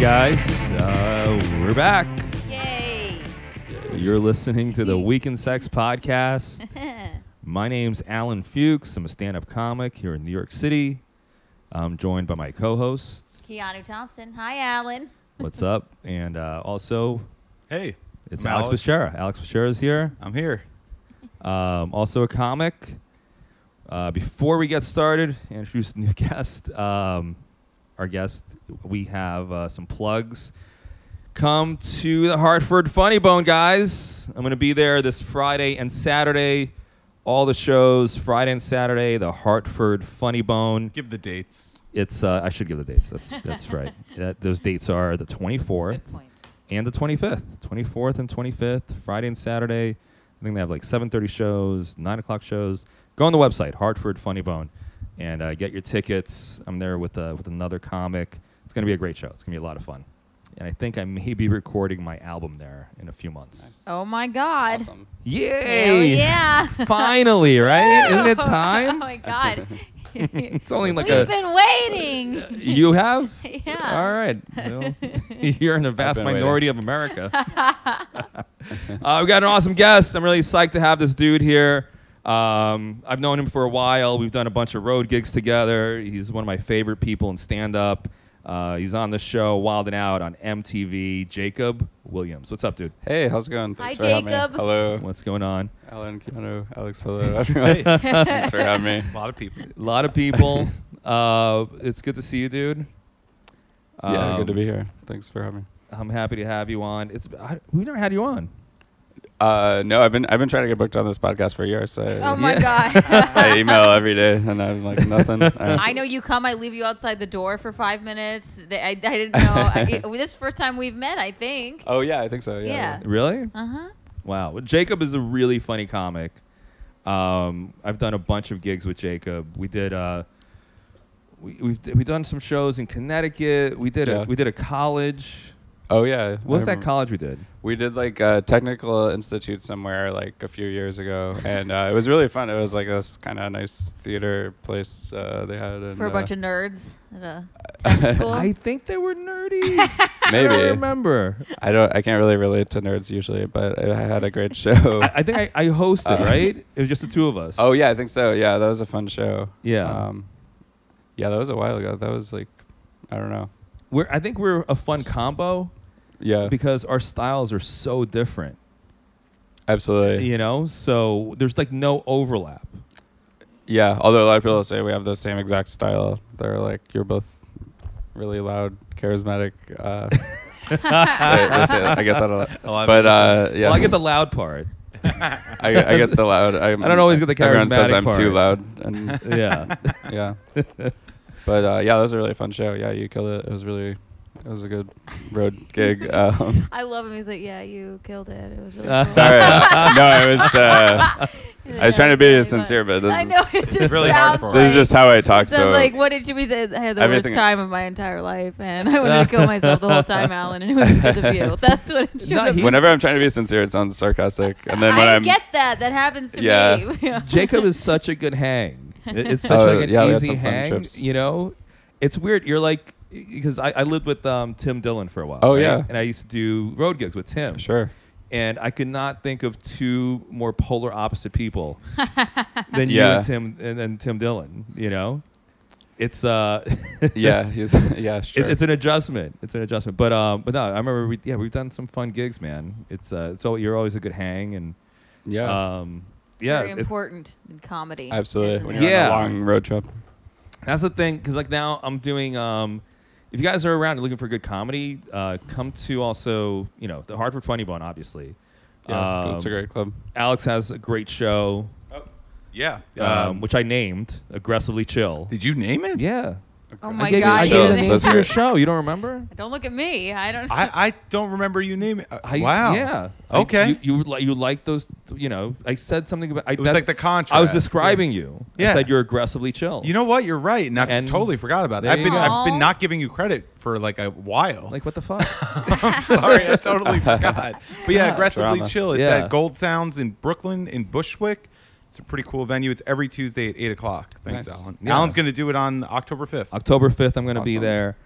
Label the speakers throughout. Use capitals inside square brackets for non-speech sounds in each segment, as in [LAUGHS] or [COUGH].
Speaker 1: guys? Uh, we're back.
Speaker 2: Yay.
Speaker 1: You're listening to the Weekend Sex Podcast. My name's Alan Fuchs. I'm a stand up comic here in New York City. I'm joined by my co host.
Speaker 2: Keanu Thompson. Hi, Alan.
Speaker 1: What's up? And uh, also,
Speaker 3: Hey,
Speaker 1: it's
Speaker 3: I'm
Speaker 1: Alex Becerra. Alex Becerra's here.
Speaker 3: I'm here.
Speaker 1: um, also a comic. Uh, before we get started, introduce the new [LAUGHS] guest. Um, our guest, we have uh, some plugs. Come to the Hartford Funny Bone, guys. I'm going to be there this Friday and Saturday. All the shows, Friday and Saturday, the Hartford Funny Bone.
Speaker 3: Give the dates.
Speaker 1: It's uh, I should give the dates. That's that's right. That, those dates are the 24th
Speaker 2: Good point.
Speaker 1: and the 25th 24th and 25th friday and saturday i think they have like 7.30 shows 9 o'clock shows go on the website hartford funny bone and uh, get your tickets i'm there with, uh, with another comic it's going to be a great show it's going to be a lot of fun and i think i may be recording my album there in a few months
Speaker 2: Oh, my God.
Speaker 4: Awesome.
Speaker 2: Hell
Speaker 1: yay
Speaker 2: yeah.
Speaker 1: [LAUGHS] finally
Speaker 2: [LAUGHS]
Speaker 1: right isn't it
Speaker 2: Oh,
Speaker 1: time
Speaker 2: my God.
Speaker 1: it's only [LAUGHS] like
Speaker 2: We've
Speaker 1: a
Speaker 2: been waiting.
Speaker 1: [LAUGHS] you have
Speaker 2: Yeah.
Speaker 1: All right. Well, [LAUGHS] you're in the vast
Speaker 4: been waiting.
Speaker 1: minority of America. [LAUGHS] uh, we've got an awesome guest. I'm really psyched to have this dude here. Um, I've known him for a while. We've done a bunch of road gigs together. He's one of my favorite people in stand up. Uh, he's on the show Wild and Out on MTV. Jacob Williams. What's up, dude?
Speaker 4: Hey, how's it going?
Speaker 2: Hi,
Speaker 4: Thanks for having me.
Speaker 2: Jacob.
Speaker 4: Hello,
Speaker 1: What's going on?
Speaker 4: Alan, Keanu, Alex. [LAUGHS] Hello, everyone. Thanks for having me.
Speaker 3: A lot
Speaker 1: [LAUGHS]
Speaker 3: of people.
Speaker 1: A lot of people. uh, it's good to see you, dude.
Speaker 4: Yeah,
Speaker 1: Um,
Speaker 4: good to be here. Thanks for having me.
Speaker 1: I'm happy to have you on. It's I, we never had you on.
Speaker 4: Uh, no, I've been I've been trying to get booked on this podcast for years. So
Speaker 2: Oh, my
Speaker 1: Yeah. [LAUGHS]
Speaker 2: God.
Speaker 4: [LAUGHS] I email every day, and I'm like [LAUGHS] nothing.
Speaker 2: [LAUGHS] I know you come. I leave you outside the door for five minutes. Th- I, I didn't know.
Speaker 1: [LAUGHS]
Speaker 2: I, it- this is the first time we've met, I think.
Speaker 4: Oh yeah, I think so. Yeah.
Speaker 2: Yeah.
Speaker 1: Really?
Speaker 2: Uh huh.
Speaker 1: Wow. Well, Jacob is a really funny comic. Um, I've done a bunch of gigs with Jacob. We did uh, we we've we done some shows in Connecticut. We did
Speaker 4: Yeah.
Speaker 1: a we did a college.
Speaker 4: Oh yeah. I
Speaker 1: What was that
Speaker 4: remember.
Speaker 1: college we did?
Speaker 4: We did like a technical institute somewhere like a few years ago, and uh, it was really fun. It was like this kind of nice theater place uh, they had. And,
Speaker 2: For a
Speaker 4: uh,
Speaker 2: bunch of nerds at a
Speaker 1: [LAUGHS]
Speaker 2: tech school.
Speaker 1: I think they were nerdy. I
Speaker 2: [LAUGHS]
Speaker 4: maybe
Speaker 1: don't remember.
Speaker 4: I don't. I can't really relate to nerds usually, but I I had a great [LAUGHS] show.
Speaker 1: I, I think I, I hosted,
Speaker 4: Uh,
Speaker 1: right? It was just the two of us.
Speaker 4: oh yeah, I think so. Yeah, that was a fun show.
Speaker 1: Yeah.
Speaker 4: Um, yeah, that was a while ago. That was like, I don't know.
Speaker 1: We're I think we're a fun combo
Speaker 4: Yeah,
Speaker 1: because our styles are so different.
Speaker 4: absolutely. Yeah.
Speaker 1: You know? So there's like no overlap.
Speaker 4: although a lot of people say we have the same exact style. They're like, you're both really loud, charismatic.
Speaker 1: [LAUGHS]
Speaker 4: Uh, they- they say that. I get that a lot.
Speaker 1: Oh,
Speaker 3: A lot of
Speaker 4: but
Speaker 3: people
Speaker 4: uh, yeah,
Speaker 1: Well, I get the loud part.
Speaker 4: [LAUGHS] I, get- I get
Speaker 1: [LAUGHS]
Speaker 4: the loud. I'm,
Speaker 1: I don't always get the
Speaker 4: Everyone says
Speaker 1: charismatic
Speaker 4: I'm too
Speaker 1: part.
Speaker 4: loud,
Speaker 1: [LAUGHS]
Speaker 4: and
Speaker 1: Yeah.
Speaker 4: [LAUGHS] yeah. But uh, yeah, that was a really fun show. Yeah, you killed it. It was really, it was a good road
Speaker 1: [LAUGHS]
Speaker 4: gig. Um,
Speaker 2: I love him. He's like, yeah, you killed it. It was really
Speaker 1: Uh,
Speaker 2: cool. [LAUGHS]
Speaker 4: sorry, uh, [LAUGHS] no, I was, uh,
Speaker 2: He's like,
Speaker 4: I was
Speaker 2: "Yeah,
Speaker 4: trying to
Speaker 2: it's
Speaker 4: be
Speaker 2: really
Speaker 4: sincere,
Speaker 2: fun."
Speaker 4: but this
Speaker 2: I know
Speaker 4: is
Speaker 2: it just
Speaker 3: really hard
Speaker 2: sounds
Speaker 3: for him.
Speaker 4: this is just how I talk.
Speaker 2: Sounds
Speaker 4: So
Speaker 2: like, what did you we said? I had the worst
Speaker 4: Everything-
Speaker 2: time of my entire life, and I wanted to kill myself the whole time, Alan, and it was because of
Speaker 4: [LAUGHS]
Speaker 2: you. That's what it should
Speaker 1: No,
Speaker 2: have
Speaker 1: he-
Speaker 2: been.
Speaker 4: whenever I'm trying to be sincere, it sounds sarcastic, and then when
Speaker 2: I
Speaker 4: am
Speaker 2: get that. That happens to
Speaker 4: Yeah.
Speaker 2: [LAUGHS] me.
Speaker 1: Jacob is such a good hang. It- It's such
Speaker 4: Oh,
Speaker 1: like an
Speaker 4: yeah, we had
Speaker 1: easy
Speaker 4: some fun
Speaker 1: hang.
Speaker 4: trips.
Speaker 1: You know, it's weird. You're like because I, I lived with um, Tim Dillon for a while.
Speaker 4: Oh,
Speaker 1: right?
Speaker 4: yeah.
Speaker 1: and I used to do road gigs with Tim.
Speaker 4: sure,
Speaker 1: and I could not think of two more polar opposite people than
Speaker 4: Yeah.
Speaker 1: you and Tim and, and Tim Dillon. You know, it's uh, [LAUGHS]
Speaker 4: yeah, he's [LAUGHS] yeah, sure.
Speaker 1: It, it's an adjustment. It's an adjustment. But um, but no, I remember we yeah we've done some fun gigs, man. It's uh, it's all, you're always a good hang and
Speaker 4: yeah,
Speaker 1: um, yeah,
Speaker 2: very
Speaker 1: it's-
Speaker 2: important in comedy.
Speaker 4: absolutely. When
Speaker 2: isn't
Speaker 4: you're
Speaker 2: it?
Speaker 1: Yeah.
Speaker 4: on a long road trip,
Speaker 1: That's the thing, because like now I'm doing. Um, if you guys are around and looking for good comedy, uh, come to also you know the Hartford Funny Bone, obviously.
Speaker 4: yeah, it's a
Speaker 1: Um,
Speaker 4: great club.
Speaker 1: Alex has a great show,
Speaker 3: Oh, Yeah.
Speaker 1: um, which I named aggressively chill.
Speaker 3: did you name it?
Speaker 1: Yeah.
Speaker 2: Oh
Speaker 1: I
Speaker 2: my
Speaker 1: gave you-
Speaker 2: god!
Speaker 1: I
Speaker 2: you
Speaker 1: gave you the
Speaker 2: didn't-
Speaker 1: name
Speaker 4: That's
Speaker 1: to your
Speaker 4: great.
Speaker 1: show. You don't remember?
Speaker 2: Don't look at me. I don't. [LAUGHS]
Speaker 3: I, I don't remember you naming it.
Speaker 1: I,
Speaker 3: wow.
Speaker 1: Yeah. I-
Speaker 3: Okay.
Speaker 1: you you, li- you like those? You know, I said something about. I,
Speaker 3: it was
Speaker 1: that's-
Speaker 3: like the contrast.
Speaker 1: I was describing you. I
Speaker 3: Yeah.
Speaker 1: said you're aggressively chill.
Speaker 3: You know what? You're right, and I
Speaker 1: And-
Speaker 3: have totally forgot about
Speaker 1: There
Speaker 3: that. I've
Speaker 1: you
Speaker 3: been
Speaker 1: go.
Speaker 3: I've
Speaker 2: Aw.
Speaker 3: been not giving you credit for like a while.
Speaker 1: like what the fuck?
Speaker 3: [LAUGHS] I'm sorry,
Speaker 1: [LAUGHS]
Speaker 3: I totally forgot. But yeah, aggressively
Speaker 4: Drama.
Speaker 3: chill. It's
Speaker 1: Yeah.
Speaker 3: at Gold Sounds in Brooklyn in Bushwick. It's a pretty cool venue. It's every Tuesday at eight o'clock. Thanks,
Speaker 4: Nice.
Speaker 3: Alan.
Speaker 1: Yeah.
Speaker 3: Alan's going to do it on October fifth.
Speaker 1: October 5th, I'm going to be
Speaker 4: Awesome.
Speaker 1: there.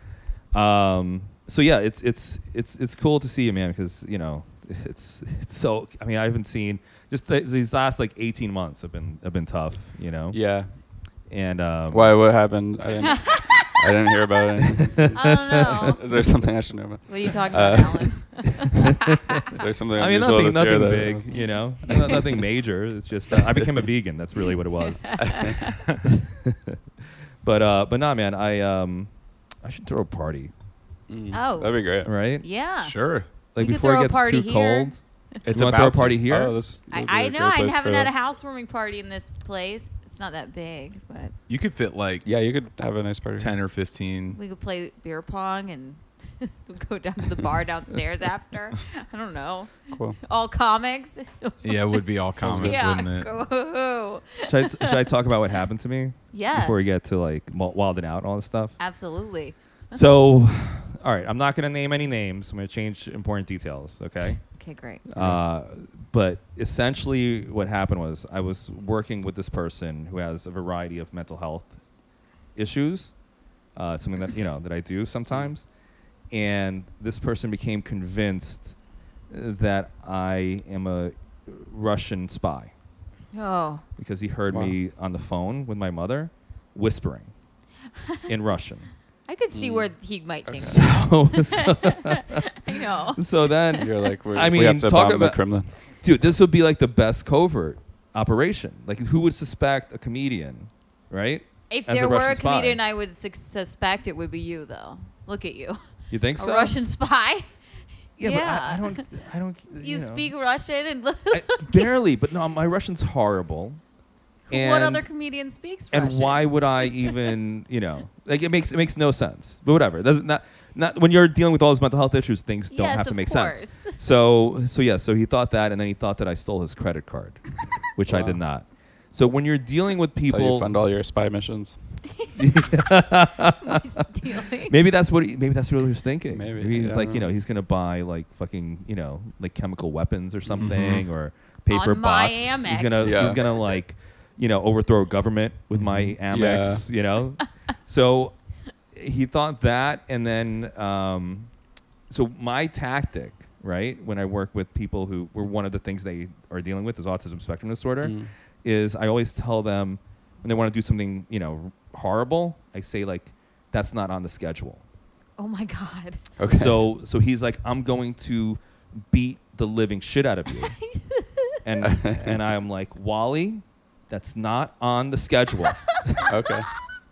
Speaker 1: Um, so yeah, it's it's it's it's cool to see you, man, because you know [LAUGHS] it's it's so. I mean, I haven't seen just th- these last like eighteen months have been have been tough, you know.
Speaker 4: Yeah.
Speaker 1: And um, [LAUGHS]
Speaker 4: Why? What happened? I didn't,
Speaker 2: [LAUGHS]
Speaker 4: I didn't hear about it.
Speaker 2: I don't know.
Speaker 4: [LAUGHS] Is there something I should know about?
Speaker 2: Oh. What are you talking about,
Speaker 4: Uh,
Speaker 2: Alan?
Speaker 4: [LAUGHS] Is there something
Speaker 1: I mean,
Speaker 4: unusual
Speaker 1: nothing,
Speaker 4: this year
Speaker 1: nothing
Speaker 4: that-
Speaker 1: big, you know, No- nothing major. It's just uh, I became a vegan. That's really what it was. [LAUGHS] but uh, but nah, man, I um, I should throw a party,
Speaker 4: Mm.
Speaker 2: [LAUGHS] Oh.
Speaker 4: that'd be great.
Speaker 1: right?
Speaker 2: yeah.
Speaker 3: Sure.
Speaker 1: Like
Speaker 2: could
Speaker 1: before
Speaker 2: throw a
Speaker 1: it gets
Speaker 2: party
Speaker 1: too
Speaker 2: here.
Speaker 1: cold.
Speaker 3: It's
Speaker 1: you wanna
Speaker 3: about
Speaker 1: throw a party
Speaker 3: to.
Speaker 1: here.
Speaker 4: Oh, this
Speaker 2: I,
Speaker 4: would be
Speaker 2: I
Speaker 4: a
Speaker 2: know.
Speaker 4: great
Speaker 2: I
Speaker 4: place
Speaker 2: haven't
Speaker 4: for
Speaker 2: had a
Speaker 4: that.
Speaker 2: housewarming party in this place. It's not that big, but
Speaker 3: You could fit like
Speaker 4: Yeah, you could have a nice party.
Speaker 3: ten or fifteen.
Speaker 2: we could play beer pong and [LAUGHS] we'll go down to the bar downstairs after. I don't know.
Speaker 4: Cool.
Speaker 2: All comics.
Speaker 3: yeah, it
Speaker 2: [LAUGHS]
Speaker 3: would
Speaker 1: [LAUGHS]
Speaker 3: be all
Speaker 4: Sounds
Speaker 3: comics,
Speaker 2: yeah.
Speaker 3: wouldn't it?
Speaker 2: Woo.
Speaker 1: should,
Speaker 2: [LAUGHS]
Speaker 1: I, should I talk about what happened to me
Speaker 2: Yeah.
Speaker 1: before we get to like Mo- wild and out and all this stuff?
Speaker 2: Absolutely.
Speaker 1: So, all right, I'm not gonna name any names. I'm gonna change important details. Okay.
Speaker 2: Okay, great.
Speaker 1: Uh, but essentially, what happened was I was working with this person who has a variety of mental health issues. Uh, something that you know that I do sometimes, and this person became convinced that I am a Russian spy
Speaker 2: Oh.
Speaker 1: because he heard
Speaker 4: Wow.
Speaker 1: me on the phone with my mother whispering in Russian.
Speaker 2: [LAUGHS] I could see
Speaker 4: Mm.
Speaker 2: where he might think.
Speaker 1: So,
Speaker 4: Okay.
Speaker 1: [LAUGHS] so,
Speaker 2: [LAUGHS] I know.
Speaker 1: so then
Speaker 4: You're like, we're,
Speaker 1: I
Speaker 4: we
Speaker 1: mean,
Speaker 4: have to
Speaker 1: talk
Speaker 4: bomb
Speaker 1: about-
Speaker 4: the Kremlin.
Speaker 1: dude this would be like the best covert operation like who would suspect a comedian right
Speaker 2: If
Speaker 1: As a
Speaker 2: there were
Speaker 1: Russian
Speaker 2: a
Speaker 1: spy.
Speaker 2: comedian, I would sus- suspect it would be you, though. Look at you.
Speaker 1: you think
Speaker 2: A
Speaker 1: so
Speaker 2: Russian spy?
Speaker 1: yeah, But I, I don't
Speaker 2: [LAUGHS]
Speaker 1: i don't
Speaker 2: You,
Speaker 1: know.
Speaker 2: speak Russian and look.
Speaker 1: [LAUGHS]
Speaker 2: [LAUGHS]
Speaker 1: I- barely but no my russian's horrible and,
Speaker 2: what other comedian speaks
Speaker 1: and
Speaker 2: Russian? [LAUGHS]
Speaker 1: why would i even you know like it makes it makes no sense but whatever doesn't not not when you're dealing with all these mental health issues things don't
Speaker 2: Yes,
Speaker 1: have to
Speaker 2: of
Speaker 1: make sense
Speaker 2: course. [LAUGHS]
Speaker 1: so so yeah so he thought that and then he thought that i stole his credit card [LAUGHS] which i
Speaker 4: Wow.
Speaker 1: did not so when you're dealing with
Speaker 4: That's how
Speaker 1: people
Speaker 4: you fund all your spy missions.
Speaker 1: [LAUGHS]
Speaker 2: Am I stealing?
Speaker 1: Maybe that's what he, maybe that's what he was thinking.
Speaker 4: Maybe,
Speaker 1: Maybe, he's
Speaker 4: yeah, I
Speaker 1: like,
Speaker 4: don't
Speaker 1: you know,
Speaker 4: know.
Speaker 1: he's gonna buy like fucking, you know, like chemical weapons
Speaker 4: Mm-hmm.
Speaker 1: or
Speaker 2: [LAUGHS]
Speaker 1: something, or pay
Speaker 2: On
Speaker 1: for
Speaker 2: my
Speaker 1: bots.
Speaker 2: Amex.
Speaker 1: He's gonna
Speaker 4: Yeah.
Speaker 1: he's gonna like, you know, overthrow a government with my
Speaker 4: Mm-hmm.
Speaker 1: Amex.
Speaker 2: [LAUGHS]
Speaker 1: You know, so he thought that, and then um, so my tactic, right, when I work with people who were one of the things they are dealing with is autism spectrum disorder,
Speaker 4: Mm.
Speaker 1: is I always tell them when they want to do something, you know, horrible, I say like, that's not on the schedule.
Speaker 2: Oh my
Speaker 1: [LAUGHS]
Speaker 2: God.
Speaker 4: [LAUGHS] Okay.
Speaker 1: So so he's like, I'm going to beat the living shit out of [LAUGHS] you, and and I'm like, Wally, that's not on the schedule.
Speaker 4: okay.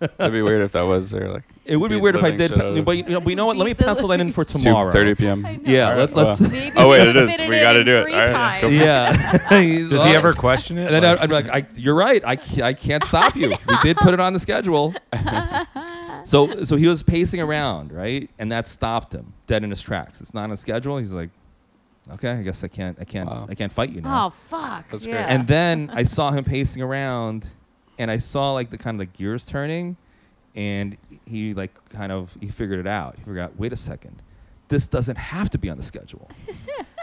Speaker 4: That'd be weird if that was there. Like
Speaker 1: [LAUGHS] It would be
Speaker 4: Beat
Speaker 1: weird if I
Speaker 4: living
Speaker 1: did,
Speaker 4: shit out
Speaker 1: but
Speaker 4: of-
Speaker 1: but you know, but you know what? Let me
Speaker 2: Beat the
Speaker 1: pencil that in
Speaker 2: living
Speaker 1: for
Speaker 2: shit.
Speaker 1: tomorrow.
Speaker 4: 2:30 p.m.
Speaker 2: I know.
Speaker 1: Yeah,
Speaker 4: All
Speaker 1: let,
Speaker 4: right,
Speaker 1: us
Speaker 4: well.
Speaker 2: Maybe
Speaker 4: Oh wait,
Speaker 2: they
Speaker 4: it is.
Speaker 2: fit
Speaker 4: We
Speaker 2: in
Speaker 4: got to
Speaker 2: in
Speaker 4: do it.
Speaker 2: free
Speaker 4: All right.
Speaker 2: time.
Speaker 4: go for it.
Speaker 1: [LAUGHS] Yeah.
Speaker 3: Does he ever question it?
Speaker 1: And then
Speaker 3: Like-
Speaker 1: I'd be like, I, "You're right. I, ca- I can't stop you. We did put it on the schedule." so so he was pacing around, right? And that stopped him dead in his tracks. It's not on the schedule. He's like, "Okay, I guess I can't. I can't.
Speaker 4: Wow.
Speaker 1: I can't fight you now."
Speaker 2: Oh, fuck.
Speaker 4: That's great.
Speaker 2: yeah.
Speaker 1: And then I saw him pacing around, and I saw like the kind of the gears turning, and he like kind of he figured it out. He forgot. Wait a second, this doesn't have to be on the schedule.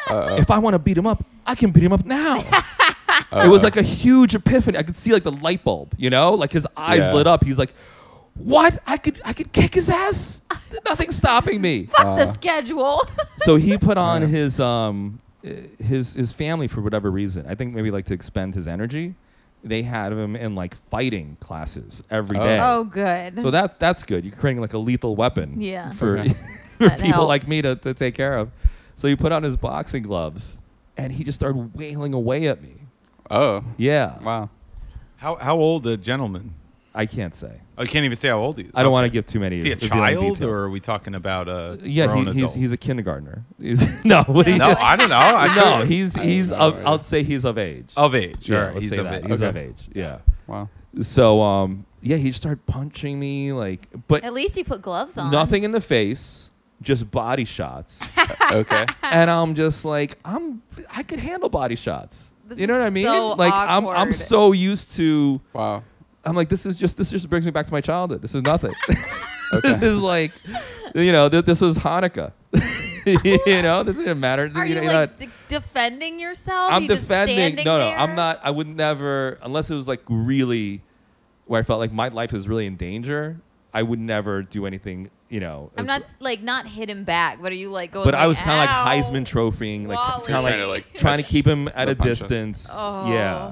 Speaker 4: Uh-oh. [LAUGHS]
Speaker 1: If I want to beat him up, I can beat him up now.
Speaker 4: Uh-oh.
Speaker 1: It was like a huge epiphany. I could see like the light bulb, you know, like his eyes
Speaker 4: Yeah.
Speaker 1: lit up. He's like, "What? I could, I could kick his ass. There's Nothing stopping
Speaker 2: [LAUGHS]
Speaker 1: me."
Speaker 2: [LAUGHS] Fuck the
Speaker 4: Uh.
Speaker 2: schedule.
Speaker 1: [LAUGHS]
Speaker 2: [LAUGHS]
Speaker 1: so he put on
Speaker 4: Yeah.
Speaker 1: his um, uh, his his family for whatever reason. I think maybe like to expend his energy. They had him in like fighting classes every
Speaker 4: Oh.
Speaker 1: day.
Speaker 2: oh, good.
Speaker 1: eh. So that that's good. You're creating like a lethal weapon.
Speaker 2: Yeah.
Speaker 1: For,
Speaker 4: Okay.
Speaker 1: [LAUGHS] for
Speaker 2: That
Speaker 1: people
Speaker 2: helps.
Speaker 1: like me to, to take care of. So he put on his boxing gloves, and he just started wailing away at me.
Speaker 4: oh [LAUGHS]
Speaker 1: Yeah.
Speaker 4: wow.
Speaker 3: how how old a gentleman?
Speaker 1: I can't say.
Speaker 3: Oh, you can't even say how old he is.
Speaker 1: I don't want to give too many.
Speaker 3: Is he a
Speaker 1: revealing
Speaker 3: child,
Speaker 1: details.
Speaker 3: or are we talking about a
Speaker 1: yeah,
Speaker 3: grown
Speaker 1: he, he's
Speaker 3: adult?
Speaker 1: he's a kindergartner. He's, [LAUGHS] no, what do you-
Speaker 3: no, I don't know. [LAUGHS] I
Speaker 1: [LAUGHS] no,
Speaker 3: could-
Speaker 1: he's
Speaker 4: I
Speaker 1: he's
Speaker 4: don't know
Speaker 1: of,
Speaker 4: either.
Speaker 1: I'll say he's of age.
Speaker 3: of age.
Speaker 1: yeah,
Speaker 3: all
Speaker 1: let's
Speaker 3: right, he's
Speaker 1: say
Speaker 3: of
Speaker 1: that.
Speaker 3: age.
Speaker 1: He's
Speaker 4: Okay.
Speaker 1: of age. Yeah.
Speaker 2: [LAUGHS]
Speaker 4: Wow.
Speaker 1: So um yeah, he just started punching me like, but
Speaker 2: At least he put gloves on.
Speaker 1: nothing in the face, just body
Speaker 2: [LAUGHS]
Speaker 1: shots,
Speaker 4: Okay.
Speaker 1: and I'm just like I'm I could handle body shots.
Speaker 2: This
Speaker 1: you know
Speaker 2: is
Speaker 1: what I mean?
Speaker 2: so
Speaker 1: like I'm I'm
Speaker 2: awkward.
Speaker 1: so used to
Speaker 4: Wow.
Speaker 1: I'm like, this is just this just brings me back to my childhood. This is nothing.
Speaker 4: Okay.
Speaker 1: this is like, you know, th- this was Hanukkah. [LAUGHS] you know, this didn't matter.
Speaker 2: Are you
Speaker 1: know,
Speaker 2: like
Speaker 1: not-
Speaker 2: de- defending yourself?
Speaker 1: I'm
Speaker 2: you Just
Speaker 1: defending.
Speaker 2: standing
Speaker 1: No, no,
Speaker 2: there?
Speaker 1: I'm not. I would never, unless it was like really where I felt like my life is really in danger. I would never do anything, you know.
Speaker 2: I'm
Speaker 1: as-
Speaker 2: not like not hit him back, but are you like going?
Speaker 1: But
Speaker 2: like,
Speaker 1: I was kind of like
Speaker 2: "Ow."
Speaker 1: Heisman trophying, like
Speaker 2: Wally.
Speaker 1: kind
Speaker 2: [LAUGHS]
Speaker 1: of like
Speaker 4: Trying to, like,
Speaker 1: trying to
Speaker 4: catch
Speaker 1: keep him at
Speaker 4: the
Speaker 1: a
Speaker 4: punches.
Speaker 1: distance.
Speaker 2: Oh.
Speaker 1: Yeah,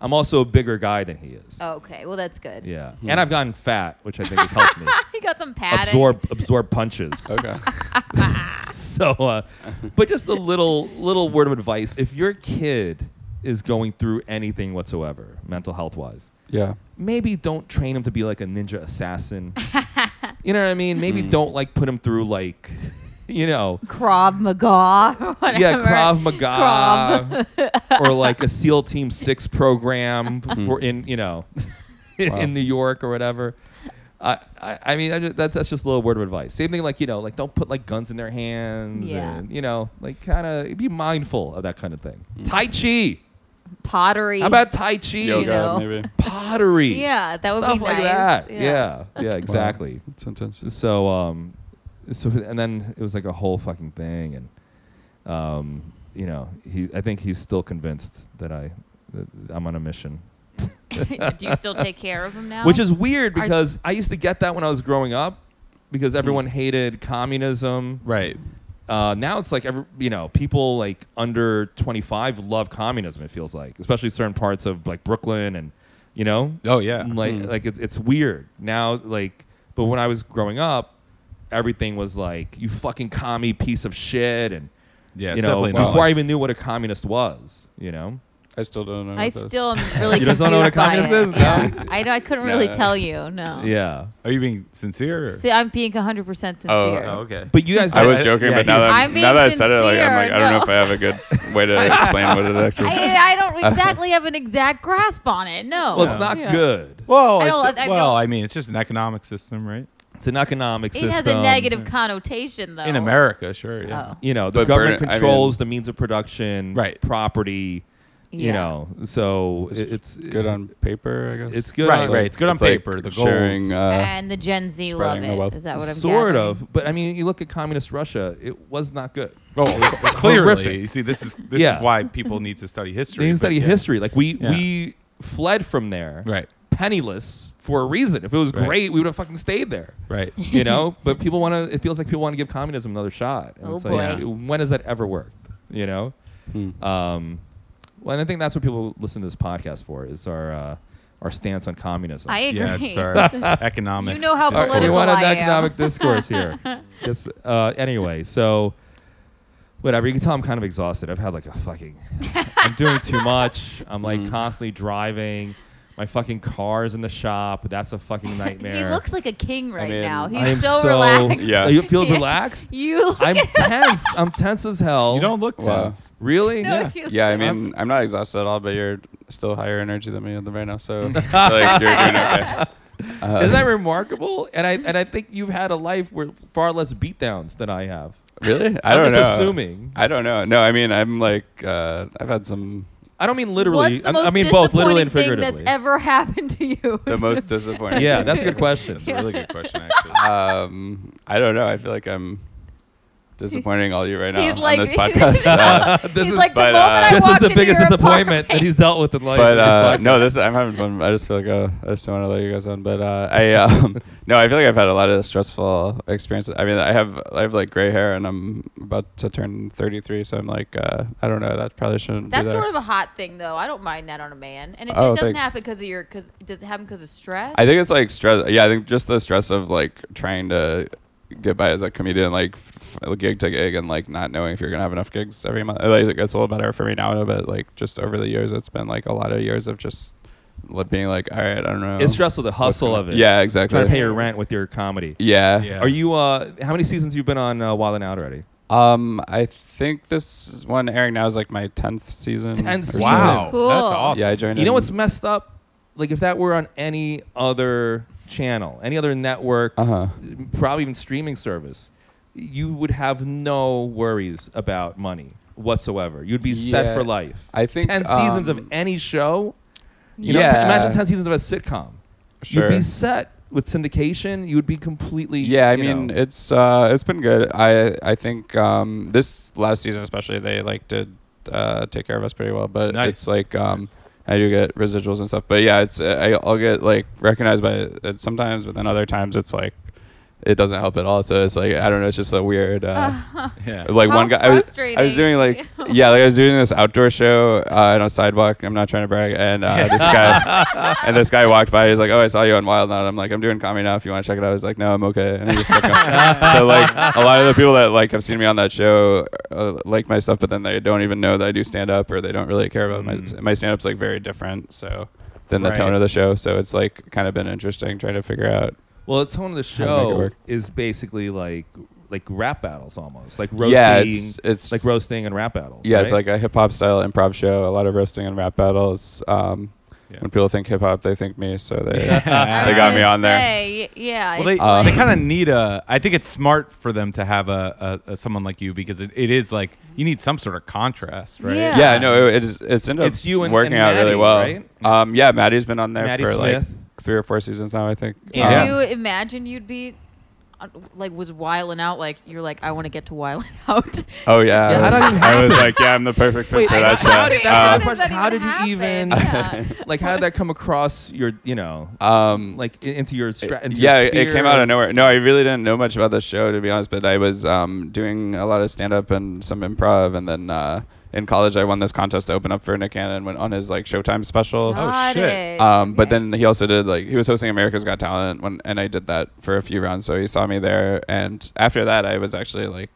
Speaker 1: I'm also a bigger guy than he is.
Speaker 2: Okay, well that's good. [LAUGHS]
Speaker 1: Yeah,
Speaker 4: Hmm.
Speaker 1: and I've gotten fat, which I think has helped me
Speaker 2: he got some padding.
Speaker 1: absorb absorb punches.
Speaker 4: Okay.
Speaker 1: [LAUGHS] so uh, but just a little little word of advice if your kid is going through anything whatsoever mental health wise
Speaker 4: Yeah.
Speaker 1: maybe don't train him to be like a ninja assassin you know what i mean maybe don't like put him through like [LAUGHS] you know
Speaker 2: Krav Maga. or Whatever.
Speaker 1: yeah krav maga or like a seal team 6 program
Speaker 2: Hmm.
Speaker 1: for in you know [LAUGHS] in,
Speaker 4: Wow.
Speaker 1: in new york or whatever I, I, I mean I ju- that's that's just a little word of advice. Same thing like you know like don't put like guns in their hands
Speaker 2: Yeah.
Speaker 1: and you know like kind of be mindful of that kind of thing.
Speaker 2: Hmm.
Speaker 1: Tai Chi.
Speaker 2: [LAUGHS] Pottery.
Speaker 1: How about Tai Chi?
Speaker 2: [LAUGHS] You know.
Speaker 4: maybe.
Speaker 1: Pottery.
Speaker 2: Yeah, that would be
Speaker 1: Stuff like
Speaker 2: nice.
Speaker 1: that.
Speaker 2: Yeah.
Speaker 1: Yeah. yeah.
Speaker 2: [LAUGHS]
Speaker 1: Exactly.
Speaker 4: It's intense.
Speaker 1: So um, so and then it was like a whole fucking thing and um, you know he I think he's still convinced that I that I'm on a mission.
Speaker 2: [LAUGHS] Do you still take care of him now?
Speaker 1: Which is weird
Speaker 2: Um, Are-
Speaker 1: because I used to get that when I was growing up because everyone hated communism.
Speaker 3: Right.
Speaker 1: Uh, now it's like every, you know people like under 25 love communism it feels like especially certain parts of like Brooklyn and you know
Speaker 3: Oh yeah.
Speaker 1: like like it's it's weird now like but when I was growing up everything was like you fucking commie piece of shit and
Speaker 3: Yeah. It's
Speaker 1: you know
Speaker 3: definitely not.
Speaker 1: before I
Speaker 3: like-
Speaker 1: even knew what a communist was you know
Speaker 4: I still don't know.
Speaker 2: I still
Speaker 1: [LAUGHS]
Speaker 2: am really confused
Speaker 1: You just don't know what a
Speaker 2: by it.
Speaker 1: communist is?
Speaker 2: Yeah.
Speaker 1: No.
Speaker 2: I, don't- I couldn't really
Speaker 4: No.
Speaker 2: tell you. No.
Speaker 3: Uh-huh.
Speaker 1: yeah
Speaker 3: are you being sincere? Or?
Speaker 2: See, I'm being 100 percent sincere.
Speaker 4: Oh,
Speaker 3: Oh, okay.
Speaker 1: but you guys
Speaker 4: I was
Speaker 3: I-
Speaker 4: joking,
Speaker 3: yeah,
Speaker 4: but now that
Speaker 2: I'm being
Speaker 4: now that I said it, like I'm like
Speaker 2: sincere,
Speaker 4: I don't know
Speaker 2: no.
Speaker 4: if I have a good
Speaker 2: [LAUGHS]
Speaker 4: way to explain what it actually.
Speaker 2: I, I
Speaker 1: [LAUGHS]
Speaker 2: don't exactly have an exact grasp on it. No.
Speaker 1: well it's not
Speaker 2: Yeah.
Speaker 1: good
Speaker 3: well,
Speaker 2: I
Speaker 3: I
Speaker 2: don't- I
Speaker 3: well,
Speaker 2: don't-
Speaker 3: I mean, it's just an economic system, right?
Speaker 1: it's an economic
Speaker 2: It
Speaker 1: system
Speaker 2: has a negative connotation, though.
Speaker 3: In America, sure. Yeah.
Speaker 2: Oh.
Speaker 1: you know the
Speaker 4: But
Speaker 1: government
Speaker 4: burden- I mean-
Speaker 1: controls the means of production
Speaker 3: Right.
Speaker 1: property you
Speaker 2: Yeah.
Speaker 1: know so it- it's
Speaker 4: good on paper, I guess.
Speaker 1: it's good
Speaker 3: Right,
Speaker 1: on-
Speaker 3: right. It's good on
Speaker 4: like
Speaker 3: paper. the goals.
Speaker 4: sharing, uh,
Speaker 2: and the Gen Z love
Speaker 4: spreading the
Speaker 2: it.
Speaker 4: wealth.
Speaker 2: Is that what I'm
Speaker 1: sort
Speaker 2: gathering?
Speaker 1: of but i mean you look at communist russia it was not good
Speaker 3: Oh, clearly.
Speaker 1: Horrific.
Speaker 3: You see, this is this
Speaker 1: Yeah.
Speaker 3: is why people need to study history.
Speaker 1: they didn't
Speaker 3: but
Speaker 1: study
Speaker 3: yeah.
Speaker 1: history like we
Speaker 3: Yeah.
Speaker 1: we fled from there
Speaker 3: Right.
Speaker 1: penniless for a reason if it was
Speaker 3: Right.
Speaker 1: great we would have fucking stayed there
Speaker 3: Right.
Speaker 1: you
Speaker 3: [LAUGHS]
Speaker 1: know but people want to it feels like people want to give communism another shot and
Speaker 2: Oh,
Speaker 1: it's like, uh,
Speaker 2: boy.
Speaker 1: when has that ever worked you know
Speaker 4: hmm.
Speaker 2: [LAUGHS]
Speaker 4: Uh,
Speaker 1: um well and i think that's what people listen to this podcast for is our uh, our stance on communism
Speaker 2: I agree.
Speaker 3: Yeah,
Speaker 2: [LAUGHS]
Speaker 3: it's our economic.
Speaker 2: You know how
Speaker 3: discourse.
Speaker 1: we
Speaker 2: political
Speaker 1: want an
Speaker 2: I am.
Speaker 1: economic
Speaker 2: [LAUGHS]
Speaker 1: discourse here. Yes, uh, anyway, so whatever. You can tell I'm kind of exhausted. I've had like a fucking. I'm doing
Speaker 2: [LAUGHS]
Speaker 1: too much. I'm like
Speaker 3: Mm-hmm.
Speaker 1: constantly driving. My fucking car's in the shop. That's a fucking nightmare.
Speaker 2: [LAUGHS] He looks like a king right
Speaker 4: mean,
Speaker 2: now.
Speaker 1: I am
Speaker 2: He's so, relaxed.
Speaker 4: Yeah.
Speaker 1: You
Speaker 2: [LAUGHS]
Speaker 1: feel
Speaker 2: Yeah.
Speaker 1: relaxed?
Speaker 2: You look
Speaker 1: I'm tense. I'm tense as hell.
Speaker 3: You don't look
Speaker 4: Wow.
Speaker 3: tense.
Speaker 1: really?
Speaker 2: No, [LAUGHS] he looks-
Speaker 4: yeah, I mean, I'm not exhausted at all, but you're still higher energy than me right
Speaker 3: [LAUGHS]
Speaker 4: now, so I feel like you're doing okay. Uh,
Speaker 1: Isn't that remarkable? And I and I think you've had a life where far less beatdowns than I have.
Speaker 4: really? I
Speaker 1: I'm
Speaker 4: don't
Speaker 1: just
Speaker 4: know.
Speaker 1: assuming.
Speaker 4: I don't know. No, I mean, I'm like, uh, I've had some
Speaker 1: I don't mean literally.
Speaker 2: What's the
Speaker 1: I-
Speaker 2: most
Speaker 1: I mean both
Speaker 2: disappointing
Speaker 1: literally and figuratively.
Speaker 2: thing that's ever happened to you?
Speaker 4: [LAUGHS] the
Speaker 2: [LAUGHS]
Speaker 4: most disappointing.
Speaker 1: yeah, that's a
Speaker 4: things.
Speaker 1: good question.
Speaker 3: That's a really
Speaker 1: [LAUGHS]
Speaker 3: good question, actually.
Speaker 4: Um, I don't know. I feel like I'm disappointing all you right now
Speaker 2: He's
Speaker 4: on
Speaker 2: like- [LAUGHS]
Speaker 4: this podcast. [LAUGHS] Uh,
Speaker 1: this
Speaker 2: He's
Speaker 1: is
Speaker 2: like the
Speaker 4: but,
Speaker 2: moment
Speaker 4: uh,
Speaker 2: I
Speaker 1: this is
Speaker 2: walked
Speaker 1: the
Speaker 2: into
Speaker 1: biggest
Speaker 2: your
Speaker 1: disappointment that
Speaker 2: apartment.
Speaker 1: he's dealt with in life.
Speaker 4: but uh,
Speaker 1: He's like,
Speaker 4: no, this I'm having fun. I just feel like uh, I just don't want to let you guys on. But uh,
Speaker 1: [LAUGHS]
Speaker 4: I um, no, I feel like I've had a lot of stressful experiences. I mean, I have I have like gray hair, and I'm about to turn 33, so I'm like uh, I don't know. That probably shouldn't. be
Speaker 2: That's
Speaker 4: there.
Speaker 2: sort of a hot thing, though. I don't mind that on a man, and it,
Speaker 4: Oh,
Speaker 2: it doesn't
Speaker 4: thanks.
Speaker 2: happen because of your because does it happen because of stress?
Speaker 4: I think it's like stress. Yeah, I think just the stress of like trying to get by as a comedian, like f- f- gig to gig, and like not knowing if you're gonna have enough gigs every month. Like it's a little better for me now, but like just over the years, it's been like a lot of years of just li- being like, all right, I don't know.
Speaker 1: it's stressful the hustle
Speaker 4: gonna-
Speaker 1: of it.
Speaker 4: Yeah,
Speaker 1: trying to pay
Speaker 4: exactly.
Speaker 1: your rent with your comedy.
Speaker 4: Yeah.
Speaker 3: Yeah.
Speaker 1: Are you? Uh, how many seasons you've been on uh, Wild and Out already?
Speaker 4: Um, I think this one airing now is like my tenth season.
Speaker 1: Tenth
Speaker 4: or
Speaker 1: season.
Speaker 3: Wow,
Speaker 2: Cool.
Speaker 3: that's awesome.
Speaker 4: Yeah, I joined.
Speaker 1: You know
Speaker 4: in-
Speaker 1: what's messed up? Like if that were on any other channel, any other network,
Speaker 4: Uh-huh.
Speaker 1: probably even streaming service, you would have no worries about money whatsoever. You'd be set
Speaker 4: Yeah.
Speaker 1: for life.
Speaker 4: I think,
Speaker 1: ten seasons of
Speaker 4: um,
Speaker 1: any show. You know,
Speaker 4: yeah.
Speaker 1: t- imagine ten seasons of a sitcom.
Speaker 4: Sure.
Speaker 1: You'd be set with syndication. You would be completely.
Speaker 4: Yeah, I
Speaker 1: you
Speaker 4: mean
Speaker 1: know-
Speaker 4: it's uh, it's been good. I I think um, this last season especially they like did uh, take care of us pretty well. But
Speaker 3: Nice.
Speaker 4: it's like um, I do get residuals and stuff. But yeah, it's uh, I, I'll get like recognized by it sometimes, but then other times it's like it doesn't help at all. So it's like I don't know. It's just a weird. Uh,
Speaker 3: Yeah.
Speaker 4: like
Speaker 2: How
Speaker 4: one guy I was, I was
Speaker 2: frustrating. [LAUGHS]
Speaker 4: doing like yeah like i was doing this outdoor show uh, on a sidewalk i'm not trying to brag and uh, this guy and this guy walked by he's like oh i saw you on wild Knot. i'm like i'm doing comedy now if you want to check it out he's like no i'm okay and he just kept going. so like a lot of the people that like have seen me on that show uh, like my stuff but then they don't even know that i do stand up or they don't really care about my my stand up's like very different so than the
Speaker 3: Right.
Speaker 4: tone of the show so it's like kind of been interesting trying to figure out
Speaker 1: Well, the tone of the
Speaker 4: to make it
Speaker 1: show
Speaker 4: work.
Speaker 1: is basically like like rap battles almost, like roasting.
Speaker 4: Yeah, it's- it's-
Speaker 1: like roasting and rap battles.
Speaker 4: Yeah, it's
Speaker 1: right?
Speaker 4: like a hip hop style improv show. A lot of roasting and rap battles. Um,
Speaker 3: Yeah.
Speaker 4: When people think hip hop, they think me. So
Speaker 1: [LAUGHS]
Speaker 4: they
Speaker 2: I
Speaker 4: They
Speaker 2: was
Speaker 4: got
Speaker 2: gonna
Speaker 4: me on there.
Speaker 2: say, Yeah.
Speaker 3: Well, they,
Speaker 2: it's
Speaker 1: uh,
Speaker 2: like-
Speaker 3: they kind of need a. I think it's smart for them to have a, a, a someone like you because it, it is like you need some sort of contrast, right?
Speaker 2: Yeah.
Speaker 4: yeah, no, it, it's it's ended up
Speaker 1: It's you and-
Speaker 4: working
Speaker 1: and
Speaker 4: out really
Speaker 1: Maddie,
Speaker 4: well.
Speaker 1: right?
Speaker 4: Um, yeah, Maddie's been on there
Speaker 1: Maddie
Speaker 4: for like
Speaker 1: Smith.
Speaker 4: three or four seasons now, I think.
Speaker 1: [LAUGHS]
Speaker 2: Did
Speaker 4: Um,
Speaker 2: you imagine you'd be uh, like was wiling out like you're like I want to get to wiling [LAUGHS] out?
Speaker 4: Oh yeah,
Speaker 1: Yeah,
Speaker 4: I,
Speaker 1: how
Speaker 4: was,
Speaker 1: did that
Speaker 4: I was like, yeah, I'm the perfect fit
Speaker 1: Wait,
Speaker 4: for
Speaker 1: I
Speaker 4: that
Speaker 1: got- how
Speaker 4: show.
Speaker 1: did- that's
Speaker 4: Um,
Speaker 1: another
Speaker 2: does that
Speaker 1: question. How did
Speaker 2: happen?
Speaker 1: you even-
Speaker 2: Yeah.
Speaker 1: [LAUGHS] like how did that come across your you know
Speaker 4: um,
Speaker 1: like i- into your stra- into your
Speaker 4: yeah, it- it
Speaker 1: sphere
Speaker 4: came out of nowhere. No, I really didn't know much about the show to be honest, but I was um, doing a lot of stand up and some improv, and then uh, in college I won this contest to open up for Nick Cannon when, on his like Showtime special.
Speaker 2: Got
Speaker 3: shit.
Speaker 2: it.
Speaker 4: Um, but
Speaker 2: Okay.
Speaker 4: then he also did like he was hosting America's Got Talent when, and I did that for a few rounds. So he saw me there, and after that, I was actually like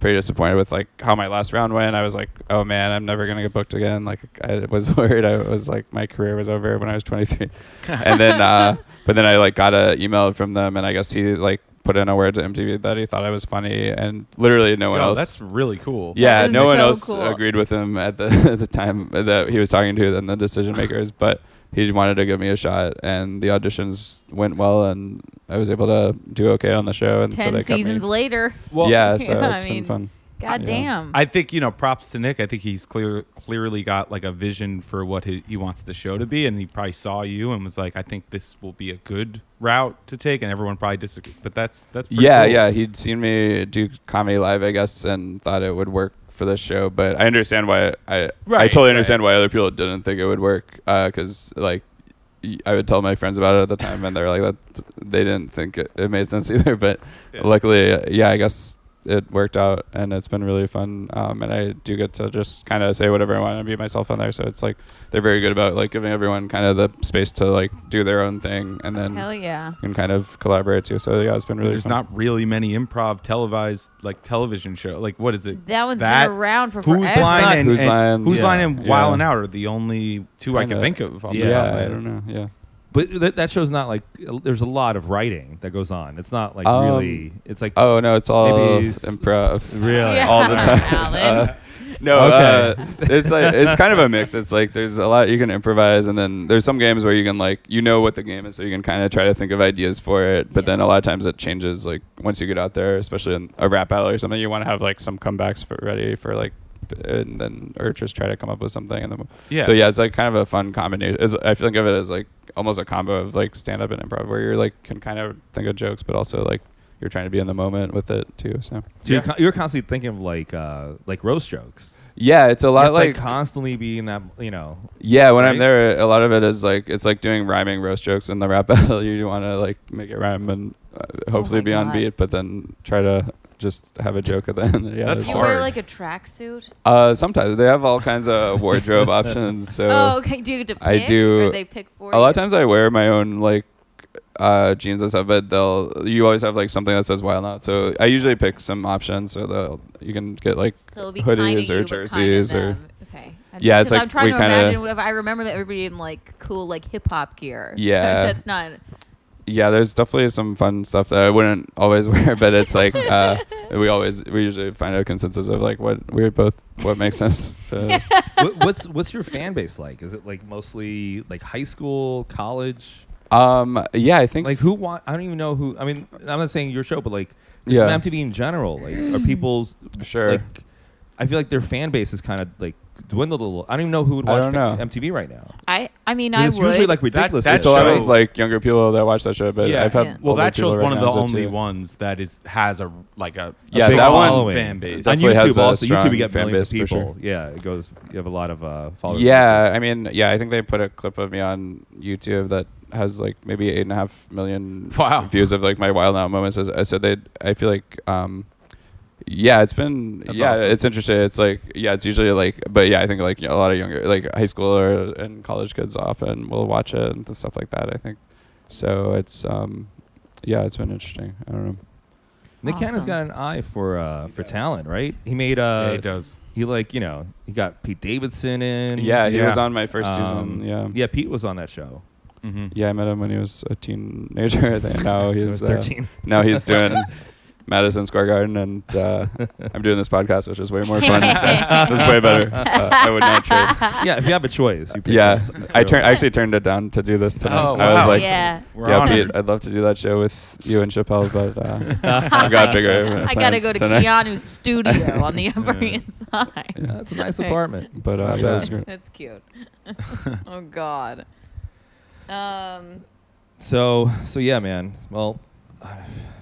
Speaker 4: pretty disappointed with like how my last round went. I was like, oh man, I'm never gonna get booked again. Like I was [LAUGHS] worried. I was like, my career was over when I was 23, and then uh, but then I like got a email from them, and I guess he like put in a word to MTV that he thought I was funny, and literally no one
Speaker 3: Yo,
Speaker 4: else.
Speaker 3: that's really cool.
Speaker 4: Yeah,
Speaker 2: That is
Speaker 4: no one
Speaker 2: so
Speaker 4: else
Speaker 2: cool.
Speaker 4: agreed with him at the [LAUGHS] at the time that he was talking to than the
Speaker 2: [LAUGHS]
Speaker 4: decision makers, but he wanted to give me a shot, and the auditions went well, and I was able to do okay on the show, and so
Speaker 2: ten
Speaker 4: they
Speaker 2: seasons
Speaker 4: kept me.
Speaker 2: later.
Speaker 3: Well,
Speaker 4: yeah, so
Speaker 2: Yeah, [LAUGHS]
Speaker 4: it's
Speaker 2: I
Speaker 4: been
Speaker 2: mean,
Speaker 4: fun.
Speaker 2: God
Speaker 4: Yeah.
Speaker 2: damn.
Speaker 3: I think you know. Props to Nick. I think he's clear clearly got like a vision for what he, he wants the show to be, and he probably saw you and was like, I think this will be a good route to take, and everyone probably disagreed. But that's that's pretty
Speaker 4: Yeah,
Speaker 3: cool.
Speaker 4: yeah, he'd seen me do comedy live, I guess, and thought it would work for this show, but I understand why I I
Speaker 3: Right,
Speaker 4: totally
Speaker 3: right.
Speaker 4: understand why other people didn't think it would work because like. y- I would tell my friends about it at the time, and they're like, "That they didn't think it, it made sense [LAUGHS] either." But
Speaker 3: Yeah.
Speaker 4: luckily, uh, yeah, I guess it worked out, and it's been really fun. Um, and I do get to just kind of say whatever I want and be myself on there. So it's like they're very good about like giving everyone kind of the space to like do their own thing, and then
Speaker 2: Hell yeah.
Speaker 4: and kind of collaborate too. So yeah, it's been really.
Speaker 3: There's
Speaker 4: fun.
Speaker 3: not really many improv televised like television show. Like what is it?
Speaker 2: That one's
Speaker 3: That-
Speaker 2: been around for
Speaker 3: Who's
Speaker 2: forever.
Speaker 1: Not
Speaker 3: line and
Speaker 4: Who's
Speaker 3: and-
Speaker 4: Line,
Speaker 3: Who's
Speaker 1: yeah,
Speaker 3: line and
Speaker 4: yeah.
Speaker 3: Wild and Out are the only two I
Speaker 4: Kinda.
Speaker 3: can think of. off the
Speaker 1: Yeah,
Speaker 3: top of
Speaker 4: Yeah,
Speaker 3: my
Speaker 4: I
Speaker 3: head.
Speaker 4: don't know. Yeah.
Speaker 1: but th- that show's not like there's a lot of writing that goes on it's not like
Speaker 4: Um,
Speaker 1: really it's like
Speaker 4: Oh no, it's all
Speaker 1: Maybe s-
Speaker 4: improv.
Speaker 2: [LAUGHS]
Speaker 1: really
Speaker 2: Yeah.
Speaker 4: [LAUGHS]
Speaker 2: [LAUGHS]
Speaker 4: all the time.
Speaker 2: Alan.
Speaker 4: Uh, no,
Speaker 1: Okay.
Speaker 4: uh, it's like it's kind of a mix. It's like there's a lot you can improvise, and then there's some games where you can like you know what the game is, so you can kind of try to think of ideas for it. But
Speaker 2: Yeah.
Speaker 4: then a lot of times it changes. Like once you get out there, especially in a rap battle or something, you want to have like some comebacks for ready for like, and then or just try to come up with something. And then
Speaker 3: Yeah.
Speaker 4: so yeah, it's like kind of a fun combination. It's, I think of it as like almost a combo of like stand up and improv, where you're like can kind of think of jokes, but also like you're trying to be in the moment with it too. So.
Speaker 1: so you're,
Speaker 3: Yeah.
Speaker 1: con- you're constantly thinking of like uh like roast jokes
Speaker 4: Yeah, it's a
Speaker 1: you
Speaker 4: lot
Speaker 1: have to,
Speaker 4: like
Speaker 1: like constantly be in that you know
Speaker 4: yeah. When I'm
Speaker 1: right?
Speaker 4: there, a lot of it is like it's like doing rhyming roast jokes in the rap [LAUGHS] battle. You want to like make it rhyme and uh, hopefully
Speaker 2: Oh my
Speaker 4: be on
Speaker 2: God.
Speaker 4: beat, but then try to just have a joke at the [LAUGHS] end. yeah,
Speaker 3: That's
Speaker 4: it's
Speaker 2: you
Speaker 3: hard.
Speaker 2: wear like a tracksuit.
Speaker 4: Uh, sometimes they have all kinds
Speaker 1: [LAUGHS]
Speaker 4: of wardrobe options. So
Speaker 2: oh, okay. Do you get to pick?
Speaker 4: I do-
Speaker 2: Or they pick for
Speaker 4: a lot
Speaker 2: you?
Speaker 4: of times I wear my own like uh, jeans and stuff, but they'll you always have like something that says wild out. So I usually pick some options so they'll you can get like
Speaker 2: So it'll be kind
Speaker 4: hoodies
Speaker 2: of you,
Speaker 4: or
Speaker 2: but kinda
Speaker 4: jerseys or
Speaker 2: them. Okay. I
Speaker 4: Yeah,
Speaker 2: just- 'cause
Speaker 4: it's like
Speaker 2: I'm trying
Speaker 4: we
Speaker 2: to
Speaker 4: kinda-
Speaker 2: imagine whatever. I remember that everybody in like cool like hip hop gear. [LAUGHS]
Speaker 4: Yeah.
Speaker 2: that's not.
Speaker 4: yeah, there's definitely some fun stuff that I wouldn't always [LAUGHS] wear, but it's like uh, we always we usually find a consensus of like what we both what makes sense. To,
Speaker 1: what, what's what's your fan base like is it like mostly like high school college
Speaker 4: um, yeah, I think
Speaker 1: like who want i don't even know who i mean i'm not saying your show but like just
Speaker 4: Yeah.
Speaker 1: mtv in general like are
Speaker 3: Mm.
Speaker 1: people's
Speaker 4: Sure.
Speaker 1: like i feel like their fan base is kind of like dwindled a little i don't even know who would
Speaker 4: I
Speaker 1: watch fa-
Speaker 4: don't know.
Speaker 1: mtv right now
Speaker 2: I I mean, I
Speaker 1: It's
Speaker 2: would.
Speaker 1: usually like ridiculous.
Speaker 3: that
Speaker 4: It's a lot
Speaker 3: show-
Speaker 1: right?
Speaker 4: of like younger people that watch that show, but
Speaker 3: Yeah.
Speaker 4: I've had
Speaker 2: Yeah.
Speaker 3: Well,
Speaker 4: older
Speaker 3: that
Speaker 4: people
Speaker 3: show's one of the
Speaker 4: recognize it,
Speaker 3: only
Speaker 4: too.
Speaker 3: ones that is has a like a, a
Speaker 4: Yeah,
Speaker 3: big
Speaker 4: that one-
Speaker 3: following fan base.
Speaker 1: on
Speaker 4: definitely has
Speaker 1: YouTube
Speaker 4: a
Speaker 1: also.
Speaker 4: strong
Speaker 1: YouTube, you get
Speaker 4: fan
Speaker 1: millions of
Speaker 4: base, for
Speaker 1: people.
Speaker 4: sure.
Speaker 1: Yeah, it goes. You have a lot of uh, followers.
Speaker 4: Yeah, I mean, yeah, I think they put a clip of me on YouTube that has like maybe eight and a half million
Speaker 3: [LAUGHS] Wow.
Speaker 4: views of like my wild out moments. As- So they, I feel like, um, yeah, it's been
Speaker 3: That's
Speaker 4: yeah,
Speaker 3: awesome.
Speaker 4: it's interesting. It's like yeah, it's usually like, but yeah, I think like you know, a lot of younger like high schooler and college kids often will watch it and th- stuff like that. I think so. It's um, yeah, it's been interesting. I don't know.
Speaker 1: Nick Cannon's
Speaker 2: Awesome.
Speaker 1: got an eye for uh,
Speaker 3: He
Speaker 1: for
Speaker 3: does.
Speaker 1: talent, right? He made
Speaker 3: Yeah,
Speaker 1: uh,
Speaker 3: it does.
Speaker 1: he like you know he got Pete Davidson in.
Speaker 4: Yeah, he
Speaker 3: Yeah.
Speaker 4: was on my first
Speaker 1: Um,
Speaker 4: season. Yeah.
Speaker 1: yeah, Pete was on that show.
Speaker 4: [LAUGHS]
Speaker 3: Mm-hmm.
Speaker 4: Yeah, I met him when he was a teenager. [LAUGHS] I think. Now
Speaker 1: He was
Speaker 4: he's uh,
Speaker 1: 13.
Speaker 3: [LAUGHS]
Speaker 4: now he's doing Madison Square Garden, and uh, I'm doing this podcast, which is way
Speaker 2: [LAUGHS]
Speaker 4: more fun. So this is
Speaker 3: [LAUGHS]
Speaker 4: way better. Uh, I would not trade.
Speaker 2: [LAUGHS]
Speaker 1: yeah, if you have a choice, you pick
Speaker 4: Yeah,
Speaker 1: this.
Speaker 4: [LAUGHS] I turned. I actually turned it down to do this tonight.
Speaker 3: Oh,
Speaker 4: I was
Speaker 3: wow.
Speaker 4: like, yeah,
Speaker 2: yeah.
Speaker 3: We're on
Speaker 4: Pete,
Speaker 3: it.
Speaker 4: I'd love to do that show with you and Chappelle, but
Speaker 3: [LAUGHS]
Speaker 4: uh, I've got bigger.
Speaker 2: I gotta
Speaker 4: plans
Speaker 2: go to
Speaker 4: tonight.
Speaker 2: Keanu's studio
Speaker 4: [LAUGHS]
Speaker 2: on the Upper
Speaker 3: Yeah.
Speaker 2: East Side.
Speaker 1: Yeah, That's a nice apartment.
Speaker 4: But uh,
Speaker 1: Not
Speaker 4: that
Speaker 1: bad.
Speaker 4: was great.
Speaker 2: That's cute. [LAUGHS] oh God.
Speaker 4: [LAUGHS]
Speaker 2: Um,
Speaker 1: So so yeah, man. Well, uh,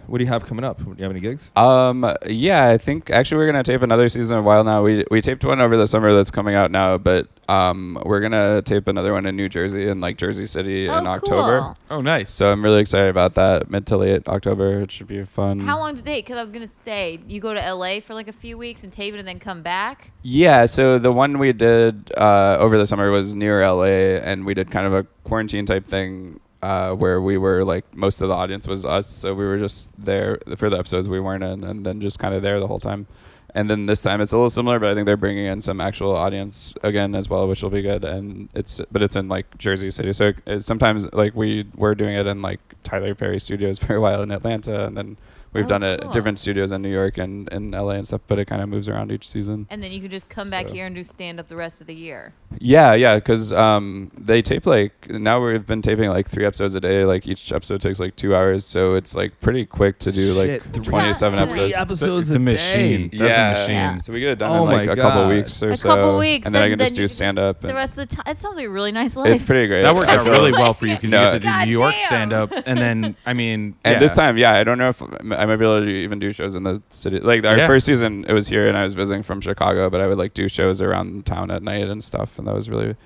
Speaker 1: what do you have coming up? Do you have any gigs?
Speaker 4: Um, yeah, I think actually we're gonna tape another season of Wild Now. We we taped one over the summer that's coming out now, but um, we're gonna tape another one in New Jersey in like Jersey City
Speaker 2: oh,
Speaker 4: in October.
Speaker 2: cool.
Speaker 3: Oh, nice.
Speaker 4: So I'm really excited about that. Mid to late October, it should be fun.
Speaker 2: How long does it take? Because I was gonna say you go to LA for like a few weeks and tape it and then come back.
Speaker 4: Yeah, so the one we did uh, over the summer was near LA, and we did kind of a quarantine type thing uh, where we were like most of the audience was us, so we were just there for the episodes we weren't in, and then just kind of there the whole time. And then this time it's a little similar, but I think they're bringing in some actual audience again as well, which will be good. And it's but it's in like Jersey City, so it, sometimes like we were doing it in like Tyler Perry Studios [LAUGHS] for a while in Atlanta, and then we've
Speaker 2: Oh,
Speaker 4: done it
Speaker 2: cool.
Speaker 4: at different studios in New York and in LA and stuff. But it kind of moves around each season.
Speaker 2: And then you can just come back
Speaker 4: So-
Speaker 2: here and do stand up the rest of the year.
Speaker 4: Yeah, yeah, because um, they tape like now we've been taping like three episodes a day. Like each episode takes like two hours, so it's like pretty quick to do like
Speaker 1: Shit, three-
Speaker 4: twenty-seven
Speaker 2: three
Speaker 4: episodes.
Speaker 1: episodes
Speaker 3: Th- it's
Speaker 1: a
Speaker 3: a machine.
Speaker 1: day.
Speaker 3: That's a
Speaker 4: yeah,
Speaker 3: machine.
Speaker 2: Yeah.
Speaker 4: so we get it done
Speaker 1: Oh
Speaker 4: in like
Speaker 1: my
Speaker 4: a couple
Speaker 1: God.
Speaker 4: weeks or
Speaker 2: A
Speaker 4: so,
Speaker 2: couple weeks,
Speaker 4: and then I
Speaker 2: and
Speaker 4: can just
Speaker 2: then you
Speaker 4: do
Speaker 2: can
Speaker 4: stand up.
Speaker 2: The rest of the time, it sounds like a really nice life.
Speaker 4: it's pretty great.
Speaker 3: that works
Speaker 4: I
Speaker 3: out
Speaker 4: feel-
Speaker 3: really well for you because
Speaker 4: No.
Speaker 3: you get to do New York
Speaker 2: Goddamn.
Speaker 3: stand up, and then I mean,
Speaker 4: [LAUGHS] And
Speaker 3: yeah.
Speaker 4: this time, yeah, I don't know if I might be able to even do shows in the city. Like our
Speaker 3: Yeah.
Speaker 4: first season, it was here, and I was visiting from Chicago, but I would like do shows around town at night and stuff, and that was really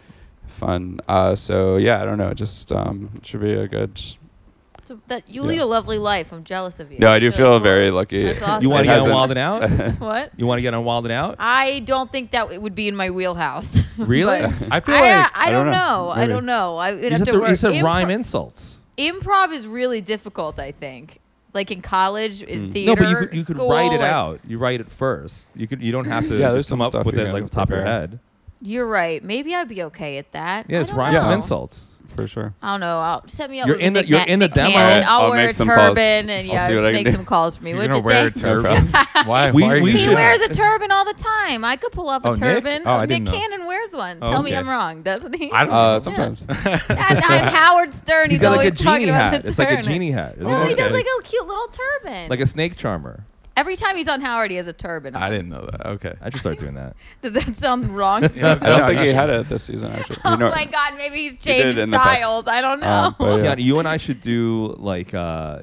Speaker 4: fun. Uh, so yeah, I don't know. It Just um, it should be a good.
Speaker 2: So that you
Speaker 4: Yeah.
Speaker 2: lead a lovely life. I'm jealous of you.
Speaker 4: No, I do
Speaker 2: It's
Speaker 4: feel
Speaker 2: really cool.
Speaker 4: very lucky.
Speaker 2: That's awesome.
Speaker 1: You want
Speaker 4: It
Speaker 1: to get on
Speaker 4: hasn't- [LAUGHS]
Speaker 1: Wild and Out?
Speaker 2: What?
Speaker 1: You want to get on Wild and Out?
Speaker 2: I don't think that it would be in my wheelhouse.
Speaker 1: Really?
Speaker 2: [LAUGHS] But
Speaker 3: I feel
Speaker 2: I, uh,
Speaker 3: like
Speaker 2: I,
Speaker 4: I
Speaker 2: don't
Speaker 4: don't
Speaker 2: know.
Speaker 4: know.
Speaker 2: I
Speaker 4: Maybe.
Speaker 2: don't know. I
Speaker 1: You
Speaker 2: would
Speaker 1: just
Speaker 2: have to,
Speaker 1: have
Speaker 2: work.
Speaker 1: you said
Speaker 2: Impro-
Speaker 1: rhyme insults.
Speaker 2: Improv is really difficult. I think, like in college, in theater,
Speaker 1: Mm. No, but you could, you could
Speaker 2: school,
Speaker 1: write it
Speaker 2: and-
Speaker 1: out. You write it first. You could you don't have to
Speaker 4: Yeah, there's
Speaker 1: just come
Speaker 4: some
Speaker 1: up
Speaker 4: stuff
Speaker 1: with
Speaker 4: you
Speaker 1: it
Speaker 4: can
Speaker 1: like off the top of your
Speaker 4: prepare.
Speaker 1: head.
Speaker 2: You're right. Maybe I'd be okay at that.
Speaker 1: Yeah,
Speaker 2: I
Speaker 1: it's
Speaker 2: don't
Speaker 1: rhymes
Speaker 2: know.
Speaker 1: and insults.
Speaker 4: for sure.
Speaker 2: I don't know. I'll set me up.
Speaker 1: You're
Speaker 2: with
Speaker 1: in the-
Speaker 2: Nick
Speaker 1: you're
Speaker 2: Na-
Speaker 1: in the
Speaker 2: Nick
Speaker 1: demo.
Speaker 2: Cannon. I'll,
Speaker 4: I'll
Speaker 2: wear
Speaker 4: make
Speaker 2: a
Speaker 4: some
Speaker 2: turban
Speaker 4: calls.
Speaker 2: and
Speaker 4: I'll
Speaker 2: yeah,
Speaker 4: see
Speaker 2: I'll
Speaker 4: what I
Speaker 2: just
Speaker 4: can
Speaker 2: make
Speaker 4: do.
Speaker 2: some calls for me.
Speaker 3: you're
Speaker 2: What
Speaker 3: gonna
Speaker 2: did
Speaker 3: wear a
Speaker 2: they?
Speaker 3: turban.
Speaker 2: [LAUGHS]
Speaker 3: Why?
Speaker 1: We-
Speaker 3: why
Speaker 1: we
Speaker 3: are you
Speaker 2: He
Speaker 1: should-
Speaker 3: doing
Speaker 2: wears
Speaker 1: [LAUGHS]
Speaker 3: that?
Speaker 2: a turban all the time. I could pull off a
Speaker 3: Oh, Nick?
Speaker 2: turban.
Speaker 3: Oh, I
Speaker 2: Nick
Speaker 3: didn't know.
Speaker 2: Cannon wears one.
Speaker 3: Oh,
Speaker 2: Tell me
Speaker 3: okay.
Speaker 2: I'm wrong, doesn't he?
Speaker 3: I
Speaker 2: [LAUGHS]
Speaker 3: don't know.
Speaker 4: Uh, sometimes.
Speaker 2: That's- I'm Howard Stern. He's,
Speaker 1: He's got
Speaker 2: always
Speaker 1: like a
Speaker 2: talking
Speaker 1: genie
Speaker 2: about
Speaker 1: hat.
Speaker 2: the
Speaker 1: It's like a
Speaker 2: turban.
Speaker 1: genie hat. isn't
Speaker 2: No,
Speaker 1: it?
Speaker 2: he does
Speaker 3: Okay.
Speaker 2: like a cute little turban.
Speaker 1: Like a snake charmer.
Speaker 2: Every time he's on Howard, he has a turban.
Speaker 3: I
Speaker 2: On.
Speaker 3: didn't know that. Okay.
Speaker 1: I should start doing that.
Speaker 2: Does that sound wrong?
Speaker 4: I don't think he had it this season actually.
Speaker 2: [LAUGHS] oh
Speaker 4: You know-
Speaker 2: my God, maybe he's
Speaker 4: did
Speaker 2: changed
Speaker 4: it in the past.
Speaker 2: styles. I don't know.
Speaker 4: Um,
Speaker 2: [LAUGHS]
Speaker 4: but yeah.
Speaker 1: Keanu, you and I should do like uh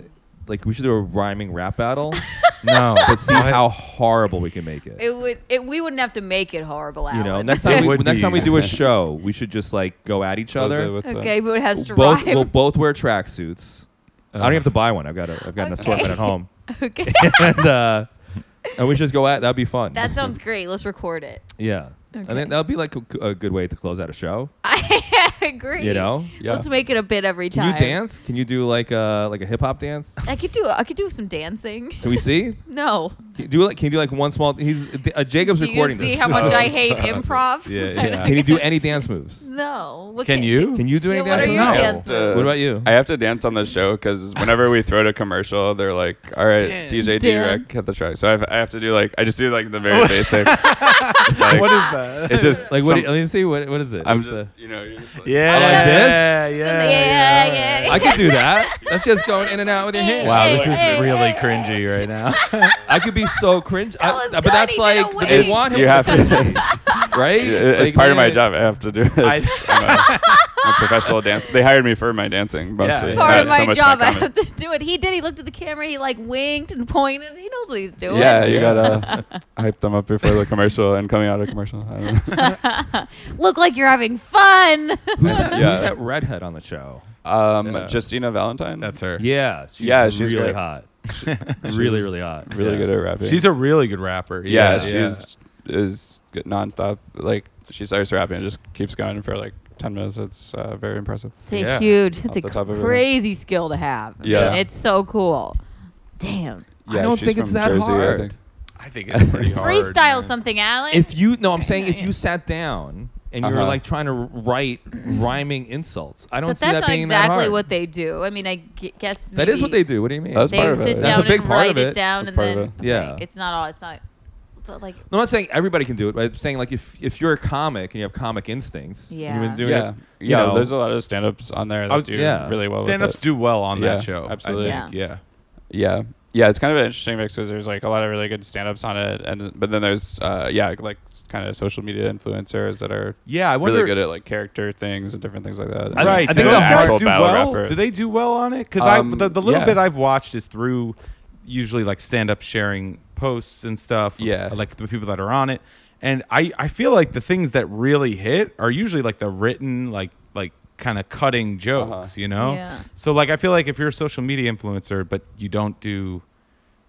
Speaker 1: like we should do a rhyming
Speaker 2: [LAUGHS]
Speaker 1: rap battle.
Speaker 3: No.
Speaker 1: but see how horrible we can make it.
Speaker 2: it would. It, we wouldn't have to make it horrible.
Speaker 1: you know,
Speaker 2: Alan. [LAUGHS]
Speaker 1: next time
Speaker 3: It
Speaker 1: we
Speaker 3: would
Speaker 1: next time we
Speaker 3: be.
Speaker 4: [LAUGHS]
Speaker 1: do a show, we should just like go at each
Speaker 4: Close it
Speaker 1: other.
Speaker 4: with the-
Speaker 2: okay, but it has to
Speaker 1: Both
Speaker 2: rhyme.
Speaker 1: we'll both wear tracksuits. I
Speaker 4: Uh-huh.
Speaker 1: don't
Speaker 3: Uh.
Speaker 1: even have to buy one. I've got a, I've got an
Speaker 2: Okay.
Speaker 1: assortment at home,
Speaker 2: [LAUGHS] okay,
Speaker 1: [LAUGHS] and uh, and we should just go at. That'd be fun.
Speaker 2: that sounds great. Let's record it. [LAUGHS]
Speaker 1: yeah. And I
Speaker 2: Okay.
Speaker 1: think that'd be like a, a good way to close out a show.
Speaker 2: I agree.
Speaker 1: You know?
Speaker 4: Yeah.
Speaker 2: Let's make it a bit every
Speaker 1: Can
Speaker 2: time.
Speaker 1: you dance? Can you do like a like a hip hop dance?
Speaker 2: I could do. I could do some dancing. [LAUGHS]
Speaker 1: Can we see?
Speaker 2: No.
Speaker 1: Can you do like can you do like one small? He's uh, Jacob's
Speaker 2: Do you
Speaker 1: recording
Speaker 2: see
Speaker 1: this.
Speaker 2: how
Speaker 1: [LAUGHS]
Speaker 2: much
Speaker 3: Oh.
Speaker 2: I hate improv?
Speaker 3: Yeah,
Speaker 2: I [LAUGHS]
Speaker 3: yeah.
Speaker 2: don't-
Speaker 1: Can you do any dance moves?
Speaker 2: No. What
Speaker 3: Can you?
Speaker 1: Can you do any
Speaker 2: Yeah, what
Speaker 1: dance
Speaker 2: are
Speaker 1: moves?
Speaker 2: your
Speaker 3: No.
Speaker 2: dance
Speaker 4: Uh,
Speaker 2: moves?
Speaker 1: What about you?
Speaker 4: I have to dance on the show because whenever we throw to commercial, they're like, "All right, DJ D
Speaker 2: Dance.
Speaker 4: Rec, hit the track." So I've, I have to do like I just do like
Speaker 1: [LAUGHS]
Speaker 4: the very basic. like,
Speaker 3: [LAUGHS] What is that?
Speaker 4: It's just
Speaker 1: Like what?
Speaker 4: some-
Speaker 1: do you- let me see. What what is it?
Speaker 4: I'm
Speaker 1: It's the-
Speaker 4: just you know you're just like,
Speaker 3: Yeah.
Speaker 1: Like
Speaker 3: yeah,
Speaker 1: this?
Speaker 3: Yeah.
Speaker 2: Yeah,
Speaker 3: all
Speaker 2: yeah.
Speaker 1: I could do
Speaker 2: [LAUGHS]
Speaker 1: that. That's just going in and out with your hands.
Speaker 3: Wow, this
Speaker 2: Hey,
Speaker 3: is really
Speaker 2: hey,
Speaker 3: cringy right [LAUGHS] now.
Speaker 1: I could be so cringe. I-
Speaker 2: was
Speaker 1: but
Speaker 2: good.
Speaker 1: that's
Speaker 2: He did a
Speaker 1: like but they
Speaker 4: wave.
Speaker 1: want him
Speaker 4: You
Speaker 1: to
Speaker 4: have to.
Speaker 1: participate, [LAUGHS] right?
Speaker 4: [LAUGHS] it- [LAUGHS] it's
Speaker 1: Like,
Speaker 4: part of my
Speaker 1: man,
Speaker 4: job. I have to do it. It's- [LAUGHS] I'm a- I'm a professional dance. They hired me for my dancing mostly.
Speaker 3: yeah.
Speaker 2: Part
Speaker 4: not
Speaker 2: of
Speaker 4: so
Speaker 2: my
Speaker 4: much
Speaker 2: job. I
Speaker 4: comedy.
Speaker 2: have to do it. He did. He looked at the camera. He like winked and pointed. He knows what he's doing.
Speaker 4: Yeah, you gotta hype them up before the commercial and coming out of commercial. I don't know.
Speaker 2: [LAUGHS] Look like you're having fun.
Speaker 1: Who's that,
Speaker 4: Yeah.
Speaker 1: who's that redhead on the show? [LAUGHS]
Speaker 4: Um,
Speaker 3: Yeah.
Speaker 4: Justina Valentine.
Speaker 3: That's her.
Speaker 1: Yeah, she's
Speaker 4: Yeah, she's
Speaker 1: really
Speaker 4: great.
Speaker 1: hot. really, really hot.
Speaker 4: really
Speaker 3: Yeah.
Speaker 4: good at rapping.
Speaker 3: She's a really good rapper.
Speaker 4: yeah,
Speaker 3: Yeah,
Speaker 4: she
Speaker 3: yeah.
Speaker 4: is is good nonstop. Like she starts rapping and just keeps going for like ten minutes. It's uh, very impressive.
Speaker 2: It's a
Speaker 3: Yeah.
Speaker 2: huge. It's
Speaker 4: Off the
Speaker 2: a
Speaker 4: top of her head.
Speaker 2: crazy skill to have. I mean,
Speaker 4: Yeah.
Speaker 2: it's so cool. Damn.
Speaker 1: I don't
Speaker 4: she's
Speaker 1: think it's
Speaker 4: from
Speaker 1: that
Speaker 4: Jersey, I
Speaker 1: hard.
Speaker 4: think.
Speaker 3: I think it's pretty hard.
Speaker 2: Freestyle
Speaker 3: man.
Speaker 2: something, Alan.
Speaker 1: If you no, I'm saying if you [LAUGHS] sat down and you were
Speaker 4: Uh-huh.
Speaker 1: like trying to write rhyming insults, I don't
Speaker 2: but
Speaker 1: see
Speaker 2: that's
Speaker 1: that
Speaker 2: not
Speaker 1: being
Speaker 2: exactly
Speaker 1: that hard.
Speaker 2: what they do. I mean, I g- guess maybe
Speaker 1: that is what they do. What do you mean?
Speaker 4: That's
Speaker 2: They
Speaker 4: part of it.
Speaker 2: sit down
Speaker 4: That's a
Speaker 1: big
Speaker 2: and
Speaker 1: part
Speaker 2: write
Speaker 1: of
Speaker 2: it.
Speaker 1: it.
Speaker 2: down,
Speaker 4: That's
Speaker 2: and
Speaker 4: part of
Speaker 2: then
Speaker 4: it.
Speaker 2: okay,
Speaker 1: Yeah.
Speaker 2: it's not all. It's not. But like,
Speaker 1: No, I'm not saying everybody can do it, but I'm saying like if if you're a comic and you have comic instincts, and you've
Speaker 2: Yeah.
Speaker 1: been doing
Speaker 4: Yeah,
Speaker 1: it. you
Speaker 4: yeah.
Speaker 1: know.
Speaker 4: there's a lot of stand-ups on there that
Speaker 3: I was-
Speaker 4: do
Speaker 1: yeah.
Speaker 4: really well. with
Speaker 3: Stand-ups
Speaker 4: it.
Speaker 3: do well on
Speaker 4: Yeah,
Speaker 3: that show. I
Speaker 4: absolutely.
Speaker 3: think, Yeah.
Speaker 4: Yeah. Yeah, it's kind of an interesting mix because there's like a lot of really good stand-ups on it, and but then there's uh, yeah, like kind of social media influencers that are
Speaker 3: Yeah, I wonder.
Speaker 4: really good at like character things and different things like that.
Speaker 1: I-
Speaker 3: right.
Speaker 1: I
Speaker 3: do
Speaker 1: think
Speaker 3: those
Speaker 1: the
Speaker 3: guys
Speaker 1: hard-
Speaker 3: do well? Do they do well on it? Because
Speaker 4: Um,
Speaker 3: I the, the little
Speaker 4: yeah.
Speaker 3: bit I've watched is through usually like stand-up sharing posts and stuff. uh,
Speaker 4: Yeah.
Speaker 3: Like the people that are on it, and I I feel like the things that really hit are usually like the written like like kind of cutting jokes, you know.
Speaker 2: Yeah.
Speaker 3: So like I feel like if you're a social media influencer but you don't do,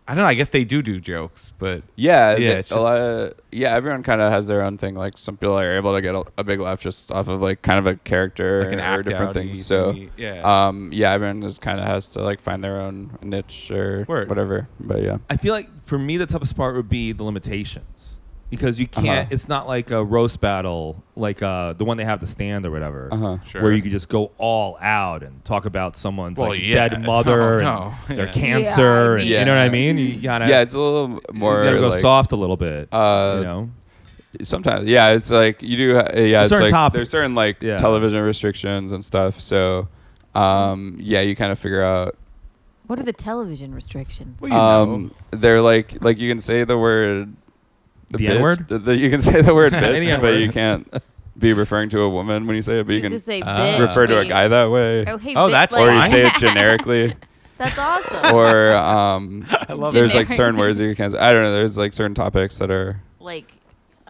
Speaker 3: I don't know. I guess they do do jokes, but
Speaker 4: Yeah,
Speaker 3: Yeah,
Speaker 4: yeah,
Speaker 3: it's
Speaker 4: a lot
Speaker 3: just-
Speaker 4: of, yeah. Everyone kind of has their own thing. Like some people are able to get a, a big laugh just off of like kind of a character
Speaker 3: Like an
Speaker 4: or
Speaker 3: act
Speaker 4: different
Speaker 3: outy
Speaker 4: things. So
Speaker 3: thingy, yeah.
Speaker 4: um, yeah, everyone just kind of has to like find their own niche or
Speaker 3: Word.
Speaker 4: whatever. But yeah,
Speaker 1: I feel like for me the toughest part would be the limitations because you can't.
Speaker 4: Uh-huh.
Speaker 1: It's not like a roast battle, like uh, the one they have to stand or whatever,
Speaker 4: Uh-huh.
Speaker 1: where
Speaker 3: Sure.
Speaker 1: you could just go all out and talk about someone's
Speaker 3: Well,
Speaker 1: like
Speaker 3: yeah.
Speaker 1: dead mother
Speaker 3: [LAUGHS] No,
Speaker 1: and
Speaker 3: no,
Speaker 1: their
Speaker 3: yeah.
Speaker 1: cancer,
Speaker 2: Yeah, I
Speaker 1: and
Speaker 4: mean-
Speaker 1: you know what I mean. You gotta
Speaker 4: yeah, it's a little more
Speaker 1: you gotta go
Speaker 4: like,
Speaker 1: soft a little bit.
Speaker 4: Uh,
Speaker 1: you know,
Speaker 4: Sometimes, yeah, it's like you do. ha- Yeah, it's
Speaker 1: certain
Speaker 4: like
Speaker 1: topics.
Speaker 4: there's certain like
Speaker 1: Yeah.
Speaker 4: television restrictions and stuff. So um, yeah, you kind of figure out
Speaker 2: what are the television restrictions?
Speaker 3: well, you know.
Speaker 4: um, they're like like you can say the word
Speaker 1: The
Speaker 4: bitch.
Speaker 1: N-word?
Speaker 4: The- the- you can say the word
Speaker 3: [LAUGHS]
Speaker 1: Any
Speaker 4: bitch, but
Speaker 1: N-word.
Speaker 4: you can't be referring to a woman when you say it. But you,
Speaker 2: You
Speaker 4: can
Speaker 2: can say
Speaker 3: uh,
Speaker 2: bitch,
Speaker 4: refer to
Speaker 2: but
Speaker 4: a
Speaker 2: you-
Speaker 4: guy that way,
Speaker 2: Oh, hey,
Speaker 3: Oh,
Speaker 2: bitch,
Speaker 3: that's
Speaker 2: like-
Speaker 4: or you
Speaker 2: [LAUGHS]
Speaker 3: fine.
Speaker 4: say it generically,
Speaker 2: That's awesome.
Speaker 4: or um,
Speaker 3: I love
Speaker 4: there's
Speaker 2: Generic.
Speaker 4: like certain words you can't. Say. I don't know. There's like certain topics that are.
Speaker 2: like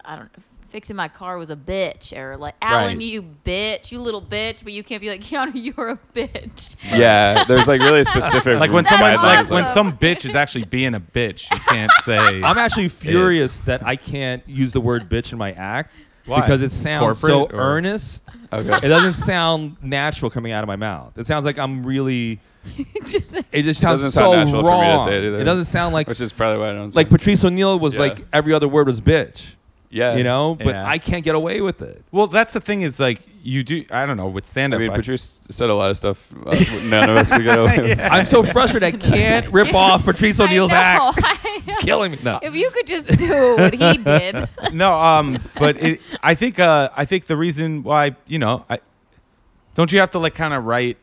Speaker 2: I don't know, fixing my car was a bitch or like Alan
Speaker 3: Right.
Speaker 2: you bitch you little bitch but you can't be like [LAUGHS] Keanu you're a bitch
Speaker 4: Yeah, there's
Speaker 3: [LAUGHS]
Speaker 4: like really specific.
Speaker 3: like when
Speaker 2: That's
Speaker 3: someone like
Speaker 4: guidelines.
Speaker 3: when
Speaker 2: awesome.
Speaker 3: some bitch is actually being a bitch, you can't say.
Speaker 1: I'm actually furious that I can't use the word bitch in my act
Speaker 3: Why?
Speaker 1: because it sounds
Speaker 3: Corporate
Speaker 1: so
Speaker 3: or-
Speaker 1: earnest. It
Speaker 4: okay.
Speaker 1: doesn't sound natural coming out of my mouth. It sounds like I'm really.
Speaker 2: [LAUGHS] Just-
Speaker 1: It just
Speaker 4: It
Speaker 1: sounds
Speaker 4: doesn't
Speaker 1: so
Speaker 4: sound natural
Speaker 1: wrong.
Speaker 4: for me to say it either.
Speaker 1: doesn't sound like
Speaker 4: which is probably why I don't.
Speaker 1: like
Speaker 4: say it.
Speaker 1: Patrice O'Neill was
Speaker 4: Yeah.
Speaker 1: like every other word was bitch.
Speaker 4: yeah,
Speaker 1: You know, but
Speaker 3: Yeah.
Speaker 1: I can't get away with
Speaker 4: [LAUGHS]
Speaker 1: it.
Speaker 3: Well, that's the thing is like you do. I don't know with stand
Speaker 4: I
Speaker 3: up.
Speaker 4: mean, Patrice said a lot of stuff.
Speaker 3: [LAUGHS]
Speaker 4: Uh, none of us could get away with.
Speaker 1: I'm
Speaker 4: [LAUGHS]
Speaker 1: so frustrated. I can't
Speaker 2: [LAUGHS]
Speaker 1: rip off Patrice
Speaker 2: I
Speaker 1: O'Neill's
Speaker 2: know.
Speaker 1: act.
Speaker 2: [LAUGHS] I
Speaker 1: [LAUGHS] It's
Speaker 2: know.
Speaker 1: killing me. No.
Speaker 2: if you could just do what
Speaker 1: [LAUGHS]
Speaker 2: he did
Speaker 3: no, um, but it, I think uh, I think the reason why you know I don't you have to like kind of write.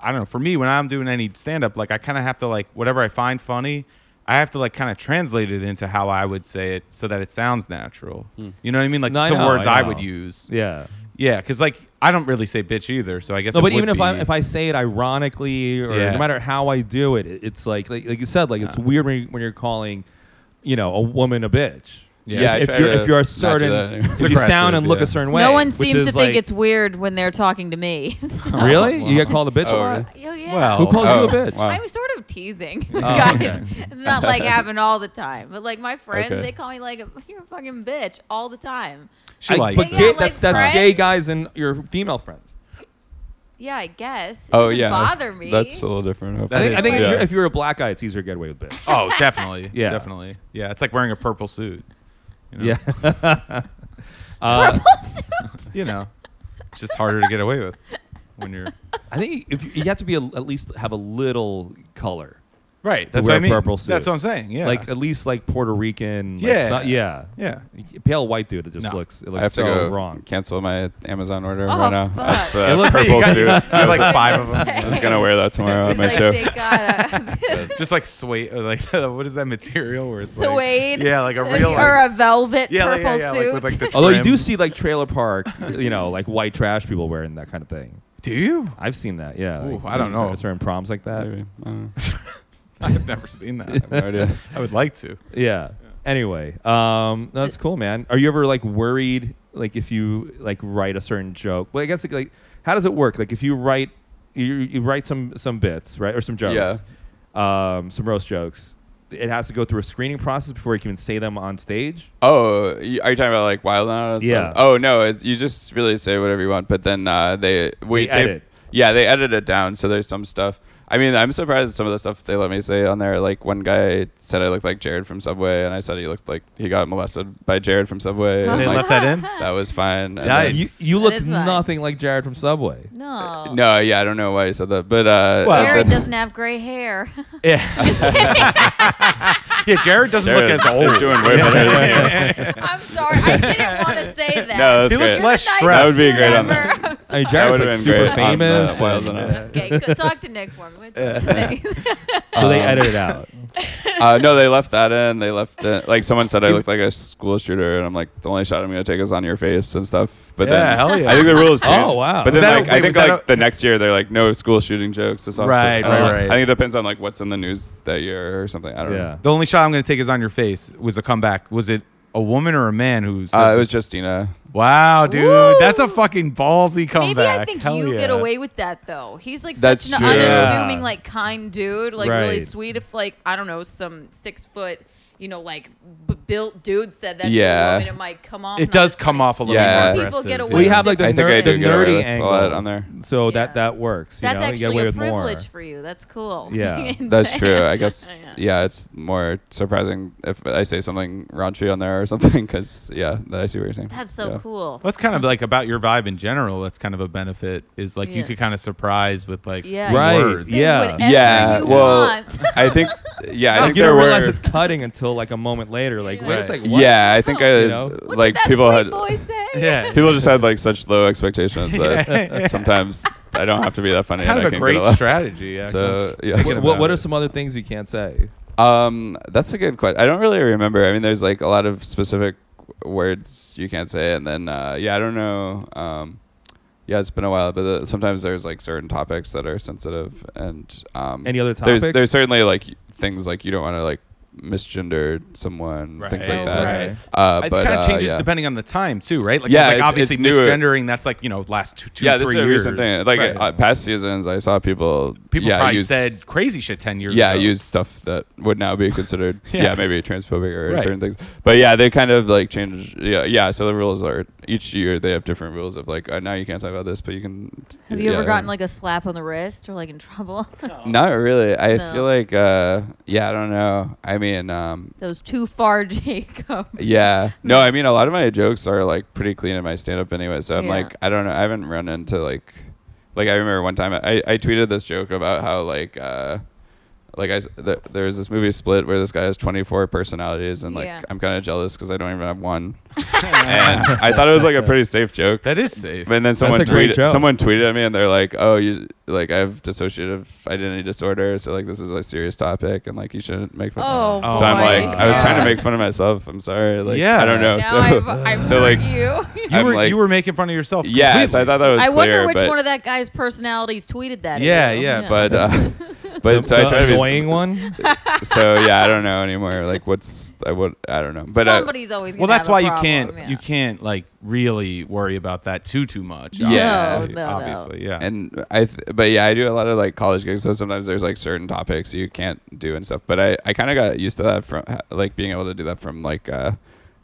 Speaker 3: I don't know. For me, when I'm doing any stand up, like I kind of have to like whatever I find funny, I have to like kind of translate it into how I would say it so that it sounds natural. You know what I mean? Like
Speaker 1: No, I
Speaker 3: the
Speaker 1: know,
Speaker 3: words
Speaker 1: I
Speaker 3: I,
Speaker 1: know.
Speaker 3: would use.
Speaker 1: Yeah.
Speaker 3: Yeah, because like I don't really say bitch either, so I guess.
Speaker 1: No,
Speaker 3: it
Speaker 1: but
Speaker 3: would
Speaker 1: even if I
Speaker 3: be-
Speaker 1: if I say it ironically or
Speaker 3: Yeah.
Speaker 1: no matter how I do it, it- it's like like, like you said, like it's weird when, you, when you're calling, you know, a woman a bitch.
Speaker 3: Yeah.
Speaker 1: If-
Speaker 3: Yeah, I
Speaker 1: if,
Speaker 4: try
Speaker 1: you're
Speaker 4: to
Speaker 1: if you're a
Speaker 4: not do that
Speaker 1: certain
Speaker 4: anymore.
Speaker 1: if you sound and look
Speaker 3: Yeah.
Speaker 1: a certain way.
Speaker 2: no one
Speaker 1: which
Speaker 2: seems
Speaker 1: is
Speaker 2: to
Speaker 1: like-
Speaker 2: think it's weird when they're talking to me [LAUGHS] so.
Speaker 1: really. You get called a bitch a
Speaker 4: Oh,
Speaker 1: lot.
Speaker 4: really?
Speaker 2: oh, yeah
Speaker 3: Well,
Speaker 1: Who calls
Speaker 4: Oh,
Speaker 1: you a bitch? Oh,
Speaker 4: wow.
Speaker 2: I'm sort of teasing [LAUGHS] guys.
Speaker 1: okay.
Speaker 2: It's not like happening all the time, but like my friends,
Speaker 4: [LAUGHS] Okay.
Speaker 2: they call me like you're a fucking bitch all the time.
Speaker 3: she
Speaker 1: I-
Speaker 3: likes
Speaker 1: but
Speaker 3: it.
Speaker 2: Yeah,
Speaker 1: gay,
Speaker 2: like
Speaker 1: that's that's
Speaker 2: friends.
Speaker 1: gay guys and your female friends.
Speaker 2: Yeah, I guess. It
Speaker 4: Oh
Speaker 2: doesn't
Speaker 4: yeah,
Speaker 2: bother me.
Speaker 4: That's a little different.
Speaker 1: I
Speaker 3: That
Speaker 1: think, I
Speaker 3: is
Speaker 1: think if,
Speaker 4: yeah.
Speaker 1: you're, if you're a black guy, it's easier to get away with bitch.
Speaker 3: Oh, definitely.
Speaker 1: [LAUGHS] Yeah.
Speaker 3: definitely. Yeah, it's like wearing a purple suit. You know?
Speaker 1: Yeah. uh,
Speaker 2: [LAUGHS]
Speaker 1: [LAUGHS]
Speaker 2: purple
Speaker 4: [LAUGHS]
Speaker 2: suit.
Speaker 3: you know, it's just harder to get away with when you're
Speaker 1: I think if you, you have to be a, at least have a little color.
Speaker 3: Right. That's
Speaker 1: wear
Speaker 3: what I
Speaker 1: a
Speaker 3: mean.
Speaker 1: purple suit.
Speaker 3: That's what I'm saying. Yeah.
Speaker 1: Like at least like Puerto Rican. like,
Speaker 3: Yeah.
Speaker 1: so- yeah.
Speaker 3: yeah.
Speaker 1: Pale white dude. It just
Speaker 3: No.
Speaker 1: looks. It
Speaker 4: I
Speaker 1: looks
Speaker 4: have to
Speaker 1: so
Speaker 4: go
Speaker 1: wrong.
Speaker 4: cancel my Amazon order
Speaker 2: Oh,
Speaker 4: right now.
Speaker 2: fuck.
Speaker 4: That's
Speaker 2: It
Speaker 4: the
Speaker 1: looks-
Speaker 4: uh, purple
Speaker 3: You got-
Speaker 4: suit.
Speaker 3: you got
Speaker 4: I,
Speaker 3: [LAUGHS] like
Speaker 4: was like,
Speaker 3: five
Speaker 4: [LAUGHS]
Speaker 3: of them.
Speaker 4: I was gonna wear that tomorrow
Speaker 2: [LAUGHS] It's
Speaker 4: on Oh, my
Speaker 2: like,
Speaker 4: show.
Speaker 2: thank
Speaker 4: [LAUGHS]
Speaker 2: God. I was- [LAUGHS]
Speaker 3: Just like suede, or like [LAUGHS] what is that material? Where it's
Speaker 2: Suede.
Speaker 3: Like, yeah, like a
Speaker 2: Like,
Speaker 3: real.
Speaker 2: or
Speaker 3: like-
Speaker 2: a velvet
Speaker 3: yeah, like-
Speaker 2: purple
Speaker 3: yeah, yeah,
Speaker 2: suit.
Speaker 3: Like, with, like, the
Speaker 1: Although you
Speaker 3: trim.
Speaker 1: do see like trailer park, you know, like white trash people wearing that kind of thing.
Speaker 3: do you?
Speaker 1: I've seen that. Yeah.
Speaker 3: Ooh,
Speaker 1: like,
Speaker 3: I don't
Speaker 1: certain-
Speaker 3: know.
Speaker 1: Certain proms like that.
Speaker 4: Maybe. I don't know.
Speaker 3: I've never seen
Speaker 4: I
Speaker 3: that.
Speaker 4: have no idea.
Speaker 3: I would like to.
Speaker 1: Yeah. Anyway, um, that's cool, man. Are you ever like worried, like if you like write a certain joke? Well, I guess like, like how does it work? Like if you write, you, you write some some bits, right, or some jokes, um, some roast jokes. It has to go through a screening process before you can even say them on stage.
Speaker 4: Oh, you- are you talking about like Wild Out? and stuff?
Speaker 1: Yeah.
Speaker 4: Oh no, it's, you just really say whatever you want, but then uh, they we
Speaker 1: They
Speaker 4: tape-
Speaker 1: edit.
Speaker 4: Yeah, they edit it down, so there's some stuff. I mean, I'm surprised at some of the stuff they let me say on there. Like one guy said I looked like Jared from Subway, and I said he looked like he got molested by Jared from Subway.
Speaker 3: And
Speaker 4: and,
Speaker 3: they
Speaker 2: Uh-huh.
Speaker 3: left
Speaker 4: like,
Speaker 3: that
Speaker 2: [LAUGHS]
Speaker 3: in.
Speaker 4: that was fine. And
Speaker 3: Nice.
Speaker 1: You,
Speaker 3: Yes.
Speaker 1: you
Speaker 2: That
Speaker 1: look
Speaker 2: is fine.
Speaker 1: nothing like Jared from
Speaker 4: [LAUGHS]
Speaker 1: Subway.
Speaker 2: [LAUGHS] no.
Speaker 4: then- No, yeah, I don't know why he said that, but uh,
Speaker 3: Well-
Speaker 4: uh,
Speaker 2: Jared
Speaker 4: the-
Speaker 2: doesn't have gray hair. [LAUGHS]
Speaker 4: [LAUGHS]
Speaker 3: Yeah. [LAUGHS] yeah. Jared doesn't
Speaker 4: Jared
Speaker 3: look as old.
Speaker 4: is doing way better than you.
Speaker 2: I'm sorry. I didn't want to say that.
Speaker 4: [LAUGHS] No, that's
Speaker 3: He looks
Speaker 4: great.
Speaker 3: less
Speaker 2: You're the
Speaker 3: stressed.
Speaker 4: That would be great on
Speaker 2: nicest ever. I'm
Speaker 4: that.
Speaker 1: I mean,
Speaker 2: sorry.
Speaker 1: Jared's
Speaker 4: would've
Speaker 1: like
Speaker 4: been
Speaker 1: super
Speaker 4: great on, uh,
Speaker 1: famous.
Speaker 4: Wild
Speaker 1: and-
Speaker 4: and Out.
Speaker 2: Okay, go talk to Nick for me.
Speaker 1: so
Speaker 4: [LAUGHS]
Speaker 1: they
Speaker 4: Um,
Speaker 1: edit it out.
Speaker 4: uh, no, they left that in. They left it. Like someone said, I looked like a school shooter, and I'm like, the only shot I'm gonna take is on your face and stuff. But
Speaker 3: Yeah,
Speaker 4: then,
Speaker 3: hell yeah.
Speaker 4: I think the rules changed.
Speaker 1: Oh, wow.
Speaker 4: But
Speaker 1: Was
Speaker 4: then,
Speaker 3: that a-
Speaker 4: like, I
Speaker 3: wait,
Speaker 4: think
Speaker 3: was that
Speaker 4: like
Speaker 3: a-
Speaker 4: the next year they're like, no school shooting jokes. It's off the-
Speaker 3: Right,
Speaker 4: I don't
Speaker 1: right,
Speaker 4: know.
Speaker 3: right.
Speaker 4: I think it depends on like what's in the news that year or something. I don't
Speaker 1: Yeah.
Speaker 4: know.
Speaker 3: [LAUGHS] The only shot I'm going to take is on your face. Was a comeback. Was it a woman or a man who? Said,
Speaker 4: Uh, it was Justina.
Speaker 3: wow, dude,
Speaker 2: Woo.
Speaker 3: that's a fucking ballsy comeback.
Speaker 2: Maybe I think
Speaker 3: Hell
Speaker 2: you
Speaker 3: yeah.
Speaker 2: get away with that though. He's like
Speaker 4: That's
Speaker 2: such an
Speaker 4: true.
Speaker 2: unassuming,
Speaker 1: Yeah.
Speaker 2: like kind dude, like really
Speaker 1: Right.
Speaker 2: sweet. If like I don't know, some six foot, you know, like b- built dude said that to
Speaker 4: Yeah.
Speaker 2: a woman, it might come off.
Speaker 3: It does come off a little
Speaker 4: Yeah.
Speaker 3: more
Speaker 2: People
Speaker 3: aggressive.
Speaker 2: get away
Speaker 1: Well, you
Speaker 2: with
Speaker 1: have like the,
Speaker 4: I think I
Speaker 1: ner- the
Speaker 4: do get away
Speaker 1: nerdy
Speaker 4: with a
Speaker 1: angle
Speaker 4: lot
Speaker 2: [LAUGHS]
Speaker 4: on there.
Speaker 1: so
Speaker 2: Yeah.
Speaker 1: that that works. You
Speaker 2: That's
Speaker 1: know, you get
Speaker 2: actually
Speaker 1: away
Speaker 2: a
Speaker 1: with more.
Speaker 2: privilege for you. That's cool. [LAUGHS]
Speaker 1: Yeah.
Speaker 4: That's true. I guess.
Speaker 2: Yeah.
Speaker 4: Yeah, it's more surprising if I say something raunchy on there or something because yeah, I see what you're saying.
Speaker 2: That's so
Speaker 4: Yeah.
Speaker 2: cool.
Speaker 3: That's kind of like about your vibe in general. That's kind of a benefit. Is like you
Speaker 2: Yeah.
Speaker 3: could kind of surprise with like
Speaker 2: Yeah.
Speaker 1: Right.
Speaker 3: words.
Speaker 2: Say
Speaker 1: Yeah.
Speaker 2: whatever
Speaker 4: Yeah,
Speaker 2: you [LAUGHS]
Speaker 4: well,
Speaker 2: want.
Speaker 4: I think.
Speaker 1: [LAUGHS]
Speaker 4: Yeah, I
Speaker 1: Like,
Speaker 4: think
Speaker 1: you
Speaker 4: there
Speaker 1: don't
Speaker 4: were.
Speaker 1: realize it's cutting until like a moment later. Like, wait a
Speaker 3: Right.
Speaker 1: second. What?
Speaker 4: Yeah, I think I
Speaker 1: You know? What
Speaker 2: What
Speaker 4: like
Speaker 2: did that
Speaker 4: people
Speaker 2: sweet
Speaker 4: had
Speaker 2: boy
Speaker 1: [LAUGHS]
Speaker 2: say?
Speaker 3: [LAUGHS]
Speaker 4: [LAUGHS]
Speaker 3: Yeah.
Speaker 4: people just had like such low expectations that sometimes I don't have to be that funny.
Speaker 3: kind of
Speaker 4: and I
Speaker 3: a
Speaker 4: can
Speaker 3: great
Speaker 4: get laugh.
Speaker 3: strategy. actually.
Speaker 4: So
Speaker 1: What,
Speaker 4: yeah,
Speaker 1: what, what
Speaker 3: about
Speaker 1: are
Speaker 3: it.
Speaker 1: some other things you can't say?
Speaker 4: [LAUGHS] um, that's a good question. I don't really remember. I mean, there's like a lot of specific words you can't say, and then uh, yeah, I don't know. Um, yeah, it's been a while, but the, sometimes there's like certain topics that are sensitive, and um,
Speaker 1: Any other
Speaker 4: There's,
Speaker 1: topics?
Speaker 4: there's certainly like things like you don't want to like misgender someone, things
Speaker 3: Right.
Speaker 4: like that.
Speaker 1: Right.
Speaker 4: Uh,
Speaker 3: it
Speaker 4: but
Speaker 3: kind of
Speaker 4: uh,
Speaker 3: changes
Speaker 4: yeah.
Speaker 3: depending on the time too, right? Like, 'cause,
Speaker 4: Yeah,
Speaker 3: like
Speaker 4: it's-
Speaker 3: obviously
Speaker 4: it's newer.
Speaker 3: misgendering. That's like you know last two, two
Speaker 4: yeah,
Speaker 3: three
Speaker 4: this is a
Speaker 3: years.
Speaker 4: recent thing. Like
Speaker 3: Right.
Speaker 4: uh, past seasons, I saw people.
Speaker 3: people
Speaker 4: yeah,
Speaker 3: probably
Speaker 4: use-
Speaker 3: said crazy shit ten years.
Speaker 4: Yeah,
Speaker 3: ago. [LAUGHS]
Speaker 4: use stuff that would now be considered.
Speaker 3: Yeah.
Speaker 4: yeah. maybe transphobic or
Speaker 3: Right.
Speaker 4: certain things. But yeah, they kind of like change. Yeah, yeah. So the rules are each year they have different rules of like uh, now you can't talk about this, but you can.
Speaker 2: Have you
Speaker 4: yeah.
Speaker 2: ever gotten like a slap on the wrist or like in trouble? [LAUGHS]
Speaker 4: Not really. I
Speaker 2: No.
Speaker 4: feel like. uh Yeah, I don't know. I mean, um
Speaker 2: that was too far, [LAUGHS] Jacob.
Speaker 4: yeah. No, I mean a lot of my jokes are like pretty clean in my stand up anyway. So I'm
Speaker 2: Yeah.
Speaker 4: like I don't know. I haven't run into like like I remember one time I, I tweeted this joke about how like uh like I s- th- there was this movie Split where this guy has 24 personalities and like
Speaker 2: Yeah.
Speaker 4: I'm kind of jealous because I don't even have one. and [LAUGHS] I thought it was like a pretty safe joke.
Speaker 3: that is safe.
Speaker 4: And then someone
Speaker 1: a great
Speaker 4: tweeted
Speaker 1: joke.
Speaker 4: someone tweeted at me and they're like, "Oh, you like I have dissociative identity disorder, so like this is a serious topic and like you shouldn't make fun." of
Speaker 2: Oh,
Speaker 4: it." So I'm
Speaker 2: my
Speaker 4: like, I was
Speaker 2: God.
Speaker 4: trying to make fun of myself. I'm sorry. Like,
Speaker 3: Yeah.
Speaker 4: I don't know.
Speaker 2: Now
Speaker 4: Oh, so
Speaker 2: I've, I've
Speaker 4: [LAUGHS] so,
Speaker 2: hurt
Speaker 4: like,
Speaker 2: you.
Speaker 4: [LAUGHS]
Speaker 3: you
Speaker 4: I'm
Speaker 3: were
Speaker 4: like-
Speaker 3: you were making fun of yourself.
Speaker 4: yeah, so I
Speaker 3: completely.
Speaker 4: thought that was
Speaker 2: I
Speaker 4: clear.
Speaker 2: wonder which
Speaker 4: but,
Speaker 2: one of that guy's personalities tweeted that. at
Speaker 3: Yeah,
Speaker 2: you.
Speaker 3: yeah,
Speaker 4: but uh,
Speaker 2: [LAUGHS]
Speaker 4: but so I
Speaker 1: the
Speaker 4: tried to be
Speaker 1: annoying one.
Speaker 4: so yeah, I don't know anymore. Like, what's I what I don't know. But uh,
Speaker 2: somebody's always.
Speaker 3: Well,
Speaker 2: gonna
Speaker 3: that's
Speaker 2: have a
Speaker 3: why you
Speaker 2: problem,
Speaker 3: can't
Speaker 2: yeah.
Speaker 3: you can't like really worry about that too too much.
Speaker 4: [LAUGHS] Yeah.
Speaker 3: obviously,
Speaker 2: No, no, no.
Speaker 3: obviously, yeah.
Speaker 4: and I, th- but yeah, I do a lot of like college gigs, so sometimes there's like certain topics you can't do and stuff. But I, I kind of got used to that from ha- like being able to do that from like, uh,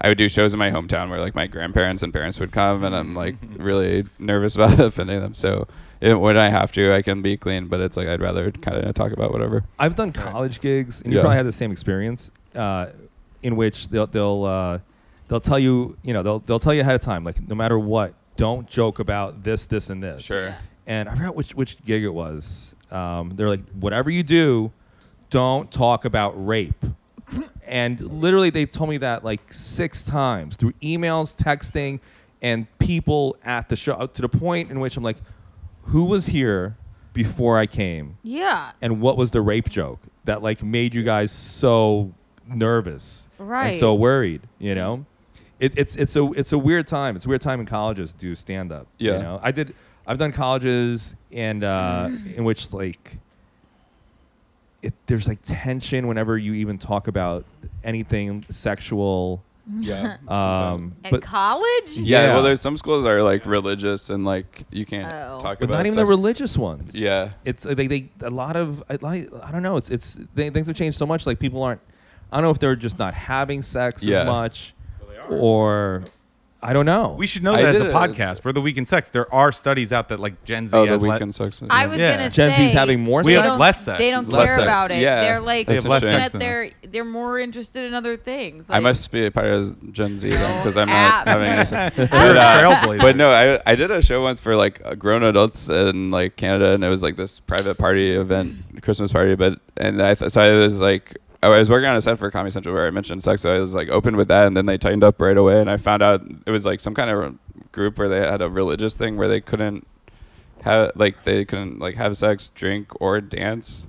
Speaker 4: I would do shows in my hometown where like my grandparents and parents would come, and I'm like really nervous about [LAUGHS] offending them. So it, when I have to, I can be clean, but it's like I'd rather kind of talk about whatever.
Speaker 1: [LAUGHS] I've done college gigs, and you
Speaker 4: Yeah.
Speaker 1: probably had the same experience, uh, in which they'll they'll uh, they'll tell you, you know, they'll they'll tell you ahead of time, like no matter what, don't joke about this, this, and this.
Speaker 4: Sure.
Speaker 1: And I forgot which which gig it was. Um, they're like, whatever you do, don't talk about rape. And literally, they told me that like six times through emails, texting, and people at the show to the point in which I'm like, who was here before I came?
Speaker 2: Yeah.
Speaker 1: and what was the rape joke that like made you guys so nervous
Speaker 2: Right.
Speaker 1: and so worried you know it, it's it's a it's a weird time it's a weird time in colleges to do stand up
Speaker 4: Yeah.
Speaker 1: you know i did i've done colleges and uh in which like it, there's like tension whenever you even talk about anything sexual
Speaker 4: Yeah.
Speaker 1: um
Speaker 2: At
Speaker 1: but
Speaker 2: college?
Speaker 4: yeah,
Speaker 1: Yeah.
Speaker 4: Well, there's some schools that are like religious and like you can't
Speaker 2: Oh.
Speaker 4: talk
Speaker 1: but
Speaker 4: about.
Speaker 1: not even the
Speaker 4: sex-
Speaker 1: religious ones
Speaker 4: Yeah.
Speaker 1: it's uh, they, they a lot of I like I don't know it's it's they, things have changed so much like people aren't I don't know if they're just not having sex
Speaker 4: Yeah.
Speaker 1: as much or I don't know
Speaker 3: We should know
Speaker 4: I
Speaker 3: that as
Speaker 4: did
Speaker 3: a
Speaker 4: a-
Speaker 3: podcast. We're the weekend sex. There are studies out that like Gen Z
Speaker 4: Oh, the
Speaker 3: has le-
Speaker 4: weekend sex.
Speaker 2: I was
Speaker 3: Yeah.
Speaker 2: gonna
Speaker 1: Gen
Speaker 2: say
Speaker 1: Z's having more
Speaker 2: they
Speaker 3: sex.
Speaker 2: don't-
Speaker 3: Less sex.
Speaker 2: They don't
Speaker 4: Less
Speaker 2: care
Speaker 4: sex,
Speaker 2: about it.
Speaker 4: yeah.
Speaker 2: They're like
Speaker 4: They have
Speaker 2: looking
Speaker 4: less
Speaker 3: sex
Speaker 2: at
Speaker 3: than
Speaker 2: their
Speaker 3: us.
Speaker 2: they're more interested in other things.
Speaker 4: I
Speaker 2: Like,
Speaker 4: must be a part of Gen Z then because I'm
Speaker 2: app.
Speaker 4: not having
Speaker 3: [LAUGHS]
Speaker 4: any sex. But,
Speaker 3: We're a
Speaker 4: uh,
Speaker 3: trailblazer.
Speaker 4: But no, I, I did a show once for like uh, grown adults in like Canada, and it was like this private party event, Christmas party. But and I th- so I was like, I was working on a set for Comedy Central where I mentioned sex, so I was like open with that, and then they tightened up right away, and I found out it was like some kind of group where they had a religious thing where they couldn't have like they couldn't like have sex, drink, or dance.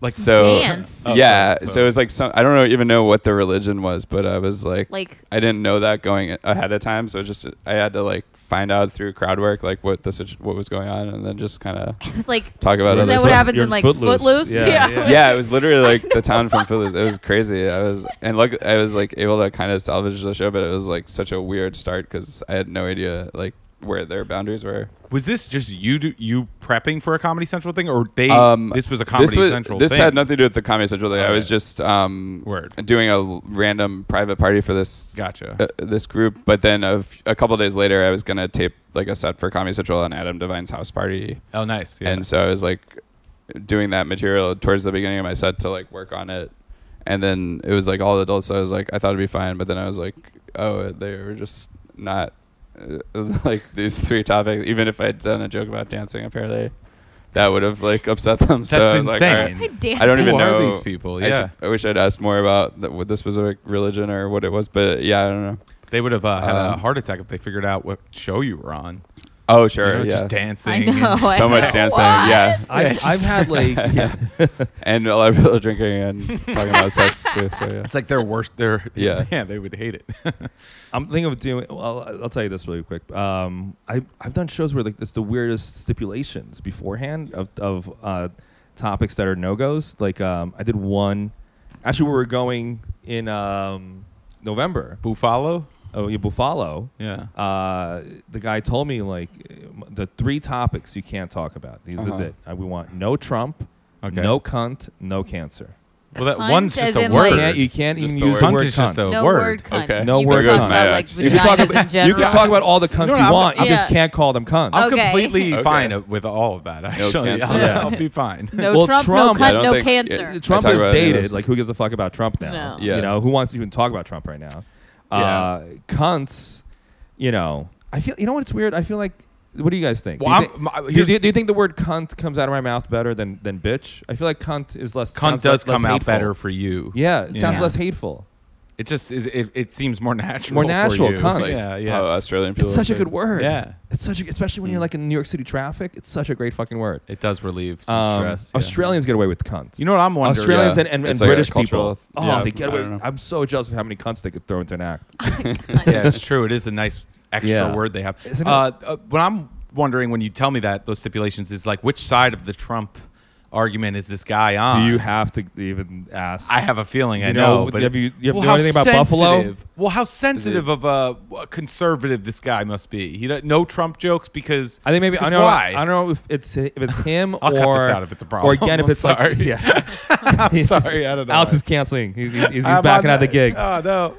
Speaker 3: like
Speaker 4: So
Speaker 3: [LAUGHS]
Speaker 2: Dance?
Speaker 3: Oh,
Speaker 4: yeah,
Speaker 3: sorry,
Speaker 4: so,
Speaker 3: sorry.
Speaker 4: it was like some I don't know even know what the religion was, but I was like
Speaker 2: Like-
Speaker 4: I didn't know that going ahead of time, so just I had to like find out through crowd work like what the situ- what was going on, and then just kind of
Speaker 2: [LAUGHS] it's like
Speaker 4: talk about
Speaker 2: is
Speaker 1: Yeah,
Speaker 4: other
Speaker 2: that
Speaker 1: that's
Speaker 2: what
Speaker 1: like-
Speaker 4: stuff.
Speaker 2: happens
Speaker 1: you're
Speaker 2: in
Speaker 1: in
Speaker 2: like
Speaker 1: Footloose.
Speaker 2: Footloose?
Speaker 1: Yeah,
Speaker 3: yeah.
Speaker 4: [LAUGHS] Yeah, it was literally
Speaker 2: [LAUGHS]
Speaker 4: like the town from Footloose. It was crazy. I was and look, I was like able to kind of salvage the show, but it was like such a weird start because I had no idea like where their boundaries were.
Speaker 3: was this just you do, you prepping for a Comedy Central thing, or they?
Speaker 4: Um,
Speaker 3: this was a Comedy
Speaker 4: this was-
Speaker 3: Central.
Speaker 4: This
Speaker 3: thing?
Speaker 4: had nothing to do with the Comedy Central thing. I
Speaker 3: Okay.
Speaker 4: was just um,
Speaker 3: Word.
Speaker 4: doing a l- random private party for this
Speaker 3: Gotcha.
Speaker 4: uh, this group. But then a, f- a couple days later, I was gonna tape like a set for Comedy Central on Adam Devine's house party,
Speaker 3: oh, nice. Yeah.
Speaker 4: and so I was like doing that material towards the beginning of my set to like work on it. And then it was like all adults. So I was like, I thought it'd be fine, but then I was like, oh, they were just not [LAUGHS] uh, like these three topics. Even if I'd done a joke about dancing, apparently. That would have like upset them. so I
Speaker 3: That's
Speaker 4: was like, all right.
Speaker 3: insane.
Speaker 2: Dancing.
Speaker 4: I don't even
Speaker 3: Who are
Speaker 4: know
Speaker 3: these people?
Speaker 4: I,
Speaker 3: Yeah.
Speaker 4: should- I wish I'd asked more about the, what the specific religion or what it was, but yeah, I don't know.
Speaker 3: They would have uh, had a
Speaker 4: Um,
Speaker 3: heart attack if they figured out what show you were on.
Speaker 4: Oh,
Speaker 3: You
Speaker 4: sure,
Speaker 3: know,
Speaker 4: yeah.
Speaker 3: Just dancing.
Speaker 2: I know.
Speaker 3: [LAUGHS] and-
Speaker 2: I
Speaker 4: so much
Speaker 2: know.
Speaker 4: dancing,
Speaker 2: What?
Speaker 4: yeah,
Speaker 3: Yeah,
Speaker 1: I've,
Speaker 3: just-
Speaker 1: I've had
Speaker 3: [LAUGHS]
Speaker 4: [LAUGHS]
Speaker 1: like yeah.
Speaker 4: and a lot of people drinking and talking about sex too. So yeah,
Speaker 3: It's like their worst. Their
Speaker 4: Yeah.
Speaker 3: [LAUGHS] yeah. They would hate it.
Speaker 1: [LAUGHS] I'm thinking of doing. Well, I'll tell you this really quick. Um, I I've done shows where like it's the weirdest stipulations beforehand of of uh, topics that are no goes. Like um, I did one, actually we were going in um, November.
Speaker 3: Buffalo.
Speaker 1: Oh, yeah, Buffalo.
Speaker 3: Yeah.
Speaker 1: Uh, the guy told me like the three topics you can't talk about. These is
Speaker 4: Uh-huh.
Speaker 1: it. Uh, we want no Trump,
Speaker 3: Okay.
Speaker 1: no cunt, no cancer.
Speaker 3: Well, that
Speaker 2: Cunt
Speaker 3: one's
Speaker 2: as
Speaker 3: just a
Speaker 2: in,
Speaker 3: word.
Speaker 2: like-
Speaker 1: You can't, you can't
Speaker 4: Just
Speaker 1: even
Speaker 4: the
Speaker 1: use
Speaker 4: word.
Speaker 1: the word
Speaker 3: Cunt is just
Speaker 1: cunt.
Speaker 3: a
Speaker 2: No
Speaker 3: word.
Speaker 2: word cunt.
Speaker 4: Okay.
Speaker 1: No
Speaker 2: you
Speaker 1: word
Speaker 2: can talk
Speaker 1: cunt.
Speaker 2: about like
Speaker 4: [LAUGHS] You
Speaker 1: You can talk
Speaker 2: vaginas in
Speaker 1: about you
Speaker 2: general.
Speaker 1: can talk about all the cunts
Speaker 3: No,
Speaker 1: you
Speaker 3: I'm-
Speaker 1: want. You just
Speaker 2: Yeah.
Speaker 1: can't call them cunts.
Speaker 3: I'm
Speaker 2: Okay.
Speaker 1: [LAUGHS]
Speaker 3: completely
Speaker 4: Okay.
Speaker 3: fine with all of that. Actually,
Speaker 4: cancer.
Speaker 3: I'll,
Speaker 1: Yeah.
Speaker 3: I'll be fine.
Speaker 2: No
Speaker 1: Well,
Speaker 2: Trump,
Speaker 1: Trump-
Speaker 2: no
Speaker 1: I
Speaker 2: cut,
Speaker 4: don't
Speaker 2: no
Speaker 4: think-
Speaker 2: cancer. [LAUGHS]
Speaker 4: I
Speaker 1: Trump
Speaker 4: talk
Speaker 1: is
Speaker 4: about any of
Speaker 1: dated.
Speaker 4: those.
Speaker 1: Like, who gives a fuck about Trump now?
Speaker 2: No.
Speaker 4: Yeah.
Speaker 1: You know, who wants to even talk about Trump right now? Uh, cunts. You know, I feel. You know what's weird? I feel like. What do you guys think?
Speaker 3: Well,
Speaker 1: do, you
Speaker 3: I'm-
Speaker 1: think
Speaker 3: my-
Speaker 1: do
Speaker 3: here's-
Speaker 1: you- do you think the word cunt comes out of my mouth better than than bitch? I feel like cunt is less.
Speaker 3: Cunt
Speaker 1: sounds
Speaker 3: does
Speaker 1: less-
Speaker 3: come
Speaker 1: less
Speaker 3: out
Speaker 1: hateful.
Speaker 3: better for you.
Speaker 1: Yeah, it
Speaker 3: You
Speaker 1: sounds
Speaker 3: know?
Speaker 1: less hateful.
Speaker 3: It just is. It, it seems more natural.
Speaker 1: More
Speaker 3: for
Speaker 1: natural,
Speaker 3: you.
Speaker 1: cunt.
Speaker 4: like
Speaker 3: yeah, yeah.
Speaker 4: how Australian people.
Speaker 1: oh, It's such a
Speaker 4: say-
Speaker 1: good word.
Speaker 3: Yeah. Mm.
Speaker 1: It's such a, especially when you're like in New York City traffic. It's such a great fucking word.
Speaker 3: it does relieve some
Speaker 1: Um,
Speaker 3: stress. yeah.
Speaker 1: Australians get away with cunts.
Speaker 3: You know what I'm wondering?
Speaker 1: Australians
Speaker 4: Yeah.
Speaker 1: and, and, and
Speaker 4: It's like a
Speaker 1: British
Speaker 4: cultural-
Speaker 1: people. Oh,
Speaker 4: yeah,
Speaker 1: they get
Speaker 4: I
Speaker 1: away.
Speaker 4: don't know.
Speaker 1: I'm so jealous of how many cunts they could throw into an act.
Speaker 2: Oh
Speaker 3: [LAUGHS] yeah, it's true. It is a nice extra
Speaker 1: Yeah.
Speaker 3: word they have.
Speaker 1: Isn't it-
Speaker 3: Uh, uh, what I'm wondering when you tell me that those stipulations is like which side of the Trump argument is this guy on?
Speaker 1: Do you have to even ask?
Speaker 3: I have a feeling I
Speaker 1: You know,
Speaker 3: know.
Speaker 1: but
Speaker 3: but
Speaker 1: have you- you
Speaker 3: well,
Speaker 1: know
Speaker 3: how
Speaker 1: anything about Buffalo?
Speaker 3: sensitive- Well, how sensitive of a, a conservative this guy must be. He don't- no Trump jokes because
Speaker 1: I think maybe I
Speaker 3: because
Speaker 1: don't know.
Speaker 3: why?
Speaker 1: I don't know if it's if it's [LAUGHS] him
Speaker 3: I'll
Speaker 1: or
Speaker 3: cut this out if it's a problem.
Speaker 1: Or again, [LAUGHS] if
Speaker 3: I'm
Speaker 1: it's
Speaker 3: sorry.
Speaker 1: like yeah,
Speaker 3: I'm sorry. I don't know.
Speaker 1: Alex is canceling. He's, he's, he's
Speaker 3: I'm
Speaker 1: backing
Speaker 3: on
Speaker 1: out of the gig.
Speaker 3: Oh no.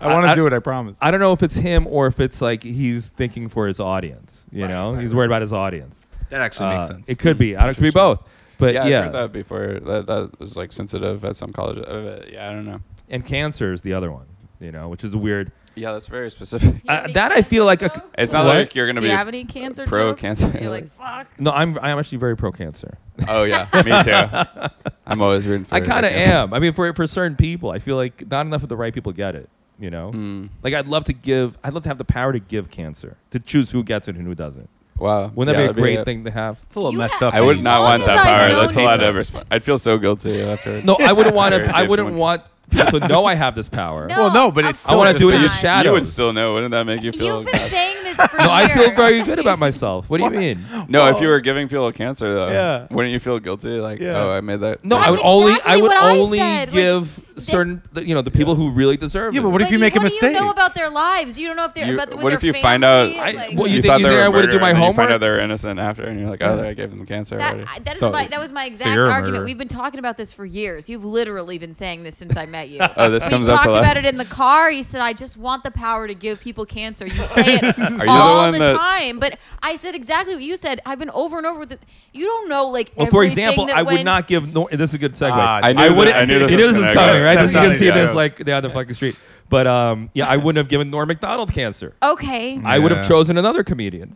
Speaker 3: I want to
Speaker 1: I-
Speaker 3: do it. I promise.
Speaker 1: I don't know if it's him or if it's like he's thinking for his audience. You know, he's worried about his audience.
Speaker 3: that actually
Speaker 1: Uh,
Speaker 3: makes sense.
Speaker 1: It could be. I don't. It could be
Speaker 4: Interesting.
Speaker 1: both. But
Speaker 4: Yeah,
Speaker 1: yeah,
Speaker 4: I heard that before. That, that was like sensitive at some college. Uh, yeah, I don't know.
Speaker 1: and cancer is the other one. You know, which is a weird.
Speaker 4: Yeah, that's very specific.
Speaker 2: You have
Speaker 1: Uh,
Speaker 2: any
Speaker 1: that I
Speaker 2: cancer
Speaker 1: feel like a-
Speaker 2: jokes?
Speaker 4: [LAUGHS] It's not
Speaker 1: What?
Speaker 4: like you're gonna
Speaker 2: Do
Speaker 4: be.
Speaker 2: you have any cancer
Speaker 4: pro
Speaker 2: jokes?
Speaker 4: cancer.
Speaker 2: You're like, fuck.
Speaker 1: No, I'm I'm actually very pro cancer.
Speaker 4: [LAUGHS] oh yeah, me too.
Speaker 1: [LAUGHS]
Speaker 4: I'm always rooting for.
Speaker 1: I kind of
Speaker 4: guess.
Speaker 1: am. I mean, for for certain people, I feel like not enough of the right people get it. You know,
Speaker 4: Mm.
Speaker 1: like I'd love to give. I'd love to have the power to give cancer to choose who gets it and who doesn't.
Speaker 4: Wow,
Speaker 1: Wouldn't
Speaker 4: Yeah,
Speaker 1: that
Speaker 4: that'd
Speaker 1: be a great
Speaker 4: it.
Speaker 1: thing to have?
Speaker 3: It's a little
Speaker 2: You
Speaker 3: messed
Speaker 2: ha-
Speaker 3: up.
Speaker 4: I would
Speaker 2: As
Speaker 4: not
Speaker 2: long
Speaker 4: want
Speaker 2: as
Speaker 4: that
Speaker 2: I've
Speaker 4: power.
Speaker 2: known
Speaker 4: That's a
Speaker 2: you-
Speaker 4: lot of response. I'd feel so guilty afterwards.
Speaker 1: No, I wouldn't
Speaker 3: [LAUGHS]
Speaker 1: want to. I
Speaker 4: Give
Speaker 1: wouldn't
Speaker 4: someone-
Speaker 1: want people to know I have this power.
Speaker 2: No,
Speaker 3: Well, no, but it's
Speaker 2: of
Speaker 1: I want to
Speaker 3: still
Speaker 1: do it in the
Speaker 2: course not.
Speaker 1: shadows.
Speaker 4: You would still know. Wouldn't that make you feel?
Speaker 2: You've been
Speaker 4: bad?
Speaker 2: saying
Speaker 4: [LAUGHS]
Speaker 2: this for
Speaker 1: No, I feel
Speaker 2: years.
Speaker 1: very good about myself. What do you mean?
Speaker 4: No,
Speaker 1: Oh.
Speaker 4: if you were giving people cancer, though,
Speaker 3: Yeah.
Speaker 4: wouldn't you feel guilty? Like,
Speaker 3: Yeah.
Speaker 4: oh, I made that.
Speaker 1: No, I would
Speaker 2: That's
Speaker 1: only. I
Speaker 2: exactly
Speaker 1: would
Speaker 2: what I
Speaker 1: only
Speaker 2: said. Like,
Speaker 1: give certain. the- You know, the people who really deserve.
Speaker 3: Yeah,
Speaker 1: it.
Speaker 3: but what if
Speaker 2: But
Speaker 3: you make a
Speaker 2: What
Speaker 3: mistake?
Speaker 2: do you know about their lives? You don't know if they're
Speaker 4: You-
Speaker 2: about the, with
Speaker 4: what if
Speaker 2: their
Speaker 4: you find out-
Speaker 2: family,
Speaker 1: I-
Speaker 2: like-
Speaker 1: well, you
Speaker 4: you
Speaker 1: think-
Speaker 4: thought
Speaker 1: you
Speaker 4: they
Speaker 1: think
Speaker 4: were
Speaker 1: I wouldn't
Speaker 4: murderer,
Speaker 1: do my
Speaker 4: and then You find
Speaker 1: homework?
Speaker 4: out they're innocent after, and you're like, oh, I gave them cancer already.
Speaker 2: That, I- that is
Speaker 3: So-
Speaker 2: my that was my exact
Speaker 3: you're a
Speaker 2: argument.
Speaker 3: murderer.
Speaker 2: We've been talking about this for years. You've literally been saying this since I met you.
Speaker 4: [LAUGHS] Oh, this
Speaker 2: we
Speaker 4: comes up
Speaker 2: talked
Speaker 4: a lot.
Speaker 2: about it in the car. He said, "I just want the power to give people cancer." You say
Speaker 4: [LAUGHS]
Speaker 2: it
Speaker 4: the
Speaker 2: all
Speaker 4: one
Speaker 2: the,
Speaker 4: that-
Speaker 2: time, but I said exactly what you said. I've been over and over with it. You don't know, like
Speaker 1: Well, for
Speaker 2: everything
Speaker 1: example,
Speaker 2: that
Speaker 1: I would
Speaker 2: went-
Speaker 1: not give. No, this is a good segue.
Speaker 3: Ah,
Speaker 1: I,
Speaker 3: I
Speaker 4: knew
Speaker 1: I
Speaker 4: that-
Speaker 1: wouldn't.
Speaker 4: I
Speaker 1: [LAUGHS]
Speaker 4: knew this
Speaker 1: you
Speaker 4: was
Speaker 1: knew this
Speaker 4: gonna
Speaker 1: is
Speaker 4: go.
Speaker 1: coming, right?
Speaker 3: That's
Speaker 1: You can
Speaker 3: not
Speaker 1: see
Speaker 3: a
Speaker 1: this
Speaker 3: joke.
Speaker 1: like down the fucking street. But um, yeah, I wouldn't have given Norm Macdonald cancer.
Speaker 2: Okay,
Speaker 1: I would have
Speaker 3: Yeah.
Speaker 1: chosen another comedian.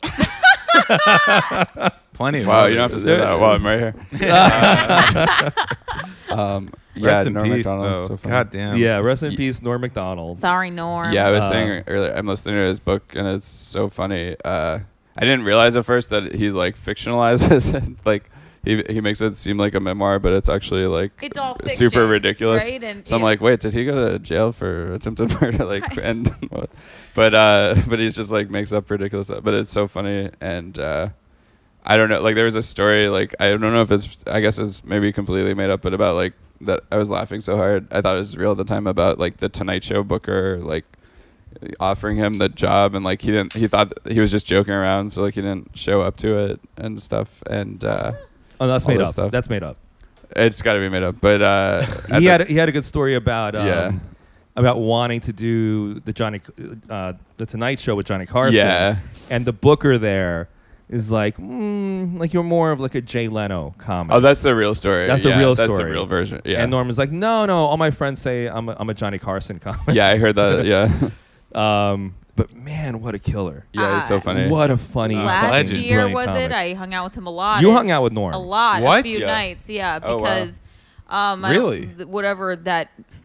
Speaker 3: Plenty of
Speaker 4: Wow,
Speaker 3: others.
Speaker 4: you don't have to say that. Well, I'm right
Speaker 1: [LAUGHS]
Speaker 4: here. [LAUGHS] um, yeah,
Speaker 3: Rest in
Speaker 4: Norm
Speaker 3: peace,
Speaker 4: Macdonald's
Speaker 3: though.
Speaker 4: so funny.
Speaker 3: God damn.
Speaker 1: yeah, rest in
Speaker 4: Ye-
Speaker 1: peace, Norm Macdonald.
Speaker 2: sorry, Norm.
Speaker 4: Yeah, I was
Speaker 1: Uh,
Speaker 4: saying earlier, I'm listening to his book, and it's so funny. Uh, I didn't realize at first that he like fictionalizes [LAUGHS] it. Like he he makes it seem like a memoir, but it's actually like
Speaker 2: It's all
Speaker 4: super
Speaker 2: fiction,
Speaker 4: ridiculous.
Speaker 2: right? And-
Speaker 4: so I'm
Speaker 2: yeah.
Speaker 4: like, wait, did he go to jail for attempted [LAUGHS] murder? Like, and but uh, [LAUGHS] but he's just like makes up ridiculous. But it's so funny, and uh, I don't know. Like there was a story. Like I don't know if it's. I guess it's maybe completely made up, but about like that. I was laughing so hard. I thought it was real at the time about like the Tonight Show booker like offering him the job and like he didn't. He thought that he was just joking around, so like he didn't show up to it and stuff. And uh,
Speaker 1: Oh, that's
Speaker 4: All
Speaker 1: made
Speaker 4: this
Speaker 1: up.
Speaker 4: stuff.
Speaker 1: That's made up.
Speaker 4: it's got to be made up. But
Speaker 1: [LAUGHS]
Speaker 4: uh, at
Speaker 1: he
Speaker 4: the- [LAUGHS]
Speaker 1: had he had a good story about um,
Speaker 4: Yeah.
Speaker 1: about wanting to do the Johnny uh, the Tonight Show with Johnny Carson.
Speaker 4: Yeah.
Speaker 1: and the Booker there is like, mm, like you're more of like a Jay Leno comic.
Speaker 4: Oh, that's the real story.
Speaker 1: That's the
Speaker 4: Yeah,
Speaker 1: real
Speaker 4: that's
Speaker 1: story.
Speaker 4: the real version. Yeah.
Speaker 1: And Norm is like, no, no, all my friends say I'm a, I'm a Johnny Carson [LAUGHS] comic.
Speaker 4: [LAUGHS] yeah, I
Speaker 1: [LAUGHS]
Speaker 4: heard that. Yeah. [LAUGHS]
Speaker 1: Um, but man, what a killer!
Speaker 4: yeah, he's so
Speaker 2: Uh,
Speaker 4: funny.
Speaker 1: What a funny
Speaker 3: Uh,
Speaker 1: fucking
Speaker 2: Last
Speaker 3: Legend.
Speaker 2: year
Speaker 1: brilliant
Speaker 2: was
Speaker 1: comic.
Speaker 2: it? I hung out with him a lot.
Speaker 1: you
Speaker 2: and-
Speaker 1: hung out with Norm
Speaker 2: a lot, a
Speaker 3: What?
Speaker 2: few
Speaker 4: Yeah.
Speaker 2: nights, yeah,
Speaker 4: Oh, wow.
Speaker 2: because um, I don't-
Speaker 3: Really?
Speaker 2: th- whatever that f-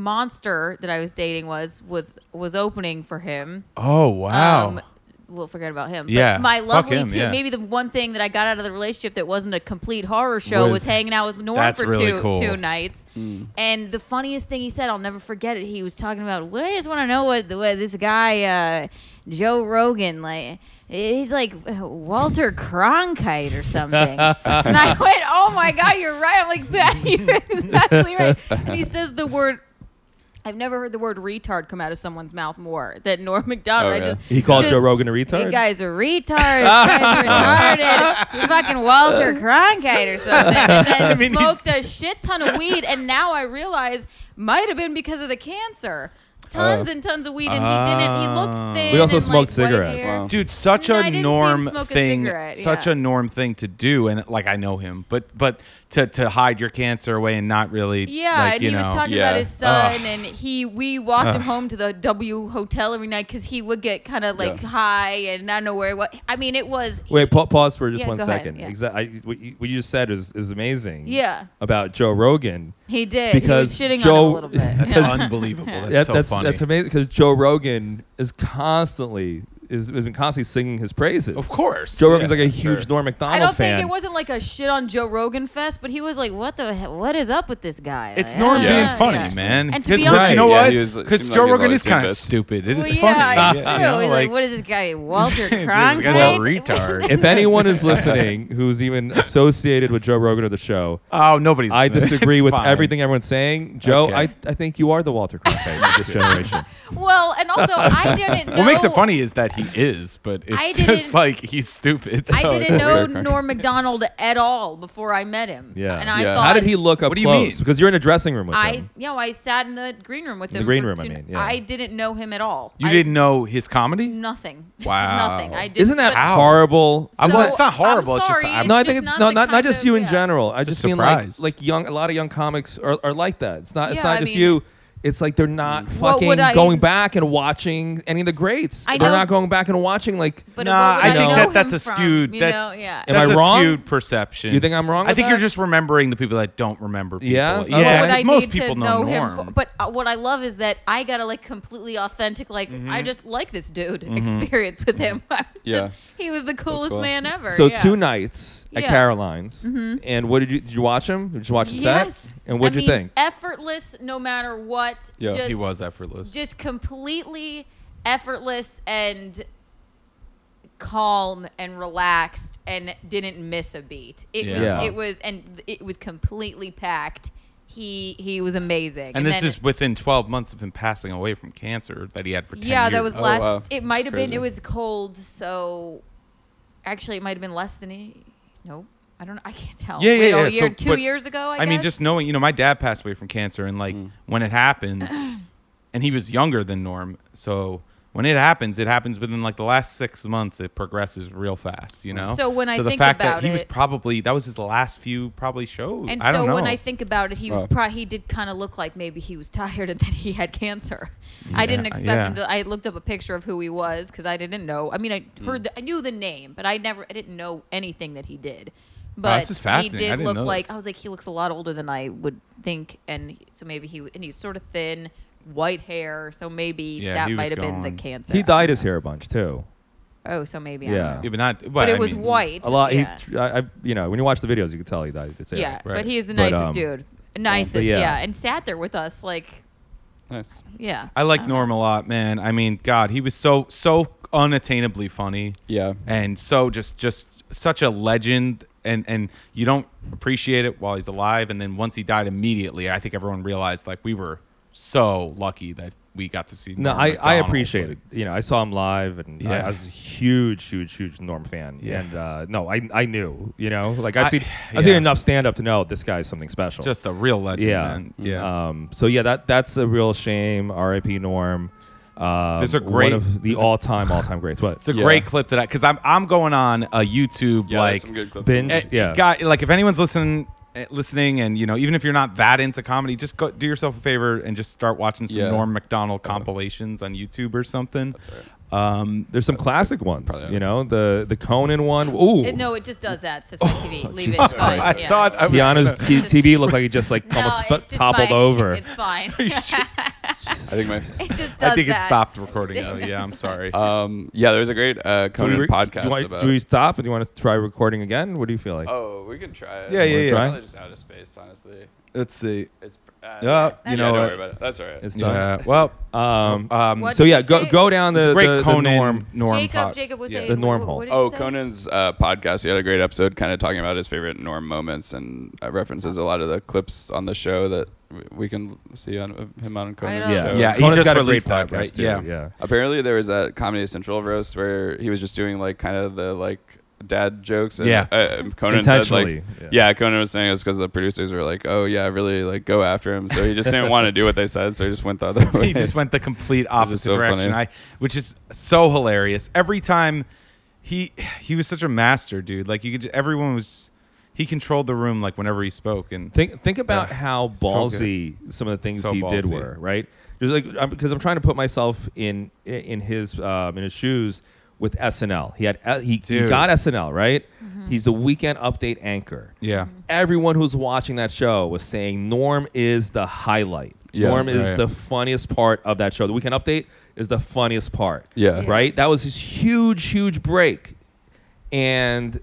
Speaker 2: monster that I was dating was was was opening for him.
Speaker 3: Oh wow.
Speaker 2: Um, we'll forget about him.
Speaker 3: Yeah.
Speaker 2: But my
Speaker 3: Fuck
Speaker 2: lovely
Speaker 3: him,
Speaker 2: two.
Speaker 3: yeah.
Speaker 2: Maybe the one thing that I got out of the relationship that wasn't a complete horror show was,
Speaker 3: Was-
Speaker 2: hanging out with Norm
Speaker 3: That's
Speaker 2: for
Speaker 3: really
Speaker 2: two
Speaker 3: cool.
Speaker 2: two nights. And the funniest thing he said, I'll never forget it. He was talking about. Well, I just want to know what, what this guy uh, Joe Rogan like. He's like Walter Cronkite or
Speaker 3: [LAUGHS]
Speaker 2: something. and I went, "Oh my god, you're right." I'm like, [LAUGHS] "Yeah, "You're exactly right." And he says the word. I've never heard the word retard come out of someone's mouth more than Norm Macdonald.
Speaker 4: Oh,
Speaker 2: I
Speaker 4: yeah.
Speaker 2: just,
Speaker 1: He called
Speaker 2: just-
Speaker 1: Joe Rogan a
Speaker 2: you
Speaker 1: retard.
Speaker 2: guys are retards. you guys are retarded. You fucking Walter Cronkite or something. And then
Speaker 3: I mean, he's-
Speaker 2: smoked a shit ton of weed, and now I realize might have been because of the cancer. Tons
Speaker 4: Oh.
Speaker 2: and tons of weed, and he didn't. He
Speaker 3: Oh.
Speaker 2: looked thin.
Speaker 1: We also
Speaker 2: and,
Speaker 1: smoked
Speaker 2: like, white
Speaker 1: cigarettes.
Speaker 2: hair.
Speaker 4: Wow.
Speaker 3: Dude, such
Speaker 2: No, I
Speaker 3: a
Speaker 2: didn't see him
Speaker 3: norm
Speaker 2: smoke a
Speaker 3: thing,
Speaker 2: cigarette,
Speaker 3: such
Speaker 2: yeah.
Speaker 3: a norm thing to do, and like I know him, but but to to hide your cancer away and not really,
Speaker 2: Yeah,
Speaker 3: like,
Speaker 2: and
Speaker 3: you
Speaker 2: he was
Speaker 3: know.
Speaker 2: talking
Speaker 4: yeah.
Speaker 2: about his son, and he we walked him home to the W hotel every night because he would get kind of like
Speaker 4: Yeah.
Speaker 2: high and I don't know where. What I mean, it was
Speaker 1: Wait, pa- pause for just
Speaker 2: Yeah,
Speaker 1: one
Speaker 2: go ahead,
Speaker 1: second.
Speaker 2: yeah.
Speaker 1: Exa- I- what, you, what you just said is, is amazing.
Speaker 2: Yeah.
Speaker 1: About Joe Rogan.
Speaker 2: he did
Speaker 1: Because
Speaker 2: he was shitting on
Speaker 1: Joe-
Speaker 2: him a little
Speaker 1: [LAUGHS]
Speaker 2: bit.
Speaker 3: That's
Speaker 2: Yeah.
Speaker 3: unbelievable. That's
Speaker 1: That-
Speaker 3: so
Speaker 1: that's
Speaker 3: funny.
Speaker 1: that's amazing because Joe Rogan is constantly is has been constantly singing his praises.
Speaker 3: Of course,
Speaker 1: Joe Rogan's
Speaker 3: Yeah,
Speaker 1: like a
Speaker 3: sure.
Speaker 1: huge Norm Macdonald
Speaker 2: I don't
Speaker 1: fan.
Speaker 2: think it wasn't like a shit on Joe Rogan fest, but he was like, "What the? he- What is up with this guy?"
Speaker 3: It's
Speaker 2: Like,
Speaker 3: Norm
Speaker 2: I don't
Speaker 4: Yeah.
Speaker 3: being
Speaker 2: know.
Speaker 3: funny,
Speaker 2: Yeah.
Speaker 3: man.
Speaker 2: And to
Speaker 3: Because
Speaker 2: be
Speaker 3: you
Speaker 2: honest-
Speaker 3: know
Speaker 4: Right, yeah,
Speaker 3: what?
Speaker 4: he was-
Speaker 3: Because
Speaker 4: it seemed like
Speaker 3: Joe
Speaker 4: he was
Speaker 3: Rogan
Speaker 4: always
Speaker 3: is kind
Speaker 4: doing
Speaker 3: of
Speaker 4: this.
Speaker 3: stupid. It
Speaker 2: Well,
Speaker 3: is
Speaker 2: yeah,
Speaker 3: funny.
Speaker 2: it's
Speaker 3: Yeah,
Speaker 2: true.
Speaker 3: [LAUGHS] you know,
Speaker 2: He's like,
Speaker 3: like-
Speaker 2: "What is this guy,
Speaker 3: [LAUGHS]
Speaker 2: Walter
Speaker 3: This guy's a
Speaker 2: Cronkite?"
Speaker 3: retard.
Speaker 1: if anyone is listening who's even associated with Joe Rogan or the show,
Speaker 3: Oh, nobody's.
Speaker 1: I disagree
Speaker 3: [LAUGHS] It's
Speaker 1: with
Speaker 3: fine.
Speaker 1: everything everyone's saying. Joe,
Speaker 3: Okay.
Speaker 1: I, I think you are the Walter Cronkite
Speaker 3: [LAUGHS]
Speaker 1: of this [LAUGHS] generation.
Speaker 2: [LAUGHS] well, and also I didn't. know,
Speaker 3: What makes it funny is that he is, but
Speaker 2: I
Speaker 3: it's
Speaker 2: didn't-
Speaker 3: [LAUGHS] just like he's stupid.
Speaker 2: I
Speaker 3: so
Speaker 2: didn't
Speaker 3: it's
Speaker 2: know
Speaker 4: okay.
Speaker 2: Norm Macdonald at all before I met him.
Speaker 1: Yeah.
Speaker 2: and I
Speaker 4: Yeah.
Speaker 2: thought,
Speaker 1: How did he look up
Speaker 3: What do you
Speaker 1: close?
Speaker 3: mean?
Speaker 1: Because you're in a dressing room with
Speaker 2: I
Speaker 1: him.
Speaker 2: you know I sat in the green room with
Speaker 1: the
Speaker 2: him.
Speaker 1: green
Speaker 2: for
Speaker 1: room, I
Speaker 2: two-
Speaker 1: mean, yeah.
Speaker 2: I didn't know him at all.
Speaker 3: You
Speaker 2: I-
Speaker 3: didn't know his comedy?
Speaker 2: nothing. [LAUGHS]
Speaker 3: Wow.
Speaker 2: nothing. I didn't.
Speaker 1: Isn't that
Speaker 2: but-
Speaker 1: horrible?
Speaker 3: I'm
Speaker 2: so
Speaker 3: not- it's not horrible,
Speaker 2: I'm
Speaker 3: it's just
Speaker 2: sorry,
Speaker 3: that I'm-
Speaker 1: no, I think it's
Speaker 2: not
Speaker 1: no,
Speaker 2: the
Speaker 1: not not
Speaker 2: kind
Speaker 1: just
Speaker 2: of-
Speaker 1: you in
Speaker 2: yeah.
Speaker 1: general. I
Speaker 3: Just
Speaker 1: just mean like
Speaker 3: surprised.
Speaker 1: like young, a lot of young comics are, are like that. It's not it's
Speaker 2: Yeah,
Speaker 1: not
Speaker 2: I
Speaker 1: just
Speaker 2: mean-
Speaker 1: you. It's like they're not
Speaker 2: What
Speaker 1: fucking
Speaker 2: would I-
Speaker 1: going back and watching any of the greats.
Speaker 2: I
Speaker 1: they're
Speaker 2: know-
Speaker 1: not going back and watching like.
Speaker 2: But
Speaker 3: Nah,
Speaker 2: what would
Speaker 3: I
Speaker 2: I,
Speaker 1: think
Speaker 2: know
Speaker 1: that
Speaker 2: him
Speaker 3: that's a
Speaker 2: from,
Speaker 3: skewed-
Speaker 2: You
Speaker 3: that-
Speaker 2: know, yeah.
Speaker 1: Am
Speaker 3: That's
Speaker 1: I
Speaker 3: a
Speaker 1: wrong?
Speaker 3: skewed perception.
Speaker 1: You think I'm wrong
Speaker 3: I
Speaker 1: with
Speaker 3: think you're
Speaker 1: that?
Speaker 3: just remembering the people that don't remember people.
Speaker 1: Yeah?
Speaker 3: Yeah,
Speaker 1: Okay.
Speaker 2: what would
Speaker 3: 'cause
Speaker 2: I
Speaker 3: most
Speaker 2: need
Speaker 3: people
Speaker 2: to know, him
Speaker 3: Norm.
Speaker 2: for? But uh, what I love is that I got a like completely authentic, like
Speaker 1: Mm-hmm.
Speaker 2: I just like this dude experience with him. I'm
Speaker 4: Yeah.
Speaker 2: just, he was the coolest
Speaker 4: cool.
Speaker 2: man ever.
Speaker 1: So
Speaker 2: yeah.
Speaker 1: two nights at
Speaker 2: Yeah. Mm-hmm.
Speaker 1: Caroline's, and what did you did you watch him? Did you watch the
Speaker 2: yes,
Speaker 1: set? And what'd
Speaker 2: I
Speaker 1: you
Speaker 2: mean,
Speaker 1: think?
Speaker 2: Effortless, no matter what.
Speaker 4: Yeah, he
Speaker 2: just,
Speaker 3: he was effortless.
Speaker 2: just completely effortless and calm and relaxed and didn't miss a beat. It was
Speaker 1: Yeah.
Speaker 2: it was and it was completely packed. He he was amazing.
Speaker 3: and this
Speaker 2: then-
Speaker 3: is within 12 months of him passing away from cancer that he had for 10
Speaker 2: yeah, that
Speaker 3: years.
Speaker 2: was
Speaker 4: Oh,
Speaker 2: last.
Speaker 4: wow.
Speaker 2: It might
Speaker 4: That's
Speaker 2: have been.
Speaker 4: crazy.
Speaker 2: It was cold, so actually, it might have been less than a. Nope, I don't. know. I can't tell.
Speaker 3: Yeah, yeah,
Speaker 2: Wait,
Speaker 3: yeah.
Speaker 2: A year,
Speaker 3: So,
Speaker 2: two
Speaker 3: but-
Speaker 2: years ago. I,
Speaker 3: I, mean,
Speaker 2: guess?
Speaker 3: just knowing, you know, my dad passed away from cancer, and like when
Speaker 2: [CLEARS THROAT]
Speaker 3: it happens, and he was younger than Norm. So when it happens, it happens within like the last six months. It progresses real fast, you know.
Speaker 2: So when I
Speaker 3: so the
Speaker 2: think
Speaker 3: fact
Speaker 2: about
Speaker 3: that he was
Speaker 2: it-
Speaker 3: probably that was his last few probably shows.
Speaker 2: And
Speaker 3: I
Speaker 2: so
Speaker 3: don't know.
Speaker 2: when I think about it, he
Speaker 4: Wow.
Speaker 2: was pro- he did kind of look like maybe he was [LAUGHS] tired and that he had cancer. I didn't
Speaker 3: Yeah,
Speaker 2: expect
Speaker 3: yeah. Hmm.
Speaker 2: him to. I looked up a picture of who he was because I didn't know. I mean, I heard the, I knew the name, but I never I didn't know anything that he did. But
Speaker 3: this is
Speaker 2: he
Speaker 3: fascinating.
Speaker 2: did
Speaker 3: I didn't
Speaker 2: look
Speaker 3: know
Speaker 2: like
Speaker 3: this.
Speaker 2: I was like he looks a lot older than I would think, and so maybe he and he's sort of thin, white hair, so maybe
Speaker 3: Yeah,
Speaker 2: that
Speaker 3: he was
Speaker 2: might have been the
Speaker 3: gone.
Speaker 2: cancer.
Speaker 1: He dyed his hair a bunch too.
Speaker 2: Oh, so maybe I
Speaker 1: Yeah.
Speaker 2: don't know.
Speaker 3: yeah, but not, but,
Speaker 2: But,
Speaker 3: I
Speaker 2: it was
Speaker 3: mean,
Speaker 2: white.
Speaker 1: A lot.
Speaker 2: Yeah.
Speaker 1: He, I, I, you know, when you watch the videos, you can tell he dyed his hair.
Speaker 2: yeah,
Speaker 3: Right.
Speaker 2: but he is the
Speaker 1: But,
Speaker 2: nicest
Speaker 1: um,
Speaker 2: dude. Nicest,
Speaker 1: yeah.
Speaker 2: yeah. and sat there with us like
Speaker 4: Nice.
Speaker 2: Yeah.
Speaker 3: I like Norm a lot, man. I mean, God, he was so so unattainably funny.
Speaker 4: Yeah.
Speaker 3: and so just just such a legend and and you don't appreciate it while he's alive and then once he died immediately i think everyone realized like we were so lucky that we got to see
Speaker 1: No,
Speaker 3: Norm
Speaker 1: I, I
Speaker 3: Macdonald.
Speaker 1: appreciate it. You know, I saw him live, and I- I,
Speaker 3: Yeah.
Speaker 1: was a huge, huge, huge Norm fan.
Speaker 3: Yeah.
Speaker 1: And uh, no, I, I knew. You know, like I've
Speaker 3: I-
Speaker 1: seen I've seen
Speaker 3: yeah.
Speaker 1: enough stand up to know this guy's something special.
Speaker 3: just a real legend
Speaker 1: yeah,
Speaker 3: man. yeah
Speaker 1: Um, so yeah, that that's a real shame. R.I.P. Norm. Um,
Speaker 3: There's a
Speaker 1: one
Speaker 3: great-
Speaker 1: of the
Speaker 3: there's a-
Speaker 1: all time all time greats. What?
Speaker 3: it's a
Speaker 4: Yeah.
Speaker 3: great clip that i because i'm i'm going on a youtube
Speaker 4: Yeah,
Speaker 3: like
Speaker 4: some good clips.
Speaker 1: binge.
Speaker 3: Eh,
Speaker 1: yeah.
Speaker 3: guy- like if anyone's listening eh, listening and you know even if you're not that into comedy just go do yourself a favor and just start watching some
Speaker 4: Yeah. Uh-huh.
Speaker 3: norm mcdonald compilations on youtube or something
Speaker 4: Sorry.
Speaker 3: um
Speaker 1: There's some classic ones.
Speaker 4: Probably
Speaker 1: You know, the the Conan one. Ooh.
Speaker 2: It- no, it just does that. It's just my
Speaker 3: [LAUGHS]
Speaker 2: TV. Leave it.
Speaker 1: Jesus
Speaker 2: It's fine.
Speaker 4: Christ.
Speaker 3: Oh, I
Speaker 2: Yeah.
Speaker 3: thought I was
Speaker 1: Keanu's
Speaker 2: gonna-
Speaker 1: TV looked like he just like
Speaker 2: [LAUGHS] No,
Speaker 1: [LAUGHS] almost
Speaker 2: it's
Speaker 1: fu-
Speaker 2: just
Speaker 1: toppled
Speaker 2: my-
Speaker 1: over.
Speaker 2: It's
Speaker 3: [LAUGHS]
Speaker 2: fine.
Speaker 4: I think
Speaker 2: [LAUGHS]
Speaker 4: my.
Speaker 2: it just does
Speaker 3: I think
Speaker 2: that.
Speaker 3: it stopped recording. though.
Speaker 2: [LAUGHS]
Speaker 3: Yeah, I'm sorry.
Speaker 1: Uh,
Speaker 4: Um, yeah, there's a great uh,
Speaker 1: Can we
Speaker 4: Conan
Speaker 1: re-
Speaker 4: podcast
Speaker 1: Do, you want-
Speaker 4: about.
Speaker 1: do we stop? And do you want to try recording again? What do you feel like?
Speaker 4: oh, we can try it.
Speaker 3: Yeah, yeah,
Speaker 4: It's
Speaker 3: yeah.
Speaker 4: Probably just out of space, honestly.
Speaker 3: Let's see.
Speaker 4: It's. Uh,
Speaker 3: Yeah, you know
Speaker 4: don't
Speaker 3: what?
Speaker 4: worry about it. That's all right.
Speaker 1: It's
Speaker 3: Yeah. Well,
Speaker 1: done. Um,
Speaker 3: um,
Speaker 2: What
Speaker 1: so
Speaker 2: did
Speaker 1: yeah,
Speaker 2: you
Speaker 1: go
Speaker 2: say?
Speaker 1: go down
Speaker 3: It's
Speaker 1: the,
Speaker 3: a great
Speaker 1: the, the
Speaker 3: Conan
Speaker 1: norm.
Speaker 3: Norm
Speaker 2: Jacob,
Speaker 3: pod-
Speaker 2: Jacob was
Speaker 3: yeah.
Speaker 2: saying
Speaker 1: The
Speaker 2: wh-
Speaker 1: norm
Speaker 2: wh-
Speaker 1: hole.
Speaker 2: what did you
Speaker 4: Oh,
Speaker 2: say?
Speaker 4: Conan's uh, podcast. He had a great episode, kind of talking about his favorite Norm moments, and uh, references a lot of the clips on the show that w- we can see on of him on Conan's
Speaker 2: don't-
Speaker 1: Yeah,
Speaker 4: show.
Speaker 3: Yeah, he
Speaker 1: Conan's
Speaker 3: just
Speaker 1: got a great
Speaker 3: released that,
Speaker 1: podcast
Speaker 3: right?
Speaker 1: too.
Speaker 3: Yeah.
Speaker 1: yeah.
Speaker 4: Apparently, there was that Comedy Central roast where he was just doing like kind of the like dad jokes. And,
Speaker 3: Yeah.
Speaker 4: uh, Conan said
Speaker 1: Intentionally,
Speaker 4: like,
Speaker 1: yeah.
Speaker 4: yeah. Conan was saying it was because the producers were like, oh yeah, really like go after him. So he just didn't want to do what they said, so he just went the
Speaker 1: [LAUGHS]
Speaker 4: other way.
Speaker 3: [LAUGHS] he just went the complete
Speaker 4: is
Speaker 3: opposite
Speaker 4: so
Speaker 3: direction.
Speaker 4: funny.
Speaker 3: I, which is so hilarious. Every time he he was such a master, dude. Like you could, ju- everyone was. He controlled the room like whenever he spoke, and
Speaker 1: Think think about
Speaker 3: Yeah.
Speaker 1: how
Speaker 3: So
Speaker 1: ballsy some of the things
Speaker 3: So
Speaker 1: he did
Speaker 3: ballsy.
Speaker 1: were, right? Just like because I'm, 'cause I'm trying to put myself in in his um, in his shoes with SNL. He had he, he
Speaker 3: Dude.
Speaker 1: got SNL right.
Speaker 2: Mm-hmm.
Speaker 1: He's the weekend update anchor.
Speaker 3: yeah,
Speaker 1: everyone who's watching that show was saying Norm is the highlight.
Speaker 4: Yeah,
Speaker 1: Norm is
Speaker 3: right.
Speaker 1: the funniest part of that show. The weekend update is the funniest part.
Speaker 4: Yeah.
Speaker 2: Yeah.
Speaker 1: Right? That was his huge, huge break. And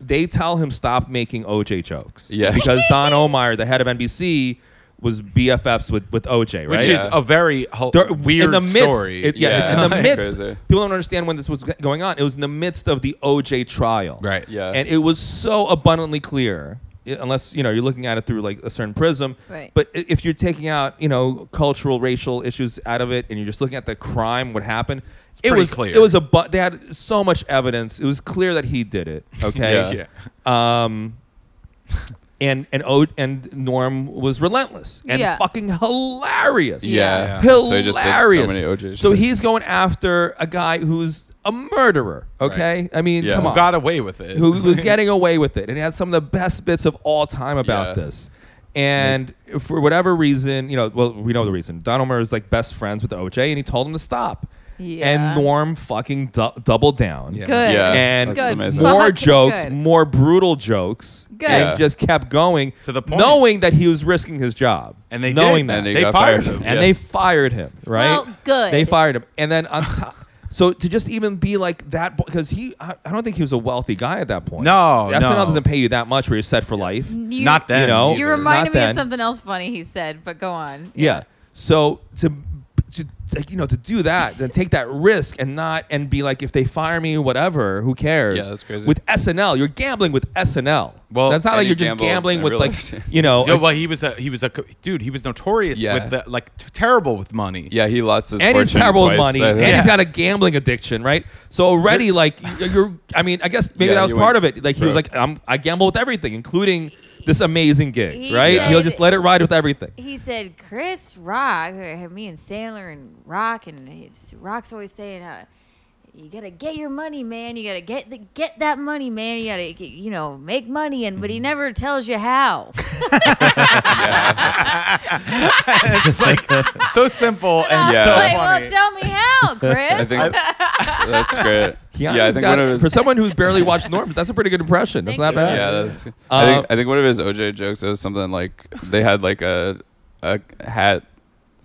Speaker 1: they tell him stop making OJ jokes.
Speaker 4: Yeah.
Speaker 1: [LAUGHS] Because Don Omar, the head of NBC, was BFFs with, with OJ, right?
Speaker 3: which is
Speaker 4: Yeah.
Speaker 3: a very hel-
Speaker 1: They're-
Speaker 3: weird
Speaker 1: in the midst,
Speaker 3: story.
Speaker 1: it- yeah,
Speaker 3: [LAUGHS]
Speaker 4: Yeah.
Speaker 1: in the
Speaker 4: It's
Speaker 1: midst.
Speaker 4: crazy.
Speaker 1: People don't understand when this was g- going on. It was in the midst of the OJ trial,
Speaker 3: Right.
Speaker 4: Yeah.
Speaker 1: and it was so abundantly clear, i- unless you know you're looking at it through like a certain prism.
Speaker 2: Right.
Speaker 1: But i- if you're taking out you know cultural, racial issues out of it, and you're just looking at the crime, what happened? it
Speaker 3: pretty
Speaker 1: was
Speaker 3: clear.
Speaker 1: It was a bu- they had so much evidence. It was clear that he did
Speaker 4: [LAUGHS]
Speaker 1: it. Okay.
Speaker 3: yeah.
Speaker 1: Um, and and o- and Norm was relentless and
Speaker 2: Yeah.
Speaker 1: fucking hilarious.
Speaker 4: Yeah.
Speaker 3: Yeah.
Speaker 1: hilarious.
Speaker 4: So he just did so many OJ
Speaker 1: So
Speaker 4: shows.
Speaker 1: he's going after a guy who's a murderer. Okay, I mean,
Speaker 4: Yeah.
Speaker 1: come
Speaker 4: Who
Speaker 1: on, [LAUGHS]
Speaker 3: got away with it.
Speaker 1: who was getting away with it, and he had some of the best bits of all time about
Speaker 4: Yeah.
Speaker 1: this. And for whatever reason, you know, well, we know the reason. Don Omar is like best friends with OJ, and he told him to stop.
Speaker 2: Yeah.
Speaker 1: And Norm fucking du- doubled down.
Speaker 3: Yeah.
Speaker 2: Good.
Speaker 4: Yeah.
Speaker 1: And
Speaker 4: That's
Speaker 2: Good.
Speaker 4: amazing.
Speaker 2: Fuck.
Speaker 1: more jokes,
Speaker 2: Good.
Speaker 1: more brutal jokes,
Speaker 2: Good.
Speaker 1: and
Speaker 4: Yeah.
Speaker 1: just kept going
Speaker 3: To the point.
Speaker 1: knowing that he was risking his job,
Speaker 3: And they
Speaker 1: knowing
Speaker 3: did.
Speaker 1: that,
Speaker 4: And
Speaker 3: they,
Speaker 4: they got
Speaker 3: fired
Speaker 4: fired.
Speaker 3: him.
Speaker 1: and
Speaker 4: Yeah.
Speaker 1: they fired him, right?
Speaker 2: Well, good.
Speaker 1: They fired him, and then on top, so to just even be like that because he, I, I don't think he was a wealthy guy at that point.
Speaker 3: No,
Speaker 1: SNL
Speaker 3: no.
Speaker 1: doesn't pay you that much where you're set for life.
Speaker 2: You-
Speaker 3: Not then.
Speaker 1: you know,
Speaker 2: You
Speaker 3: either.
Speaker 2: reminded
Speaker 1: Not
Speaker 2: me of
Speaker 1: then.
Speaker 2: something else funny he said, but go on.
Speaker 1: Yeah. So to, to like, you know to do that, then take that risk and not and be like, if they fire me, whatever, who cares?
Speaker 4: Yeah, that's crazy.
Speaker 1: With SNL, you're gambling with SNL.
Speaker 3: Well,
Speaker 1: that's not
Speaker 4: and
Speaker 1: like
Speaker 4: he
Speaker 1: you're just
Speaker 4: gambled
Speaker 1: gambling
Speaker 4: in
Speaker 1: with
Speaker 4: real
Speaker 1: like
Speaker 4: life, too.
Speaker 1: you
Speaker 4: [LAUGHS]
Speaker 1: know.
Speaker 3: Yo,
Speaker 1: like-
Speaker 3: well, he was a he was a co- dude. He was notorious
Speaker 4: Yeah.
Speaker 3: with the, like t- terrible with money.
Speaker 4: Yeah, he lost his
Speaker 1: and he's
Speaker 4: fortune
Speaker 1: terrible with
Speaker 4: twice, Uh,
Speaker 1: money,
Speaker 4: I
Speaker 1: and
Speaker 4: think.
Speaker 1: he's got a gambling addiction, right? So already, like y- you're, I mean, I guess maybe
Speaker 4: Yeah,
Speaker 1: that was
Speaker 4: he
Speaker 1: part of
Speaker 4: went
Speaker 1: it. Like he was
Speaker 4: broke.
Speaker 1: like, I'm, I gamble with everything, including this amazing gig,
Speaker 2: He
Speaker 1: right?
Speaker 2: said-
Speaker 1: He'll just let it ride with everything.
Speaker 2: He said, Chris Rock, or me and Sandler and Rock, and his, Rock's always saying, uh, you gotta get your money, man. You gotta get the, get that money, man. You gotta, get- you know, make money, and but he never tells you how. [LAUGHS]
Speaker 3: it's like
Speaker 2: [LAUGHS]
Speaker 3: so simple and
Speaker 4: Yeah.
Speaker 3: so
Speaker 2: like,
Speaker 3: funny.
Speaker 2: well, tell me
Speaker 1: [LAUGHS]
Speaker 2: how, Chris.
Speaker 4: I think that's great.
Speaker 1: Keanu's
Speaker 4: yeah, I think
Speaker 1: got-
Speaker 4: one of his.
Speaker 1: for someone who barely watched Norm, that's a pretty good impression. That's
Speaker 2: Thank
Speaker 1: not
Speaker 2: you.
Speaker 1: bad.
Speaker 4: yeah, that's. I think
Speaker 1: Uh,
Speaker 4: I think one of his OJ jokes is something like they had like a a hat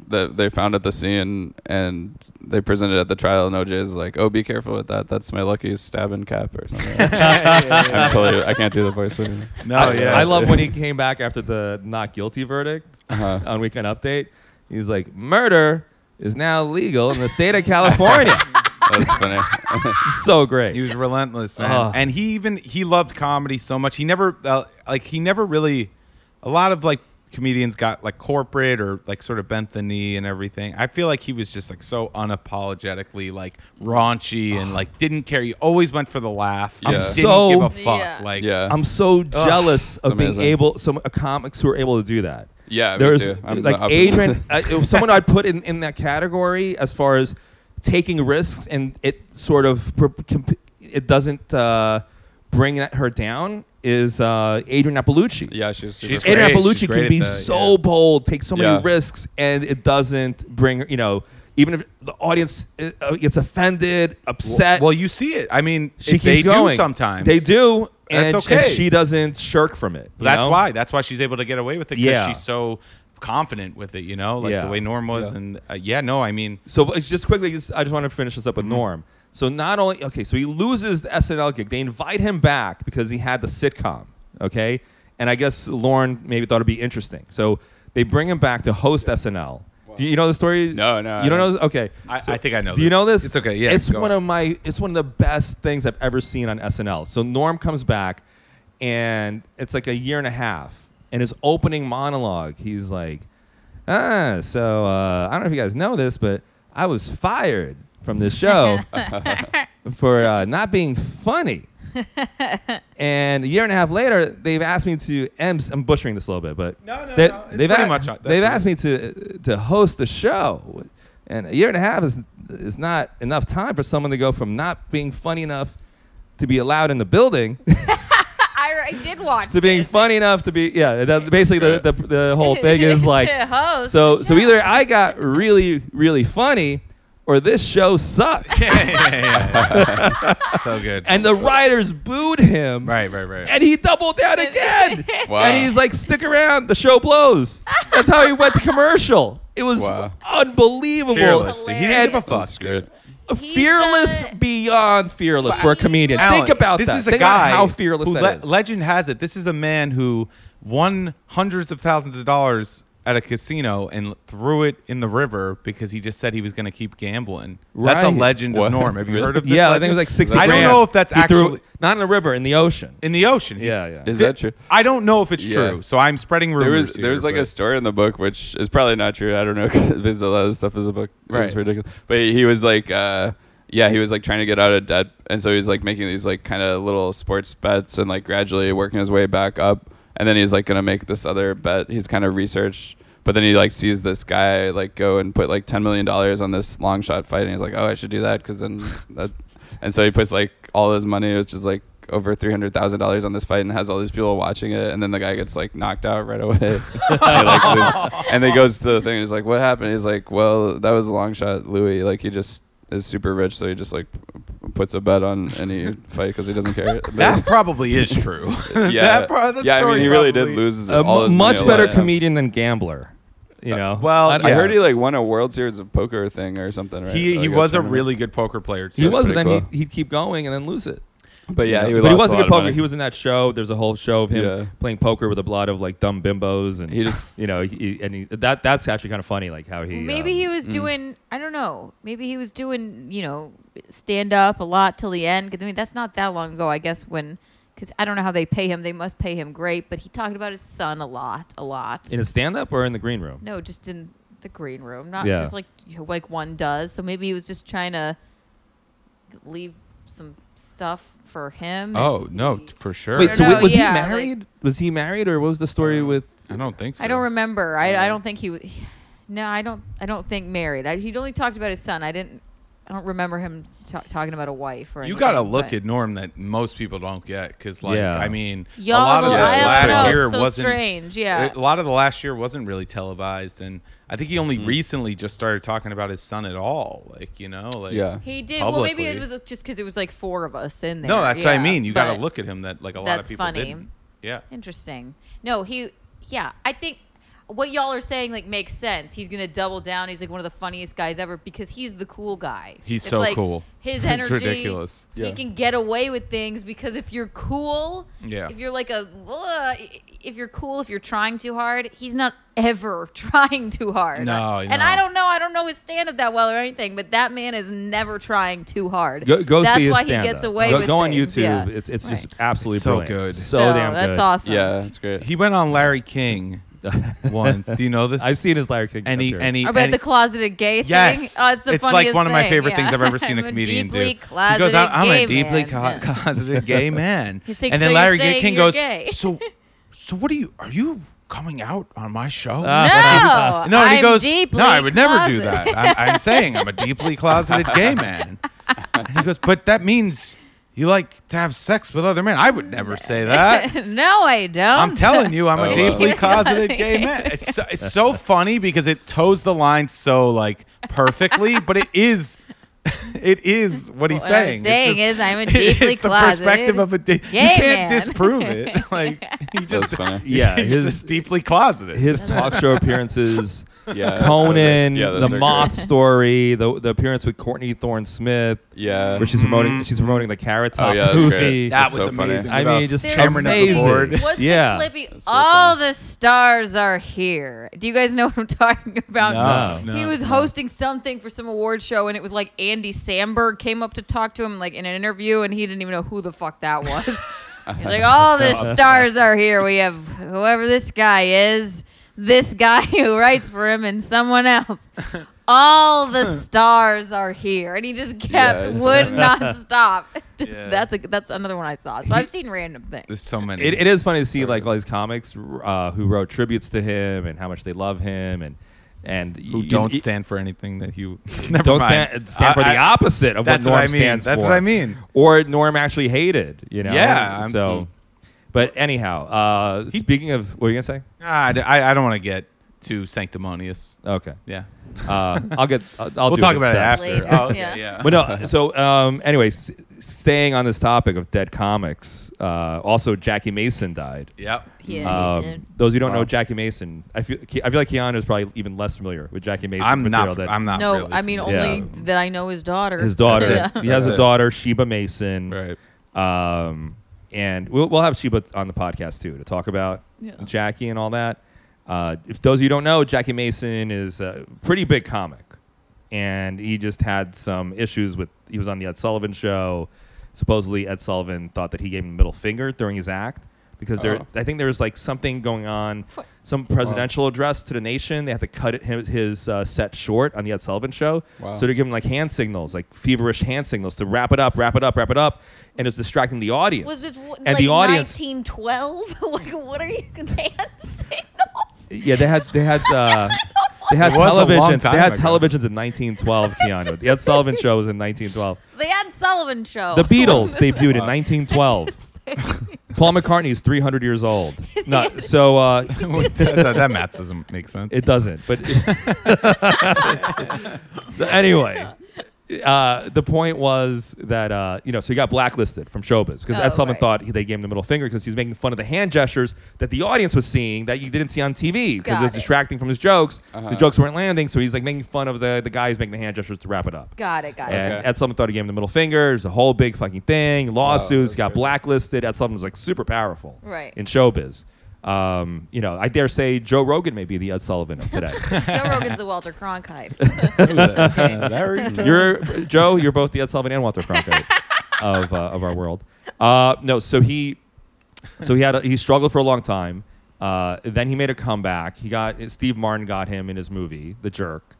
Speaker 4: that they found at the scene and they presented at the trial and OJ is like, oh, be careful with that. That's my lucky stabbing cap
Speaker 1: [LAUGHS]
Speaker 4: or something. I'm totally. I can't do the voice with you.
Speaker 3: no,
Speaker 1: I,
Speaker 3: yeah,
Speaker 1: I love when he came back after the not guilty verdict
Speaker 4: Uh-huh.
Speaker 1: on Weekend Update. He's like, murder is now legal in the state of
Speaker 4: [LAUGHS]
Speaker 1: California. [LAUGHS]
Speaker 4: That's funny.
Speaker 1: so
Speaker 3: He
Speaker 1: great.
Speaker 3: was relentless, man.
Speaker 1: Ugh.
Speaker 3: and he even he loved comedy so much. He never uh, like he never really. A lot of like comedians got like corporate or like sort of bent the knee and everything. I feel like he was just like so unapologetically like raunchy
Speaker 1: [SIGHS]
Speaker 3: and like didn't care. He always went for the laugh.
Speaker 4: I'm
Speaker 3: didn't
Speaker 1: so-
Speaker 3: give a fuck.
Speaker 2: Yeah.
Speaker 3: Like
Speaker 4: yeah.
Speaker 1: I'm so jealous of being
Speaker 4: amazing.
Speaker 1: able, some uh, comics who are able to do that.
Speaker 4: yeah, me
Speaker 1: There's
Speaker 4: too. I'm the
Speaker 1: like
Speaker 4: opposite.
Speaker 1: Adrian,
Speaker 3: [LAUGHS]
Speaker 1: uh, it was someone I'd put in, in that category as far as taking risks and it sort of per- comp- it doesn't uh, bring that- her down is uh, Adrian Appalucci.
Speaker 4: [LAUGHS] yeah, she's super.
Speaker 3: She's
Speaker 4: funny.
Speaker 1: Adrian
Speaker 3: great. She's
Speaker 1: Appalucci
Speaker 3: great
Speaker 1: can
Speaker 3: at
Speaker 1: be
Speaker 3: that,
Speaker 1: so
Speaker 3: yeah.
Speaker 1: bold, take so many
Speaker 4: Yeah.
Speaker 1: risks, and it doesn't bring you know. Even if the audience uh, uh, gets offended, upset,
Speaker 3: Well, you see it. I mean,
Speaker 1: she
Speaker 3: it- they
Speaker 1: keeps going.
Speaker 3: do sometimes.
Speaker 1: They do, and,
Speaker 3: That's
Speaker 1: and
Speaker 3: okay.
Speaker 1: she doesn't shirk from it. you
Speaker 3: That's
Speaker 1: know?
Speaker 3: why. That's why she's able to get away with it because
Speaker 1: Yeah.
Speaker 3: she's so confident with it. You know, like
Speaker 1: Yeah.
Speaker 3: the way Norm was,
Speaker 1: Yeah.
Speaker 3: and uh, yeah, no, I
Speaker 1: [LAUGHS]
Speaker 3: mean, [LAUGHS]
Speaker 1: So but it's just quickly, just- I just want to finish this up
Speaker 4: Mm-hmm.
Speaker 1: with Norm. So not only okay, so he loses the SNL gig. They invite him back because he had the sitcom. Okay, and I guess Lauren maybe thought it'd be interesting. So they bring him back to host SNL. Do you know the story?
Speaker 4: No, no, I
Speaker 1: You don't know?
Speaker 4: don't.
Speaker 1: this? Okay,
Speaker 3: I- I think I know
Speaker 1: Do you
Speaker 3: this.
Speaker 1: know this?
Speaker 3: It's okay, yeah,
Speaker 1: It's
Speaker 3: go
Speaker 1: one
Speaker 3: on.
Speaker 1: of my. It's one of the best things I've ever seen on SNL. So Norm comes back, and it's like a year and a half. And his opening monologue, he's like, "Ah, so uh, I don't know if you guys know this, but I was fired from this show for uh, not
Speaker 2: [LAUGHS]
Speaker 1: being funny." and a year and a half later, they've asked me to. I'm, I'm butchering this a little bit, but
Speaker 3: No, no,
Speaker 1: they,
Speaker 3: no, it's
Speaker 1: they've
Speaker 3: pretty
Speaker 1: a-
Speaker 3: much- uh, that's
Speaker 1: they've
Speaker 3: what-
Speaker 1: asked me to to host the show, and a year and a half is is not enough time for someone to go from not being funny enough to be allowed in the building [LAUGHS]
Speaker 2: I, I did watch.
Speaker 1: to being
Speaker 2: this.
Speaker 1: funny enough to be
Speaker 2: [LAUGHS]
Speaker 1: yeah. That, basically, the, the the whole thing is like
Speaker 2: To host
Speaker 1: so
Speaker 2: the
Speaker 1: so
Speaker 2: show.
Speaker 1: either I got really really funny, or this show sucks.
Speaker 3: [LAUGHS] yeah, yeah, yeah, yeah. so good.
Speaker 1: and the writers booed him.
Speaker 3: right, right, right.
Speaker 1: and he doubled down again.
Speaker 4: Wow.
Speaker 1: And he's like, stick around, the show blows. That's how he went to commercial. It was
Speaker 4: Wow.
Speaker 1: unbelievable.
Speaker 3: Fearless. dude. He didn't give a
Speaker 1: And-
Speaker 3: fuck.
Speaker 4: That's great.
Speaker 2: He's
Speaker 1: Fearless
Speaker 2: a-
Speaker 1: beyond fearless for a comedian.
Speaker 3: Alan,
Speaker 1: Think about
Speaker 3: this
Speaker 1: that.
Speaker 3: is a
Speaker 1: Think
Speaker 3: guy
Speaker 1: about how fearless
Speaker 3: who
Speaker 1: that
Speaker 3: le-
Speaker 1: is.
Speaker 3: Legend has it. This is a man who won hundreds of thousands of dollars at a casino and threw it in the river because he just said he was going to keep gambling. That's a
Speaker 1: Right.
Speaker 3: legend
Speaker 4: What?
Speaker 3: of Norm. Have you
Speaker 4: Really?
Speaker 3: heard of this?
Speaker 1: yeah, I
Speaker 3: legend?
Speaker 1: think it was like 60
Speaker 3: I don't
Speaker 1: grand.
Speaker 3: know if that's
Speaker 1: He threw-
Speaker 3: actually
Speaker 1: not in the river, in the ocean.
Speaker 3: in the ocean. He-
Speaker 1: yeah, yeah.
Speaker 4: Is that true?
Speaker 3: I don't know if it's
Speaker 4: Yeah.
Speaker 3: true. So I'm spreading rumors.
Speaker 4: There was
Speaker 3: here,
Speaker 4: there was like a
Speaker 3: but-
Speaker 4: story in the book which is probably not true. I don't know [LAUGHS] 'cause there's a lot of stuff is a book.
Speaker 1: Right.
Speaker 4: It's ridiculous. But he was like, uh, yeah, he was like trying to get out of debt, and so he's like making these like kind of little sports bets and like gradually working his way back up, and then he's like gonna make this other bet. He's kind of researched. But then he like sees this guy like go and put like ten million dollars on this long shot fight, and he's like, "Oh, I should do that because then that." And so he puts like all his money, which is like over three hundred thousand dollars on this fight and has all these people watching it, and then the guy gets like knocked out right away, [LAUGHS] and, like,
Speaker 1: [LAUGHS]
Speaker 4: lose- and then he goes to the thing. and He's like, "What happened?" He's like, "Well, that was a long shot, Louis. Like he just is super rich, so he just like p- puts a bet on any fight because he doesn't care."
Speaker 3: [LAUGHS] That probably is
Speaker 1: [LAUGHS]
Speaker 3: true. [LAUGHS]
Speaker 4: yeah,
Speaker 3: that pro- that
Speaker 4: yeah. I mean,
Speaker 3: story
Speaker 4: he really did
Speaker 3: probably-
Speaker 4: lose
Speaker 1: A
Speaker 4: all
Speaker 1: mu-
Speaker 4: his money
Speaker 1: much
Speaker 4: a lot
Speaker 1: better
Speaker 4: of times.
Speaker 1: comedian than gambler. You know.
Speaker 3: well,
Speaker 1: I-
Speaker 3: yeah.
Speaker 4: I heard he like won a World Series of poker thing or something. Right?
Speaker 3: He,
Speaker 4: Like
Speaker 3: he was a
Speaker 4: tournament.
Speaker 3: really good poker player too.
Speaker 1: he
Speaker 4: that's
Speaker 1: was, but
Speaker 4: pretty
Speaker 1: then
Speaker 4: cool.
Speaker 1: he'd, he'd keep going and then lose it.
Speaker 4: but yeah,
Speaker 1: he
Speaker 4: he,
Speaker 1: but he wasn't
Speaker 4: lost a lot
Speaker 1: good
Speaker 4: of
Speaker 1: poker.
Speaker 4: money.
Speaker 1: He was in that show. There's a whole show of him
Speaker 4: Yeah.
Speaker 1: playing poker with a lot of like dumb bimbos, and
Speaker 4: He just-
Speaker 1: [LAUGHS] you know, he, and he, that that's actually kind of funny, like how he
Speaker 2: Maybe
Speaker 1: um,
Speaker 2: he was doing, I don't know. Maybe he was doing, you know, stand up a lot till the end. 'Cause, I mean, that's not that long ago, I guess, when, because I don't know how they pay him. They must pay him great, but he talked about his son a lot, a lot.
Speaker 1: in a stand up or in the green room.
Speaker 2: No, just in the green room, not
Speaker 1: Yeah.
Speaker 2: just like you know, like one does. So maybe he was just trying to leave some stuff for him.
Speaker 3: Oh
Speaker 2: and
Speaker 3: no,
Speaker 2: he-
Speaker 3: t- for sure.
Speaker 1: Wait, so
Speaker 2: I don't know,
Speaker 1: was
Speaker 2: yeah,
Speaker 1: he
Speaker 2: like-
Speaker 1: married? was he married, or what was the story with?
Speaker 3: I don't think so.
Speaker 2: I don't remember. I, I don't think he was. No, I don't. I don't think married. I, he'd only talked about his son. I didn't. I don't remember him ta- talking about a wife or.
Speaker 3: You
Speaker 2: anything,
Speaker 3: got to look
Speaker 2: but-
Speaker 3: at Norm that most people don't get because, like,
Speaker 1: Yeah.
Speaker 3: I mean,
Speaker 2: Y'all,
Speaker 3: a lot
Speaker 2: I
Speaker 3: of the
Speaker 2: don't
Speaker 3: last
Speaker 2: know.
Speaker 3: year
Speaker 2: it's so
Speaker 3: wasn't.
Speaker 2: strange. Yeah.
Speaker 3: A lot of the last year wasn't really televised, and I think he only recently just started talking about his son at all. Like, you know, like,
Speaker 4: Yeah.
Speaker 2: he did. Well, maybe
Speaker 3: publicly.
Speaker 2: it was just because it was like four of us in there.
Speaker 3: No, that's what I
Speaker 2: yeah,
Speaker 3: mean. You got to
Speaker 2: but-
Speaker 3: look at him that like a lot
Speaker 2: That's
Speaker 3: of people
Speaker 2: funny.
Speaker 3: didn't. Yeah.
Speaker 2: Interesting. No, he. Yeah, I think what y'all are saying like makes sense. He's gonna double down. He's like one of the funniest guys ever because he's the cool guy.
Speaker 3: He's
Speaker 2: It's
Speaker 3: so
Speaker 2: like
Speaker 3: cool.
Speaker 2: His
Speaker 1: [LAUGHS]
Speaker 3: It's
Speaker 2: energy.
Speaker 3: ridiculous.
Speaker 2: He
Speaker 4: Yeah.
Speaker 2: can get away with things because if you're cool,
Speaker 3: Yeah.
Speaker 2: If you're like a, uh, if you're cool, if you're trying too hard, he's not ever [LAUGHS] trying too hard.
Speaker 3: No,
Speaker 2: and
Speaker 3: no.
Speaker 2: I don't know. I don't know his stand up that well or anything, but that man is never trying too hard.
Speaker 1: Go, go
Speaker 2: That's
Speaker 1: see his
Speaker 2: why
Speaker 1: stand-up.
Speaker 2: he gets away
Speaker 1: Go,
Speaker 2: with
Speaker 1: go on
Speaker 2: things,
Speaker 1: YouTube.
Speaker 2: yeah.
Speaker 1: It's it's
Speaker 2: Right.
Speaker 1: just absolutely
Speaker 3: So
Speaker 1: brilliant.
Speaker 3: good.
Speaker 1: So, damn
Speaker 2: that's
Speaker 1: good.
Speaker 2: awesome.
Speaker 4: Yeah, it's great.
Speaker 3: He went on Larry King
Speaker 1: [LAUGHS]
Speaker 3: once. Do you know this?
Speaker 1: I've seen his Larry King.
Speaker 3: any
Speaker 1: appearance.
Speaker 3: any.
Speaker 2: Or about
Speaker 3: any-
Speaker 2: the closeted gay thing.
Speaker 3: Yes,
Speaker 2: oh, it's the funniest
Speaker 3: like one of my
Speaker 2: thing,
Speaker 3: favorite
Speaker 2: yeah.
Speaker 3: things
Speaker 2: [LAUGHS]
Speaker 3: I've ever seen a
Speaker 2: I'm
Speaker 3: comedian
Speaker 2: deeply
Speaker 3: do.
Speaker 2: Closeted
Speaker 3: he goes, "I'm, I'm
Speaker 2: gay
Speaker 3: a
Speaker 2: man."
Speaker 3: deeply co-
Speaker 2: [LAUGHS]
Speaker 3: [LAUGHS]
Speaker 2: Yeah.
Speaker 3: closeted gay man,"
Speaker 2: He's like,
Speaker 3: and
Speaker 2: "So
Speaker 3: then
Speaker 2: you're
Speaker 3: Larry
Speaker 2: saying
Speaker 3: King
Speaker 2: you're
Speaker 3: goes,
Speaker 2: gay?" [LAUGHS]
Speaker 3: "So, so what are you? Are you coming out on my show?"
Speaker 2: No,
Speaker 3: no, and he
Speaker 2: Uh, I'm
Speaker 3: goes,
Speaker 2: deeply
Speaker 3: "No, I would never do
Speaker 2: closeted."
Speaker 3: that. I'm, I'm saying I'm a deeply closeted
Speaker 2: [LAUGHS]
Speaker 3: gay man." And he goes, "But that means you like to have sex with other men. I would never say that."
Speaker 2: [LAUGHS] no, I don't. [LAUGHS]
Speaker 3: I'm telling you, I'm
Speaker 4: Oh,
Speaker 3: a
Speaker 4: wow.
Speaker 3: deeply closeted gay man. It's so, it's so funny because it toes the line so like
Speaker 2: [LAUGHS]
Speaker 3: perfectly, but it is [LAUGHS] it is what he's
Speaker 2: What I'm
Speaker 3: saying.
Speaker 2: saying
Speaker 3: [LAUGHS] it's
Speaker 2: is I'm a deeply
Speaker 3: it's the
Speaker 2: closeted
Speaker 3: perspective of a de- you
Speaker 2: gay man.
Speaker 3: can't disprove
Speaker 2: [LAUGHS]
Speaker 3: it. Like he
Speaker 4: That's
Speaker 3: just [LAUGHS]
Speaker 4: funny.
Speaker 1: Yeah,
Speaker 3: he's
Speaker 1: his-
Speaker 3: just deeply
Speaker 2: [LAUGHS]
Speaker 3: closeted.
Speaker 1: his talk show appearances.
Speaker 4: Yeah, that's so
Speaker 1: Conan,
Speaker 4: great. Yeah, those
Speaker 1: the
Speaker 4: are
Speaker 1: Moth
Speaker 4: great.
Speaker 1: story, the the appearance with Courtney Thorne Smith,
Speaker 4: Yeah,
Speaker 1: where she's
Speaker 3: Mm-hmm.
Speaker 1: promoting she's promoting the Carrot
Speaker 4: Oh,
Speaker 1: Top
Speaker 4: yeah, that's great.
Speaker 1: movie.
Speaker 4: That
Speaker 3: that
Speaker 4: It's
Speaker 3: was
Speaker 4: so funny.
Speaker 3: amazing.
Speaker 1: I mean,
Speaker 3: about-
Speaker 1: just
Speaker 2: There's
Speaker 3: Cameron of the
Speaker 1: amazing.
Speaker 3: Board.
Speaker 2: What's
Speaker 1: yeah,
Speaker 2: the clippy?
Speaker 4: so
Speaker 2: All the stars are here. Do you guys know what I'm [LAUGHS] talking about?
Speaker 3: No,
Speaker 2: he
Speaker 3: no,
Speaker 2: was hosting something for some award show, and it was like Andy Samberg came up to talk to him like in an interview, and he didn't even know who the fuck that
Speaker 3: [LAUGHS]
Speaker 2: was. He's like, all the stars are here. We have whoever this guy is, this guy [LAUGHS] who writes for him, and someone else. All
Speaker 3: [LAUGHS]
Speaker 2: the stars are here, and he just kept
Speaker 4: Yeah, I saw
Speaker 2: would
Speaker 3: [LAUGHS]
Speaker 4: that.
Speaker 2: not stop. [LAUGHS]
Speaker 3: Yeah.
Speaker 2: That's a that's another one I saw. So I've seen random things.
Speaker 3: [LAUGHS] There's so many.
Speaker 1: it, it is funny to see like all these comics uh, who wrote tributes to him and how much they love him and and
Speaker 3: who
Speaker 1: you-
Speaker 3: don't
Speaker 1: you-
Speaker 3: stand for anything that you never
Speaker 1: don't
Speaker 3: mind.
Speaker 1: stand, stand for
Speaker 3: I-
Speaker 1: the
Speaker 3: I-
Speaker 1: opposite of what
Speaker 3: That's
Speaker 1: Norm
Speaker 3: what I mean.
Speaker 1: stands
Speaker 3: That's
Speaker 1: for.
Speaker 3: what I mean.
Speaker 1: Or Norm actually hated, you know.
Speaker 3: Yeah, I'm-
Speaker 1: So, but anyhow, uh, speaking of, what were you gonna say?
Speaker 3: Ah, I, I- I don't want to get too sanctimonious.
Speaker 1: Okay,
Speaker 3: Yeah.
Speaker 1: uh, I'll get. I'll, I'll
Speaker 3: we'll
Speaker 1: do
Speaker 3: talk
Speaker 1: it
Speaker 3: about
Speaker 1: instead.
Speaker 3: it after.
Speaker 2: Later.
Speaker 3: Oh, okay,
Speaker 2: Yeah.
Speaker 3: yeah.
Speaker 1: But no, so um, anyway, s- staying on this topic of dead comics, uh, also Jackie Mason died.
Speaker 3: Yep.
Speaker 2: Yeah, he
Speaker 1: Um,
Speaker 2: did.
Speaker 1: those who don't know
Speaker 4: Wow.
Speaker 1: Jackie Mason, I feel I feel like Keanu is probably even less familiar with Jackie Mason's
Speaker 3: I'm
Speaker 1: material
Speaker 3: not.
Speaker 1: than
Speaker 3: I'm not.
Speaker 2: No,
Speaker 3: really
Speaker 2: I mean
Speaker 1: familiar.
Speaker 2: only that I know his daughter.
Speaker 1: his
Speaker 3: [LAUGHS]
Speaker 1: daughter.
Speaker 2: [LAUGHS] Yeah.
Speaker 1: He has a
Speaker 3: Right.
Speaker 1: daughter, Sheba Mason.
Speaker 3: Right.
Speaker 1: Um, and we'll, we'll have Sheba on the podcast too to talk about
Speaker 2: Yeah.
Speaker 1: Jackie and all that. Uh, if those of you don't know, Jackie Mason is a pretty big comic, and he just had some issues with. He was on the Ed Sullivan show. Supposedly, Ed Sullivan thought that he gave him the middle finger during his act because there.
Speaker 4: Oh.
Speaker 1: I think there was like something going on, some presidential address to the nation. They had to cut it, his, his uh, set short on the Ed Sullivan show.
Speaker 4: Wow.
Speaker 1: So they're giving like hand signals, like feverish hand signals to wrap it up, wrap it up, wrap it up, and it's distracting the audience.
Speaker 2: Was this what,
Speaker 1: and
Speaker 2: like
Speaker 1: the audience?
Speaker 2: 1912? [LAUGHS] like what are you they have signals?
Speaker 1: [LAUGHS] yeah, they had they had
Speaker 2: [LAUGHS]
Speaker 1: uh, they had
Speaker 3: It was a long
Speaker 1: televisions.
Speaker 3: time
Speaker 1: They had
Speaker 2: [LAUGHS]
Speaker 3: ago.
Speaker 1: televisions in 1912. Keanu, the Ed Sullivan show was in 1912.
Speaker 2: They had Sullivan Show. [LAUGHS]
Speaker 1: The Beatles debuted
Speaker 3: [LAUGHS]
Speaker 1: in 1912. Paul McCartney is 300
Speaker 2: [LAUGHS]
Speaker 1: years old. No, so uh,
Speaker 3: that, [LAUGHS] that, that math doesn't make sense.
Speaker 1: it doesn't. But [LAUGHS] so anyway, uh, the point was that uh, you know, so he got blacklisted from showbiz because
Speaker 2: Oh,
Speaker 1: Ed Sullivan
Speaker 2: right.
Speaker 1: thought he- they gave him the middle finger because he was making fun of the hand gestures that the audience was seeing that you didn't see on TV because
Speaker 2: Got
Speaker 1: it was
Speaker 2: it.
Speaker 1: distracting from his jokes.
Speaker 4: Uh-huh.
Speaker 1: The jokes weren't landing, so he's like making fun of the the guy who's making the hand gestures to wrap it up.
Speaker 2: Got it. Got it.
Speaker 1: And
Speaker 4: Okay.
Speaker 1: Ed Sullivan thought he gave him the middle finger. There's a whole big fucking thing. Lawsuits
Speaker 4: that's
Speaker 1: got
Speaker 4: crazy.
Speaker 1: blacklisted. Ed Sullivan was like super powerful
Speaker 2: Right.
Speaker 1: in showbiz. Um, you know, I dare say Joe Rogan may be the Ed Sullivan of
Speaker 2: [LAUGHS]
Speaker 1: today.
Speaker 2: Joe Rogan's the Walter
Speaker 1: [LAUGHS]
Speaker 2: Cronkite. [LAUGHS]
Speaker 3: Very true.
Speaker 1: you're Joe. You're both the Ed Sullivan and Walter Cronkite of uh, of our world. Uh, no, so he so he had a, he struggled for a long time. Uh, then he made a comeback. He got Steve Martin got him in his movie The Jerk.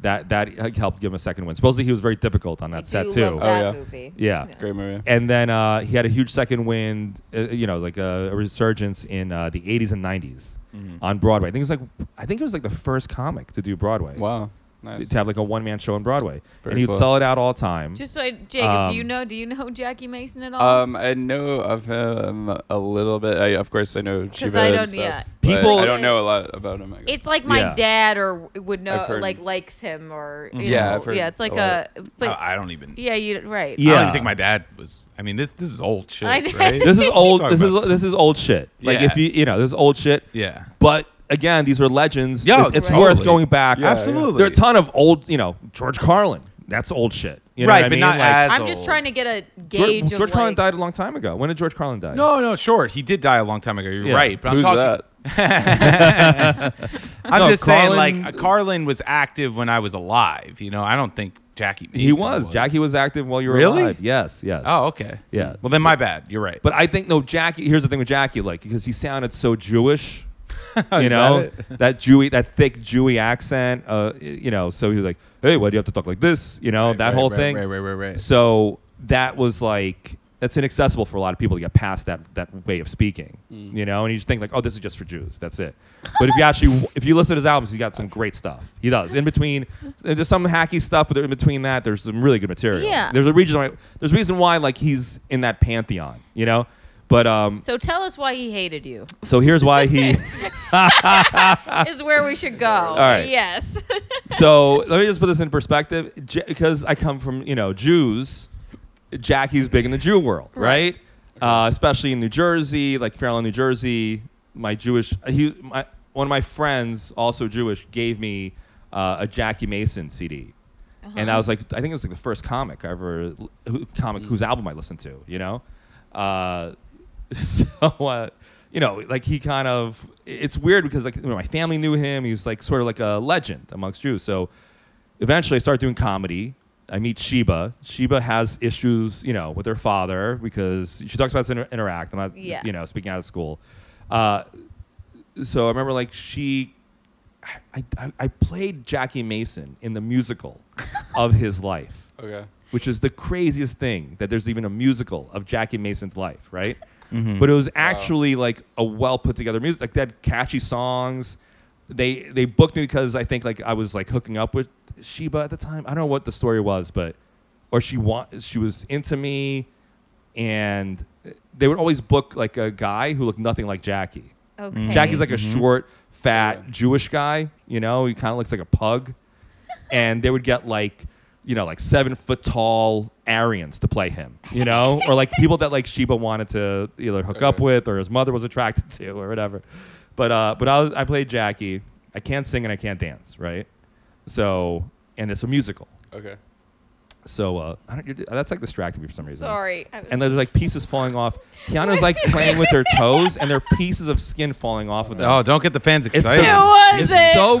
Speaker 1: That that helped give him a second win. Supposedly he was very difficult on
Speaker 2: I
Speaker 1: that
Speaker 2: do
Speaker 1: set
Speaker 2: love
Speaker 1: too. Oh,
Speaker 2: that
Speaker 4: yeah.
Speaker 2: movie.
Speaker 1: Yeah.
Speaker 4: Great movie.
Speaker 1: And then uh, he had a huge second wind, uh, you know, like a, a resurgence in uh, the 80s and 90s on Broadway. I think it was like I think it was like the first comic to do Broadway.
Speaker 4: Wow.
Speaker 1: To
Speaker 4: Nice.
Speaker 1: to have like a one man show on Broadway,
Speaker 4: Very
Speaker 1: and he would
Speaker 4: cool.
Speaker 1: sell it out all the time.
Speaker 2: Just so, I, Jacob, do you
Speaker 1: Um, uh,
Speaker 2: know? Do you know Jackie Mason at all?
Speaker 4: Um, I know of him a little bit. I, of course, I know Shiva
Speaker 2: I
Speaker 4: and
Speaker 2: don't-
Speaker 4: stuff,
Speaker 2: yeah.
Speaker 4: but
Speaker 1: People-
Speaker 4: I don't know a lot about him. I guess.
Speaker 2: it's like my
Speaker 1: yeah.
Speaker 2: dad or would know,
Speaker 4: I've heard-
Speaker 2: like likes him or you
Speaker 4: Yeah,
Speaker 2: know,
Speaker 4: I've heard
Speaker 2: yeah. It's like
Speaker 4: a
Speaker 2: a,
Speaker 4: lot.
Speaker 2: but
Speaker 3: No, Oh, I don't even.
Speaker 2: yeah, you right.
Speaker 1: Oh, Yeah.
Speaker 3: I don't even think my dad was. I mean, this this is old shit,
Speaker 2: I-
Speaker 1: [LAUGHS] [LAUGHS]
Speaker 3: right?
Speaker 2: [LAUGHS]
Speaker 1: this is old.
Speaker 3: Talking
Speaker 1: This is
Speaker 3: about-
Speaker 1: this is old shit. Like
Speaker 3: Yeah.
Speaker 1: if you you know this is old shit.
Speaker 3: yeah,
Speaker 1: But again, these are legends.
Speaker 3: Yeah,
Speaker 1: It- it's
Speaker 2: Right.
Speaker 1: worth
Speaker 3: totally.
Speaker 1: going back.
Speaker 4: Yeah, yeah.
Speaker 3: absolutely.
Speaker 1: There are a ton of old. You know George Carlin. That's old shit. You know
Speaker 3: right,
Speaker 1: what I
Speaker 3: but
Speaker 1: mean?
Speaker 3: not
Speaker 1: Like,
Speaker 3: as.
Speaker 2: I'm just
Speaker 3: old.
Speaker 2: trying to get a
Speaker 1: George,
Speaker 2: gauge
Speaker 1: George
Speaker 2: of
Speaker 1: Carlin
Speaker 2: like,
Speaker 1: died a long time ago. When did George Carlin die?
Speaker 3: No, no, sure. He did die a long time ago. You're
Speaker 1: Yeah.
Speaker 3: right, but
Speaker 4: Who's
Speaker 3: I'm talking.
Speaker 4: that?
Speaker 3: I'm
Speaker 1: No,
Speaker 3: just saying,
Speaker 1: Carlin-
Speaker 3: like Carlin was active when I was alive. You know, I don't think Jackie.
Speaker 1: he
Speaker 3: Mason
Speaker 1: was. Jackie was active while you were
Speaker 3: Really?
Speaker 1: alive. Yes, yes.
Speaker 3: Oh, okay.
Speaker 1: Yeah.
Speaker 3: Well, then my bad. You're right.
Speaker 1: But I think no, Jackie. Here's the thing with Jackie, like because he sounded so
Speaker 3: [LAUGHS]
Speaker 1: Jewish, you know,
Speaker 3: it?
Speaker 1: [LAUGHS] that, Jewy, that thick Jewy accent. Uh, you know, so he was like, "Hey, why do you have to talk like this?" You know, oh, that
Speaker 3: Right,
Speaker 1: whole
Speaker 3: right,
Speaker 1: thing.
Speaker 3: Right, right, right, right.
Speaker 1: So that was like that's inaccessible for a lot of people to get past that that way of speaking, you know. And you just think like, "Oh, this is just for Jews. That's it." But if you actually if you listen to his albums, he's got some great stuff. He does. In between, there's some hacky stuff, but in between that, there's some really good material.
Speaker 2: Yeah.
Speaker 1: There's a reason why there's a reason why like he's in that pantheon, you know. But um,
Speaker 2: So tell us why he hated you.
Speaker 1: so here's why he.
Speaker 2: Is where we should go.
Speaker 1: right. Mm.
Speaker 2: Yes.
Speaker 1: so let me just put this in perspective J- because I come from, you know, Jews. Jackie's big in the Jew world, right? Uh, especially in New Jersey, like Fairlawn, New Jersey. My Jewish, he, my, one of my friends, also Jewish, gave me uh, a Jackie Mason CD. And I was like, I think it was like the first comic I ever, who, comic whose album I listened to, you know? Uh, [LAUGHS] so uh, you know like he kind of it's weird because like you know, my family knew him he was like sort of like a legend amongst jews so eventually i start doing comedy i meet sheba sheba has issues you know with her father because she talks about this in interact i'm not
Speaker 2: Yeah.
Speaker 1: you know speaking out of school uh, so i remember like she I, I, I played jackie mason in the musical of his life
Speaker 4: okay.
Speaker 1: which is the craziest thing that there's even a musical of Jackie Mason's life, right? But it was actually like a well put together music. Like they had catchy songs. They they booked me because I think like I was like hooking up with Sheba at the time. I don't know what the story was, but or she wa- she was into me, and they would always book like a guy who looked nothing like Jackie.
Speaker 2: okay.
Speaker 1: Jackie's like a short, fat Jewish guy. You know, he kind of looks like a pug. and they would get like, you know, like seven foot tall Aryans to play him. You know, or like people that like Sheba wanted to either hook up
Speaker 4: Okay.
Speaker 1: with, or his mother was attracted to, or whatever. But uh, but I was, I played Jackie. I can't sing and I can't dance, right? So and it's a musical.
Speaker 4: Okay.
Speaker 1: So uh, I don't, you're, that's like distracting me for some reason
Speaker 2: Sorry. I-
Speaker 1: and there's like pieces falling off. Keanu's like playing with their toes, and there are pieces of skin falling off of them.
Speaker 3: Oh, don't get the fans
Speaker 1: uh, the-
Speaker 3: excited.
Speaker 2: It wasn't.
Speaker 1: it's so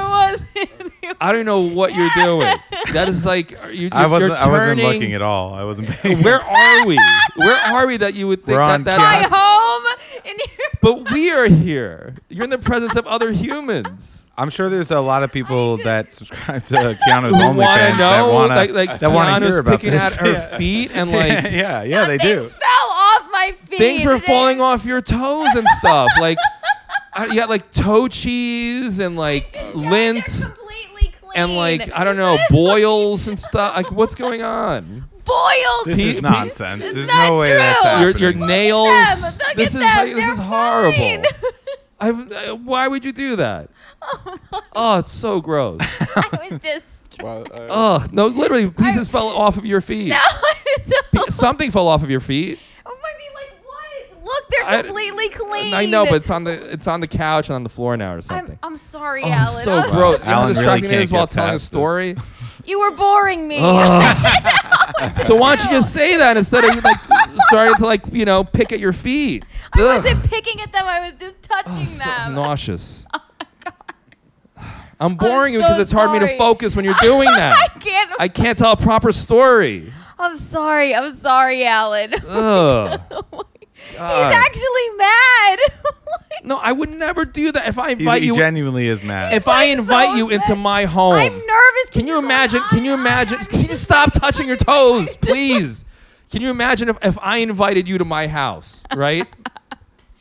Speaker 2: It [LAUGHS] wasn't.
Speaker 1: [LAUGHS] I don't know what you're
Speaker 2: [LAUGHS]
Speaker 1: doing. That is like are you,
Speaker 3: I wasn't.
Speaker 1: You're
Speaker 3: I
Speaker 1: turning,
Speaker 3: wasn't looking at all.
Speaker 1: [LAUGHS]
Speaker 3: I wasn't. Paying
Speaker 1: Where are we? Where are we that you would think
Speaker 3: We're
Speaker 1: that
Speaker 3: on
Speaker 1: that?
Speaker 2: My
Speaker 1: that's-
Speaker 2: home and you
Speaker 1: [LAUGHS] But we are here. You're in the presence of other humans.
Speaker 3: I'm sure there's a lot of people that subscribe to Keanu's
Speaker 1: [LAUGHS] Who want
Speaker 3: OnlyFans
Speaker 1: to
Speaker 3: that
Speaker 1: know?
Speaker 3: want to
Speaker 1: like, like
Speaker 3: that want to
Speaker 1: Keanu's
Speaker 3: hear about
Speaker 1: picking
Speaker 3: this.
Speaker 1: at her
Speaker 3: [LAUGHS] Yeah.
Speaker 1: feet and like
Speaker 3: yeah, yeah, they
Speaker 2: They
Speaker 3: do.
Speaker 2: fell off my feet.
Speaker 1: things were
Speaker 2: They- [LAUGHS]
Speaker 1: falling off your toes and stuff. Like I- you got like toe cheese and like lint
Speaker 2: Completely clean.
Speaker 1: and like I don't know boils and stuff. Like what's going on?
Speaker 2: boils.
Speaker 3: This
Speaker 1: He-
Speaker 3: is nonsense.
Speaker 2: It's
Speaker 3: There's
Speaker 2: not
Speaker 3: no way that's
Speaker 2: true.
Speaker 1: your
Speaker 3: happening.
Speaker 1: your nails.
Speaker 2: Look at
Speaker 1: This is
Speaker 2: them.
Speaker 1: like, this
Speaker 2: They're
Speaker 1: is horrible.
Speaker 2: fine.
Speaker 1: I've, uh, why would you do that? Oh, it's so
Speaker 2: [LAUGHS]
Speaker 1: gross.
Speaker 2: I was just.
Speaker 1: [LAUGHS]
Speaker 2: [LAUGHS]
Speaker 4: Well, uh,
Speaker 1: Oh no! Literally, pieces fell off of your feet.
Speaker 2: No, I was so. oh
Speaker 1: P- [LAUGHS] Something fell off of your feet.
Speaker 2: I mean, like, what? Look, they're
Speaker 1: I-
Speaker 2: completely clean.
Speaker 1: I know, but it's on the it's on the couch and on the floor now or
Speaker 2: I'm,
Speaker 1: something.
Speaker 2: I'm sorry,
Speaker 1: Oh,
Speaker 2: Alan.
Speaker 1: so
Speaker 2: Oh,
Speaker 1: gross.
Speaker 3: Alan
Speaker 1: Alan
Speaker 3: really
Speaker 1: distracting me
Speaker 3: can't
Speaker 1: is while
Speaker 3: get
Speaker 1: telling a
Speaker 3: past this. [LAUGHS]
Speaker 2: [LAUGHS]
Speaker 1: story.
Speaker 2: You were boring me.
Speaker 1: so why don't you just say that instead of like starting to like you know pick at your feet?
Speaker 2: I
Speaker 1: Ugh.
Speaker 2: wasn't picking at them. I was just touching
Speaker 1: Oh, so
Speaker 2: them. [LAUGHS]
Speaker 1: nauseous.
Speaker 2: Oh,
Speaker 1: I'm boring you
Speaker 2: so
Speaker 1: because it's hard for me to
Speaker 2: sorry. [LAUGHS]
Speaker 1: focus when you're doing
Speaker 2: I
Speaker 1: that.
Speaker 2: can't.
Speaker 1: I can't tell a
Speaker 2: [LAUGHS]
Speaker 1: proper story.
Speaker 2: I'm sorry. I'm sorry, Alan. [LAUGHS] Oh
Speaker 1: Ugh. God.
Speaker 2: He's actually mad. [LAUGHS] Like,
Speaker 1: No, I would never do that. If I
Speaker 3: He,
Speaker 1: invite
Speaker 3: he
Speaker 1: you,
Speaker 3: genuinely is mad.
Speaker 1: if I
Speaker 2: I'm so
Speaker 1: invite you
Speaker 2: upset.
Speaker 1: into my home,
Speaker 2: I'm nervous.
Speaker 1: Can you
Speaker 2: because, like,
Speaker 1: imagine? Can you
Speaker 2: I-
Speaker 1: imagine?
Speaker 2: I'm
Speaker 1: Can you
Speaker 2: just
Speaker 1: stop
Speaker 2: like-
Speaker 1: touching
Speaker 2: [LAUGHS]
Speaker 1: your toes, please? Can you imagine if, if I invited you to my house,
Speaker 2: [LAUGHS]
Speaker 1: right?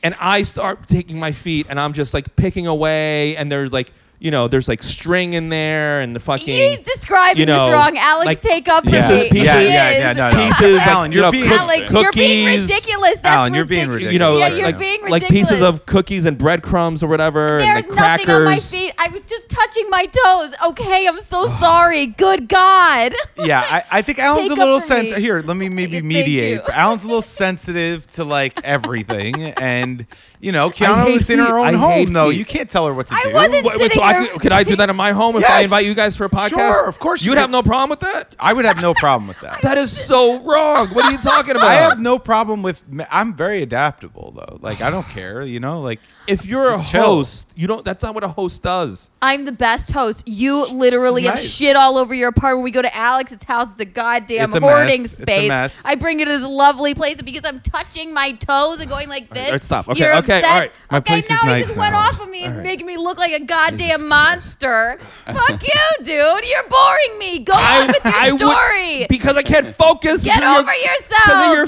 Speaker 1: and I start taking my feet and I'm just like picking away and there's like, you know, there's like string in there and the fucking
Speaker 2: He's describing
Speaker 1: you know,
Speaker 2: this wrong. Alex,
Speaker 1: like,
Speaker 2: take up for
Speaker 1: pieces-
Speaker 2: me.
Speaker 1: pieces-
Speaker 3: yeah,
Speaker 2: He
Speaker 3: yeah,
Speaker 2: is.
Speaker 3: yeah, no, no.
Speaker 1: pieces like,
Speaker 3: Alan,
Speaker 1: you
Speaker 3: you're
Speaker 1: know,
Speaker 3: being
Speaker 2: Alex, you're being
Speaker 1: Cookies.
Speaker 2: ridiculous. That's
Speaker 3: Alan, you're being
Speaker 2: ridiculous.
Speaker 1: you know,
Speaker 2: Yeah,
Speaker 1: like,
Speaker 2: you're
Speaker 1: like,
Speaker 2: being
Speaker 1: like pieces
Speaker 2: ridiculous.
Speaker 1: of cookies and breadcrumbs or whatever and
Speaker 2: There's
Speaker 1: like crackers.
Speaker 2: nothing on my feet. I was just touching my toes. Okay, I'm
Speaker 1: [SIGHS]
Speaker 2: so sorry. Good God.
Speaker 3: yeah, I, I think Alan's
Speaker 2: Take
Speaker 3: a
Speaker 2: up
Speaker 3: little
Speaker 2: for
Speaker 3: sensitive.
Speaker 2: me.
Speaker 3: Here,
Speaker 2: [LAUGHS]
Speaker 3: let me
Speaker 2: Thank
Speaker 3: maybe
Speaker 2: you.
Speaker 3: mediate. But Alan's a little sensitive to like everything, and you know,
Speaker 1: I
Speaker 3: Kiana
Speaker 1: hate
Speaker 3: was in her
Speaker 1: feet.
Speaker 3: own
Speaker 1: I hate
Speaker 3: home though.
Speaker 1: feet.
Speaker 3: You can't tell her what to
Speaker 2: I [LAUGHS]
Speaker 3: do.
Speaker 2: wasn't-
Speaker 1: Wait, wait, so I
Speaker 2: sitting
Speaker 1: could,
Speaker 2: there-
Speaker 1: could I do that in my home if I
Speaker 3: Yes.
Speaker 1: invite you guys for a podcast?
Speaker 3: Sure, of course you
Speaker 1: You'd
Speaker 3: could.
Speaker 1: have no problem with that?
Speaker 3: I would have no problem
Speaker 1: [LAUGHS]
Speaker 3: with that.
Speaker 1: That is so wrong. What are you talking about?
Speaker 3: [LAUGHS] I have no problem with. I'm very adaptable though. Like I don't care. You know, like
Speaker 1: if you're a
Speaker 3: Just chill.
Speaker 1: host, you don't. That's not what a host does.
Speaker 2: I'm the best host. You literally have
Speaker 3: Nice.
Speaker 2: shit all over your apartment. We go to Alex's house. It's a goddamn
Speaker 3: It's a mess.
Speaker 2: hoarding
Speaker 3: It's a
Speaker 2: space.
Speaker 3: mess.
Speaker 2: I bring you to this lovely place because I'm touching my toes and going like this.
Speaker 1: all right, stop. Okay,
Speaker 2: You're
Speaker 1: okay,
Speaker 2: upset.
Speaker 1: all right.
Speaker 3: My
Speaker 2: okay,
Speaker 3: place is
Speaker 2: now he
Speaker 3: nice
Speaker 2: just went
Speaker 3: now.
Speaker 2: off of me and making me look like a goddamn monster. Fuck you, dude. You're boring me. Go on with your
Speaker 1: I
Speaker 2: story.
Speaker 1: would because I can't focus.
Speaker 2: Get
Speaker 1: because of
Speaker 2: over
Speaker 1: your,
Speaker 2: yourself.
Speaker 1: because of your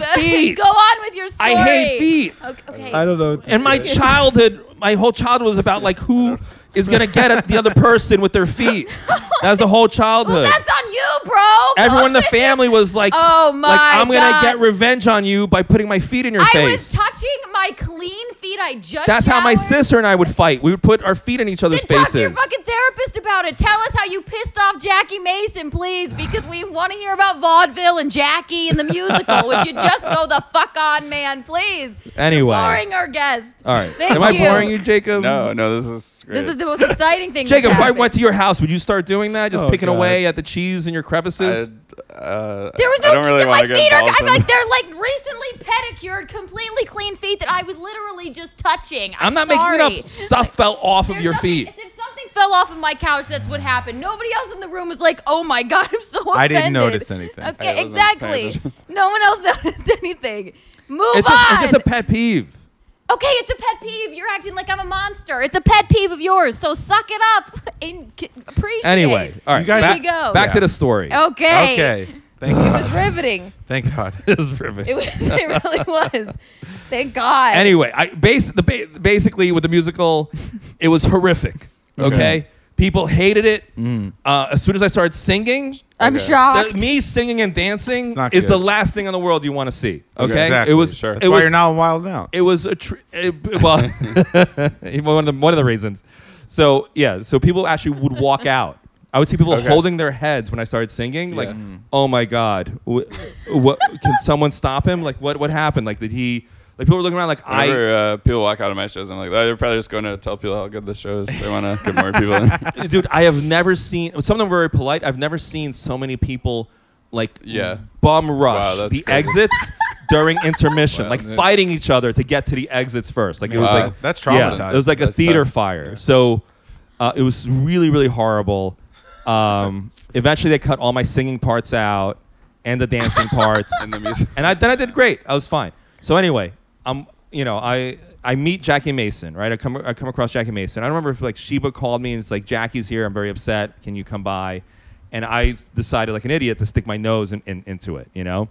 Speaker 2: [LAUGHS]
Speaker 1: feet.
Speaker 2: go on with your story.
Speaker 1: I hate feet.
Speaker 2: Okay. okay.
Speaker 3: don't know.
Speaker 1: And my childhood, my whole childhood was about like who is gonna get at the other person with their feet. That was the
Speaker 2: [LAUGHS]
Speaker 1: whole
Speaker 2: well,
Speaker 1: childhood.
Speaker 2: that's on you, bro. Go
Speaker 1: Everyone in the
Speaker 2: on.
Speaker 1: family was like,
Speaker 2: Oh
Speaker 1: like
Speaker 2: my
Speaker 1: I'm
Speaker 2: God.
Speaker 1: gonna get revenge on you by putting my feet in your
Speaker 2: I was
Speaker 1: face.
Speaker 2: touching my clean feet. I just.
Speaker 1: that's how my
Speaker 2: showered.
Speaker 1: sister and I would fight. We would put our feet in each
Speaker 2: Then
Speaker 1: other's
Speaker 2: talk to
Speaker 1: faces.
Speaker 2: your fucking therapist about it. Tell us how you pissed off Jackie Mason, please, because we want to hear about vaudeville and Jackie and the musical. Would you just go the fuck on, man, please?
Speaker 1: Anyway.
Speaker 2: boring our guest.
Speaker 1: All right.
Speaker 2: Thank
Speaker 1: Am I boring you, Jacob?
Speaker 4: no, no, this is great.
Speaker 2: This is the most exciting thing.
Speaker 1: Jacob,
Speaker 2: that's
Speaker 1: if I
Speaker 2: happened.
Speaker 1: went to your house, would you start doing that? Just
Speaker 3: Oh,
Speaker 1: picking
Speaker 3: God.
Speaker 1: away at the cheese in your crevices?
Speaker 4: I, uh,
Speaker 2: There was
Speaker 4: I
Speaker 2: no.
Speaker 4: don't really
Speaker 2: my
Speaker 4: want to
Speaker 2: feet
Speaker 4: get
Speaker 2: are.
Speaker 4: involved
Speaker 2: I'm
Speaker 4: in
Speaker 2: like
Speaker 4: this.
Speaker 2: they're like recently pedicured, completely clean feet that I was literally just touching.
Speaker 1: I'm
Speaker 2: I'm,
Speaker 1: not making it
Speaker 2: sorry.
Speaker 1: up. Stuff fell off of
Speaker 2: There's
Speaker 1: your
Speaker 2: nothing-
Speaker 1: feet.
Speaker 2: If something fell off of my couch, that's what happened. Nobody else in the room was like, "Oh my god, I'm so offended."
Speaker 3: I didn't notice anything.
Speaker 2: Okay,
Speaker 4: I wasn't paying
Speaker 2: exactly.
Speaker 4: attention.
Speaker 2: No one else [LAUGHS] noticed anything. Move
Speaker 1: It's
Speaker 2: on.
Speaker 1: just, it's just a pet peeve.
Speaker 2: okay, it's a pet peeve. You're acting like I'm a monster. It's a pet peeve of yours. So suck it up and c- appreciate.
Speaker 1: Anyway, all right.
Speaker 3: You guys-
Speaker 1: back
Speaker 2: Here you go. Oh.
Speaker 1: back
Speaker 3: Yeah.
Speaker 1: to the story. [LAUGHS]
Speaker 2: Okay.
Speaker 3: Okay.
Speaker 2: It
Speaker 3: Thank
Speaker 2: was riveting.
Speaker 3: Thank God.
Speaker 1: It was riveting.
Speaker 2: It was. [LAUGHS] It really was. Thank God.
Speaker 1: anyway, I bas- the ba- basically with the musical, it was horrific. Okay, people hated it.
Speaker 3: Mm.
Speaker 1: Uh, as soon as I started singing,
Speaker 2: I'm
Speaker 4: Okay.
Speaker 2: shocked.
Speaker 1: the- me singing and dancing
Speaker 3: not
Speaker 1: is the
Speaker 3: good.
Speaker 1: last thing in the world you want to see. Okay,
Speaker 3: Exactly.
Speaker 1: it was.
Speaker 4: Sure.
Speaker 3: That's
Speaker 1: It
Speaker 3: why
Speaker 1: was
Speaker 3: you're not on Wild Now.
Speaker 1: it was a tr- it, well [LAUGHS] one of the one of the reasons. So yeah, so people actually would walk out. I would see people
Speaker 4: Okay.
Speaker 1: holding their heads when I started singing, like,
Speaker 4: Yeah.
Speaker 1: "Oh my God, wh- what? Can someone stop him? Like, what? What happened? Like, did he? Like, people were looking around, like, I.
Speaker 4: Whenever uh, people walk out of my shows, I'm like, oh, they're probably just going to tell people how good the show is. They want to get more people in.
Speaker 1: dude, I have never seen. Some of them were very polite. I've never seen so many people like
Speaker 4: Yeah.
Speaker 1: bum rush
Speaker 4: that's
Speaker 1: the
Speaker 4: crazy.
Speaker 1: exits
Speaker 4: [LAUGHS]
Speaker 1: during intermission,
Speaker 4: Wow,
Speaker 1: like
Speaker 4: that's-
Speaker 1: fighting each other to get to the exits first. Like it was
Speaker 4: Wow.
Speaker 1: like
Speaker 3: Uh, That's
Speaker 1: yeah,
Speaker 3: traumatized.
Speaker 1: it was like a
Speaker 4: That's
Speaker 1: theater
Speaker 4: tough.
Speaker 1: fire. So uh, it was really really horrible. Um, eventually, they cut all my singing parts out and the
Speaker 4: [LAUGHS]
Speaker 1: dancing parts
Speaker 4: And
Speaker 1: [LAUGHS]
Speaker 4: the music.
Speaker 1: and I then I did great. I was fine. So anyway, I'm you know I I meet Jackie Mason right. I come I come across Jackie Mason. I don't remember if like Sheba called me and it's like Jackie's here. I'm very upset. Can you come by? And I s- decided like an idiot to stick my nose in, in, into it. You know.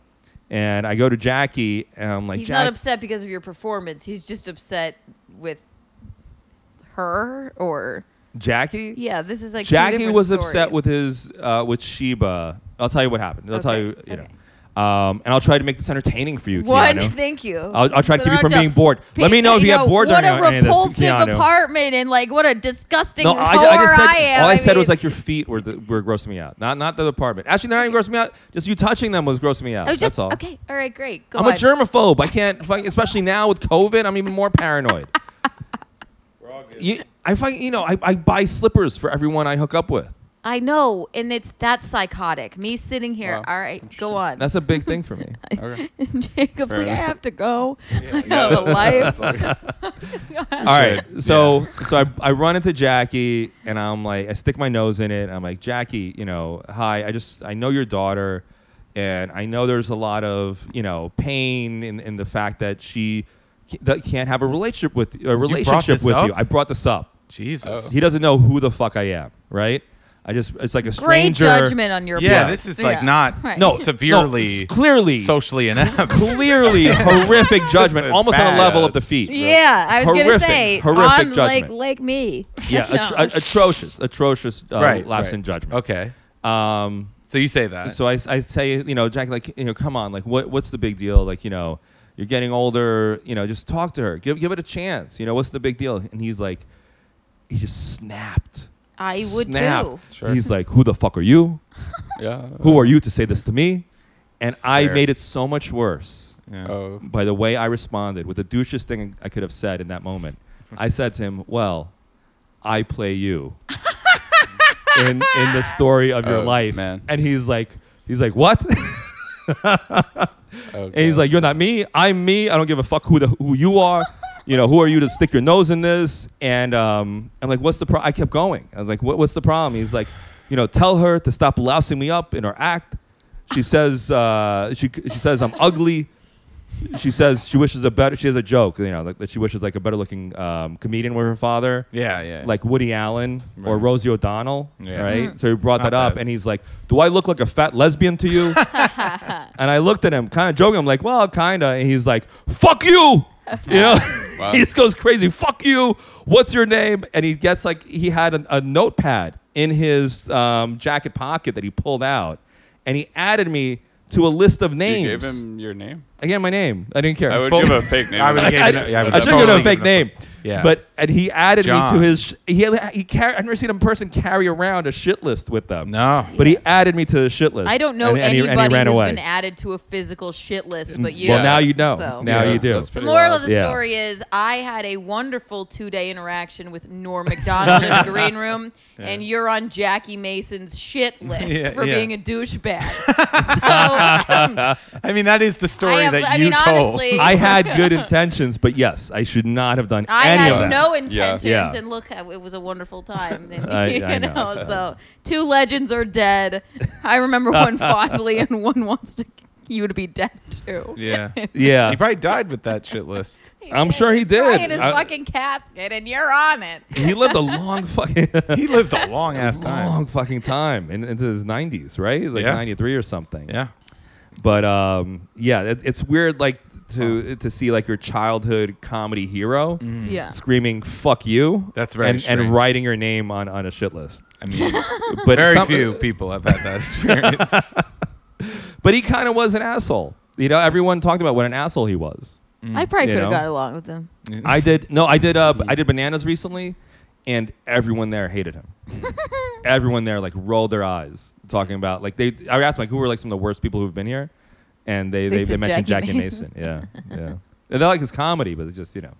Speaker 1: And I go to Jackie and I'm like,
Speaker 2: He's
Speaker 1: Jack-
Speaker 2: not upset because of your performance. He's just upset with her or
Speaker 1: Jackie.
Speaker 2: yeah. This is like two
Speaker 1: Jackie
Speaker 2: different
Speaker 1: was
Speaker 2: stories.
Speaker 1: upset with his uh, with Sheba. I'll tell you what happened. I'll tell
Speaker 2: Okay,
Speaker 1: you. You
Speaker 2: okay.
Speaker 1: know, Um, and I'll try to make this entertaining for you,
Speaker 2: One,
Speaker 1: [LAUGHS] Keanu.
Speaker 2: thank you.
Speaker 1: I'll, I'll try to keep you from being bored.
Speaker 2: Pe-
Speaker 1: Let me know if you, get bored
Speaker 2: What
Speaker 1: during
Speaker 2: a
Speaker 1: any of this,
Speaker 2: repulsive
Speaker 1: Keanu.
Speaker 2: apartment, and like what a disgusting
Speaker 1: No,
Speaker 2: whore
Speaker 1: I,
Speaker 2: I,
Speaker 1: I just said
Speaker 2: am.
Speaker 1: all I, said was
Speaker 2: mean,
Speaker 1: like your feet were the, were grossing me out. Not not the apartment. Actually, they're not even grossing me out. Just you touching them was grossing me out.
Speaker 2: I was
Speaker 1: That's
Speaker 2: Oh, just
Speaker 1: all.
Speaker 2: okay. All right, great. Go
Speaker 1: I'm
Speaker 2: on.
Speaker 1: a germaphobe. I can't, fuck- especially now with COVID. I'm even more
Speaker 2: [LAUGHS]
Speaker 1: paranoid. You, I find, you know, I, I buy slippers for everyone I hook up with.
Speaker 2: I know, and it's that's psychotic. Me sitting here.
Speaker 4: Wow.
Speaker 2: All right, go on. [LAUGHS]
Speaker 1: That's a big thing for me.
Speaker 4: Okay.
Speaker 2: Jacob's
Speaker 4: Fair
Speaker 2: like, I
Speaker 4: enough.
Speaker 2: have to go. I have a life.
Speaker 1: All right, so [LAUGHS] so I, I run into Jackie and I'm like, I stick my nose in it. And I'm like, Jackie, you know, hi. I just I know your daughter, and I know there's a lot of you know pain in, in the fact that she ca- that can't have a relationship with a relationship
Speaker 3: this
Speaker 1: with you.
Speaker 3: up?
Speaker 1: I brought this up.
Speaker 3: Jesus.
Speaker 1: He doesn't know who the fuck I am, right? I just it's like a
Speaker 2: Great
Speaker 1: stranger.
Speaker 2: judgment on your
Speaker 3: Yeah,
Speaker 2: part.
Speaker 3: this is like
Speaker 2: Yeah.
Speaker 3: not
Speaker 2: Right.
Speaker 1: No,
Speaker 3: [LAUGHS] Severely
Speaker 1: no, clearly,
Speaker 3: [LAUGHS] socially inept.
Speaker 1: clearly horrific judgment,
Speaker 3: is
Speaker 1: almost on
Speaker 3: bad.
Speaker 1: a level of defeat.
Speaker 2: Yeah, I was gonna
Speaker 1: Horrific,
Speaker 2: say
Speaker 1: horrific
Speaker 2: on like
Speaker 1: judgment.
Speaker 2: like me.
Speaker 1: Yeah,
Speaker 2: [LAUGHS] No.
Speaker 1: atro- atrocious, atrocious uh,
Speaker 3: Right,
Speaker 1: lapse
Speaker 3: right.
Speaker 1: in judgment.
Speaker 3: okay.
Speaker 1: Um,
Speaker 3: So you say that.
Speaker 1: so I, I say, you know, Jack, like, you know, come on, like, what, what's the big deal? Like, you know, you're getting older, you know, just talk to her, give, give it a chance. You know, what's the big deal? And he's like, he just snapped.
Speaker 2: I would
Speaker 1: Snapped.
Speaker 2: too.
Speaker 4: Sure.
Speaker 1: He's like, who the fuck are you?
Speaker 4: Yeah.
Speaker 1: Who are you to say this to me? And I
Speaker 3: Fair.
Speaker 1: made it so much worse
Speaker 3: Yeah.
Speaker 4: Oh.
Speaker 1: by the way I responded with the douchiest thing I could have said in that moment. I said to him, "Well, I play you in in the story of your
Speaker 4: Oh,
Speaker 1: life,"
Speaker 4: man.
Speaker 1: and he's like, he's like, "What?" [LAUGHS]
Speaker 4: oh
Speaker 1: And he's
Speaker 4: God.
Speaker 1: like, "You're not me. I'm me. I don't give a fuck who the, who you are. You know, who are you to stick your nose in this?" And um, I'm like, "What's the problem?" I kept going. I was like, what, "What's the problem?" He's like, "You know, tell her to stop lousing me up in her act." She says, uh, "She she says I'm ugly." She says she wishes a better. She has a joke, you know, like, that she wishes like a better looking um, comedian with her father
Speaker 3: yeah, yeah.
Speaker 1: like Woody Allen or
Speaker 3: Right.
Speaker 1: Rosie O'Donnell,
Speaker 3: Yeah.
Speaker 1: right? So he brought
Speaker 3: Not
Speaker 1: that up,
Speaker 3: bad.
Speaker 1: and he's like, "Do I look like a fat lesbian to you?" and I looked at him, kind of joking. I'm like, "Well, kinda." And he's like, "Fuck you," you know. [LAUGHS]
Speaker 4: Wow.
Speaker 1: he just goes crazy. Fuck you. What's your name? And he gets like he had a, a notepad in his um, jacket pocket that he pulled out, and he added me to a list of
Speaker 4: You
Speaker 1: names.
Speaker 4: gave him your name.
Speaker 1: Again, my name. I didn't care.
Speaker 4: I would
Speaker 3: Full-
Speaker 4: give a fake name.
Speaker 3: I would
Speaker 1: I,
Speaker 3: give
Speaker 1: I,
Speaker 3: it a- yeah, I would
Speaker 1: I should give him
Speaker 3: totally
Speaker 1: a fake
Speaker 3: give
Speaker 1: name.
Speaker 3: him a- yeah.
Speaker 1: But and he added me
Speaker 3: John.
Speaker 1: to his. He he carry. I've never seen a person carry around a shit list with them.
Speaker 3: no.
Speaker 1: But he added me to the shit list.
Speaker 2: I don't know
Speaker 1: And- and he-
Speaker 2: anybody
Speaker 1: and he
Speaker 2: who's
Speaker 1: ran away.
Speaker 2: been added to a physical shit list, but you.
Speaker 1: Well, now you know.
Speaker 2: So.
Speaker 1: Now
Speaker 4: Yeah,
Speaker 1: you do.
Speaker 4: that's
Speaker 2: The
Speaker 4: pretty
Speaker 2: moral
Speaker 4: wild.
Speaker 2: of the
Speaker 1: Yeah.
Speaker 2: story is I had a wonderful two day interaction with Norm McDonald in the
Speaker 1: [LAUGHS]
Speaker 2: green room, and you're on Jackie Mason's shit list
Speaker 3: Yeah,
Speaker 2: for
Speaker 3: yeah.
Speaker 2: being a
Speaker 1: [LAUGHS]
Speaker 2: douchebag. so [LAUGHS] um,
Speaker 3: I mean, that is the story
Speaker 2: I, have,
Speaker 3: that
Speaker 2: I
Speaker 3: you
Speaker 2: mean,
Speaker 3: told.
Speaker 2: honestly,
Speaker 1: [LAUGHS]
Speaker 2: [LAUGHS]
Speaker 1: I had good intentions, but yes, I should not have done
Speaker 2: I
Speaker 1: any of
Speaker 2: had
Speaker 1: that.
Speaker 2: no intentions,
Speaker 1: Yeah.
Speaker 2: and look, I- it was a wonderful time.
Speaker 1: [LAUGHS]
Speaker 2: [LAUGHS]
Speaker 1: I-
Speaker 2: you
Speaker 1: I
Speaker 2: know,
Speaker 1: know.
Speaker 2: so two legends are dead. I remember
Speaker 1: [LAUGHS]
Speaker 2: one fondly, and one wants to you to be dead too. [LAUGHS]
Speaker 3: [LAUGHS] yeah.
Speaker 1: yeah.
Speaker 3: He probably died with that shit list.
Speaker 1: I'm sure he
Speaker 2: He's probably In
Speaker 1: did.
Speaker 2: his
Speaker 1: I-
Speaker 2: fucking casket, and you're on it.
Speaker 1: He lived a long fucking [LAUGHS]
Speaker 3: He lived a long ass time.
Speaker 1: long fucking time in, into his 90s, right? He's Like
Speaker 3: Yeah.
Speaker 1: 93 or something.
Speaker 3: Yeah.
Speaker 1: But um, yeah, it, it's weird like to to see like your childhood comedy hero.
Speaker 3: Mm-hmm.
Speaker 2: Yeah.
Speaker 1: screaming "fuck you."
Speaker 3: That's very
Speaker 1: and,
Speaker 3: strange.
Speaker 1: and writing your name on on a shit list.
Speaker 3: I mean,
Speaker 1: But
Speaker 3: very
Speaker 1: some-
Speaker 3: few people have had that experience.
Speaker 1: But he kind of was an asshole. You know, everyone talked about what an asshole he was.
Speaker 2: I probably
Speaker 1: You
Speaker 2: could have
Speaker 1: know?
Speaker 2: gotten along with him.
Speaker 1: I did no, I did uh, I did bananas recently, and everyone there hated him. everyone there like rolled their eyes talking about like they. I asked like who were like some of the worst people who've been here, and
Speaker 2: They
Speaker 1: they they, they,
Speaker 2: said
Speaker 1: mentioned
Speaker 2: Jackie
Speaker 1: Jackie, Mason. Yeah, yeah. And They like his comedy, but it's just you know.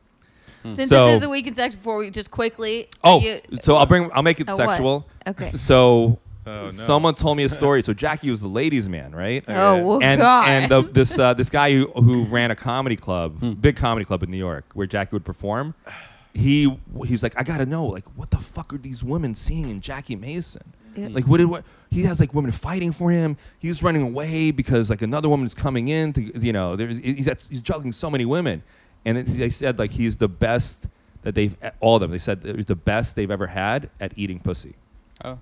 Speaker 2: Since
Speaker 1: So-
Speaker 2: this is the weekend section, before we just quickly.
Speaker 1: Oh,
Speaker 2: you-
Speaker 1: so I'll bring. I'll make it
Speaker 2: Oh, what?
Speaker 1: sexual. [LAUGHS]
Speaker 2: Okay.
Speaker 1: So,
Speaker 3: Oh, no.
Speaker 1: someone told me a story. So Jackie was the ladies' man, right?
Speaker 2: Oh,
Speaker 3: Yeah.
Speaker 2: well,
Speaker 1: and
Speaker 2: God.
Speaker 1: and the, this uh, this guy who, who ran a comedy club,
Speaker 3: Hmm.
Speaker 1: big comedy club in New York, where Jackie would perform. He he was like, I gotta know, like, what the fuck are these women seeing in Jackie Mason?
Speaker 2: Yeah.
Speaker 1: Like, what did what? He has like women fighting for him. He's running away because like another woman is coming in to you know. There's he's at, he's juggling so many women, and it, they said like he's the best that they've all of them. They said it was the best they've ever had at eating pussy.
Speaker 4: Oh,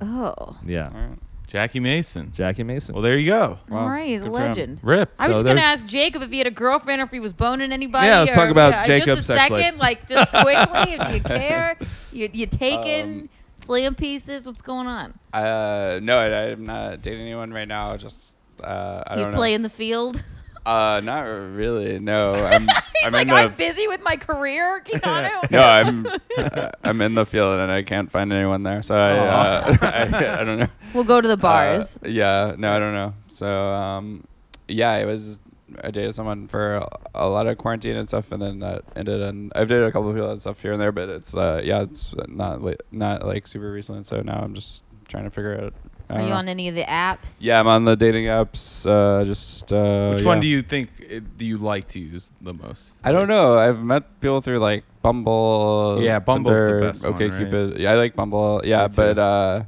Speaker 2: oh,
Speaker 1: Yeah,
Speaker 4: all right.
Speaker 3: [LAUGHS] Jackie Mason.
Speaker 1: Jackie Mason.
Speaker 3: [LAUGHS] Well, there you go.
Speaker 4: Wow.
Speaker 2: all right, he's a
Speaker 4: Good for him.
Speaker 2: legend.
Speaker 3: Rip.
Speaker 2: I was
Speaker 1: So
Speaker 2: just gonna
Speaker 1: there's-
Speaker 2: ask Jacob if he had a girlfriend or if he was boning anybody.
Speaker 1: Yeah, let's
Speaker 2: or-
Speaker 1: talk about
Speaker 2: yeah,
Speaker 1: Jacob's
Speaker 2: Just a
Speaker 1: sex
Speaker 2: second,
Speaker 1: life.
Speaker 2: like just quickly. do you care? You you taking slam pieces? What's going on?
Speaker 4: Uh, no, I, I'm not dating anyone right now. Just uh, I
Speaker 2: You
Speaker 4: don't
Speaker 2: play
Speaker 4: know.
Speaker 2: in the field. [LAUGHS]
Speaker 4: Uh, not really. No, I'm.
Speaker 2: He's
Speaker 4: I'm
Speaker 2: like,
Speaker 4: in
Speaker 2: I'm
Speaker 4: the,
Speaker 2: busy with my career, Keanu.
Speaker 4: uh, [LAUGHS] no, I'm. Uh, I'm in the field and I can't find anyone there. So I. Uh, [LAUGHS] I, I don't know.
Speaker 2: [LAUGHS] We'll go to the bars.
Speaker 4: Uh, yeah. No, I don't know. So, um, yeah, it was. I dated someone for a, a lot of quarantine and stuff, and then that ended. And I've dated a couple of people and stuff here and there, but it's uh, yeah, it's not li- not like super recent. So now I'm just trying to figure out. I
Speaker 2: Are
Speaker 4: don't
Speaker 2: you
Speaker 4: know.
Speaker 2: on any of the apps?
Speaker 4: Uh, Yeah, I'm on the dating apps. Uh, just uh,
Speaker 3: Which one
Speaker 4: yeah.
Speaker 3: do you think uh, do you like to use the most?
Speaker 4: I don't know. I've met people through like Bumble.
Speaker 3: Yeah, Bumble's the
Speaker 4: Tinder,
Speaker 3: best one,
Speaker 4: Okay,
Speaker 3: right?
Speaker 4: Cupid. Yeah, I like Bumble. Yeah,
Speaker 3: Me too.
Speaker 4: but uh,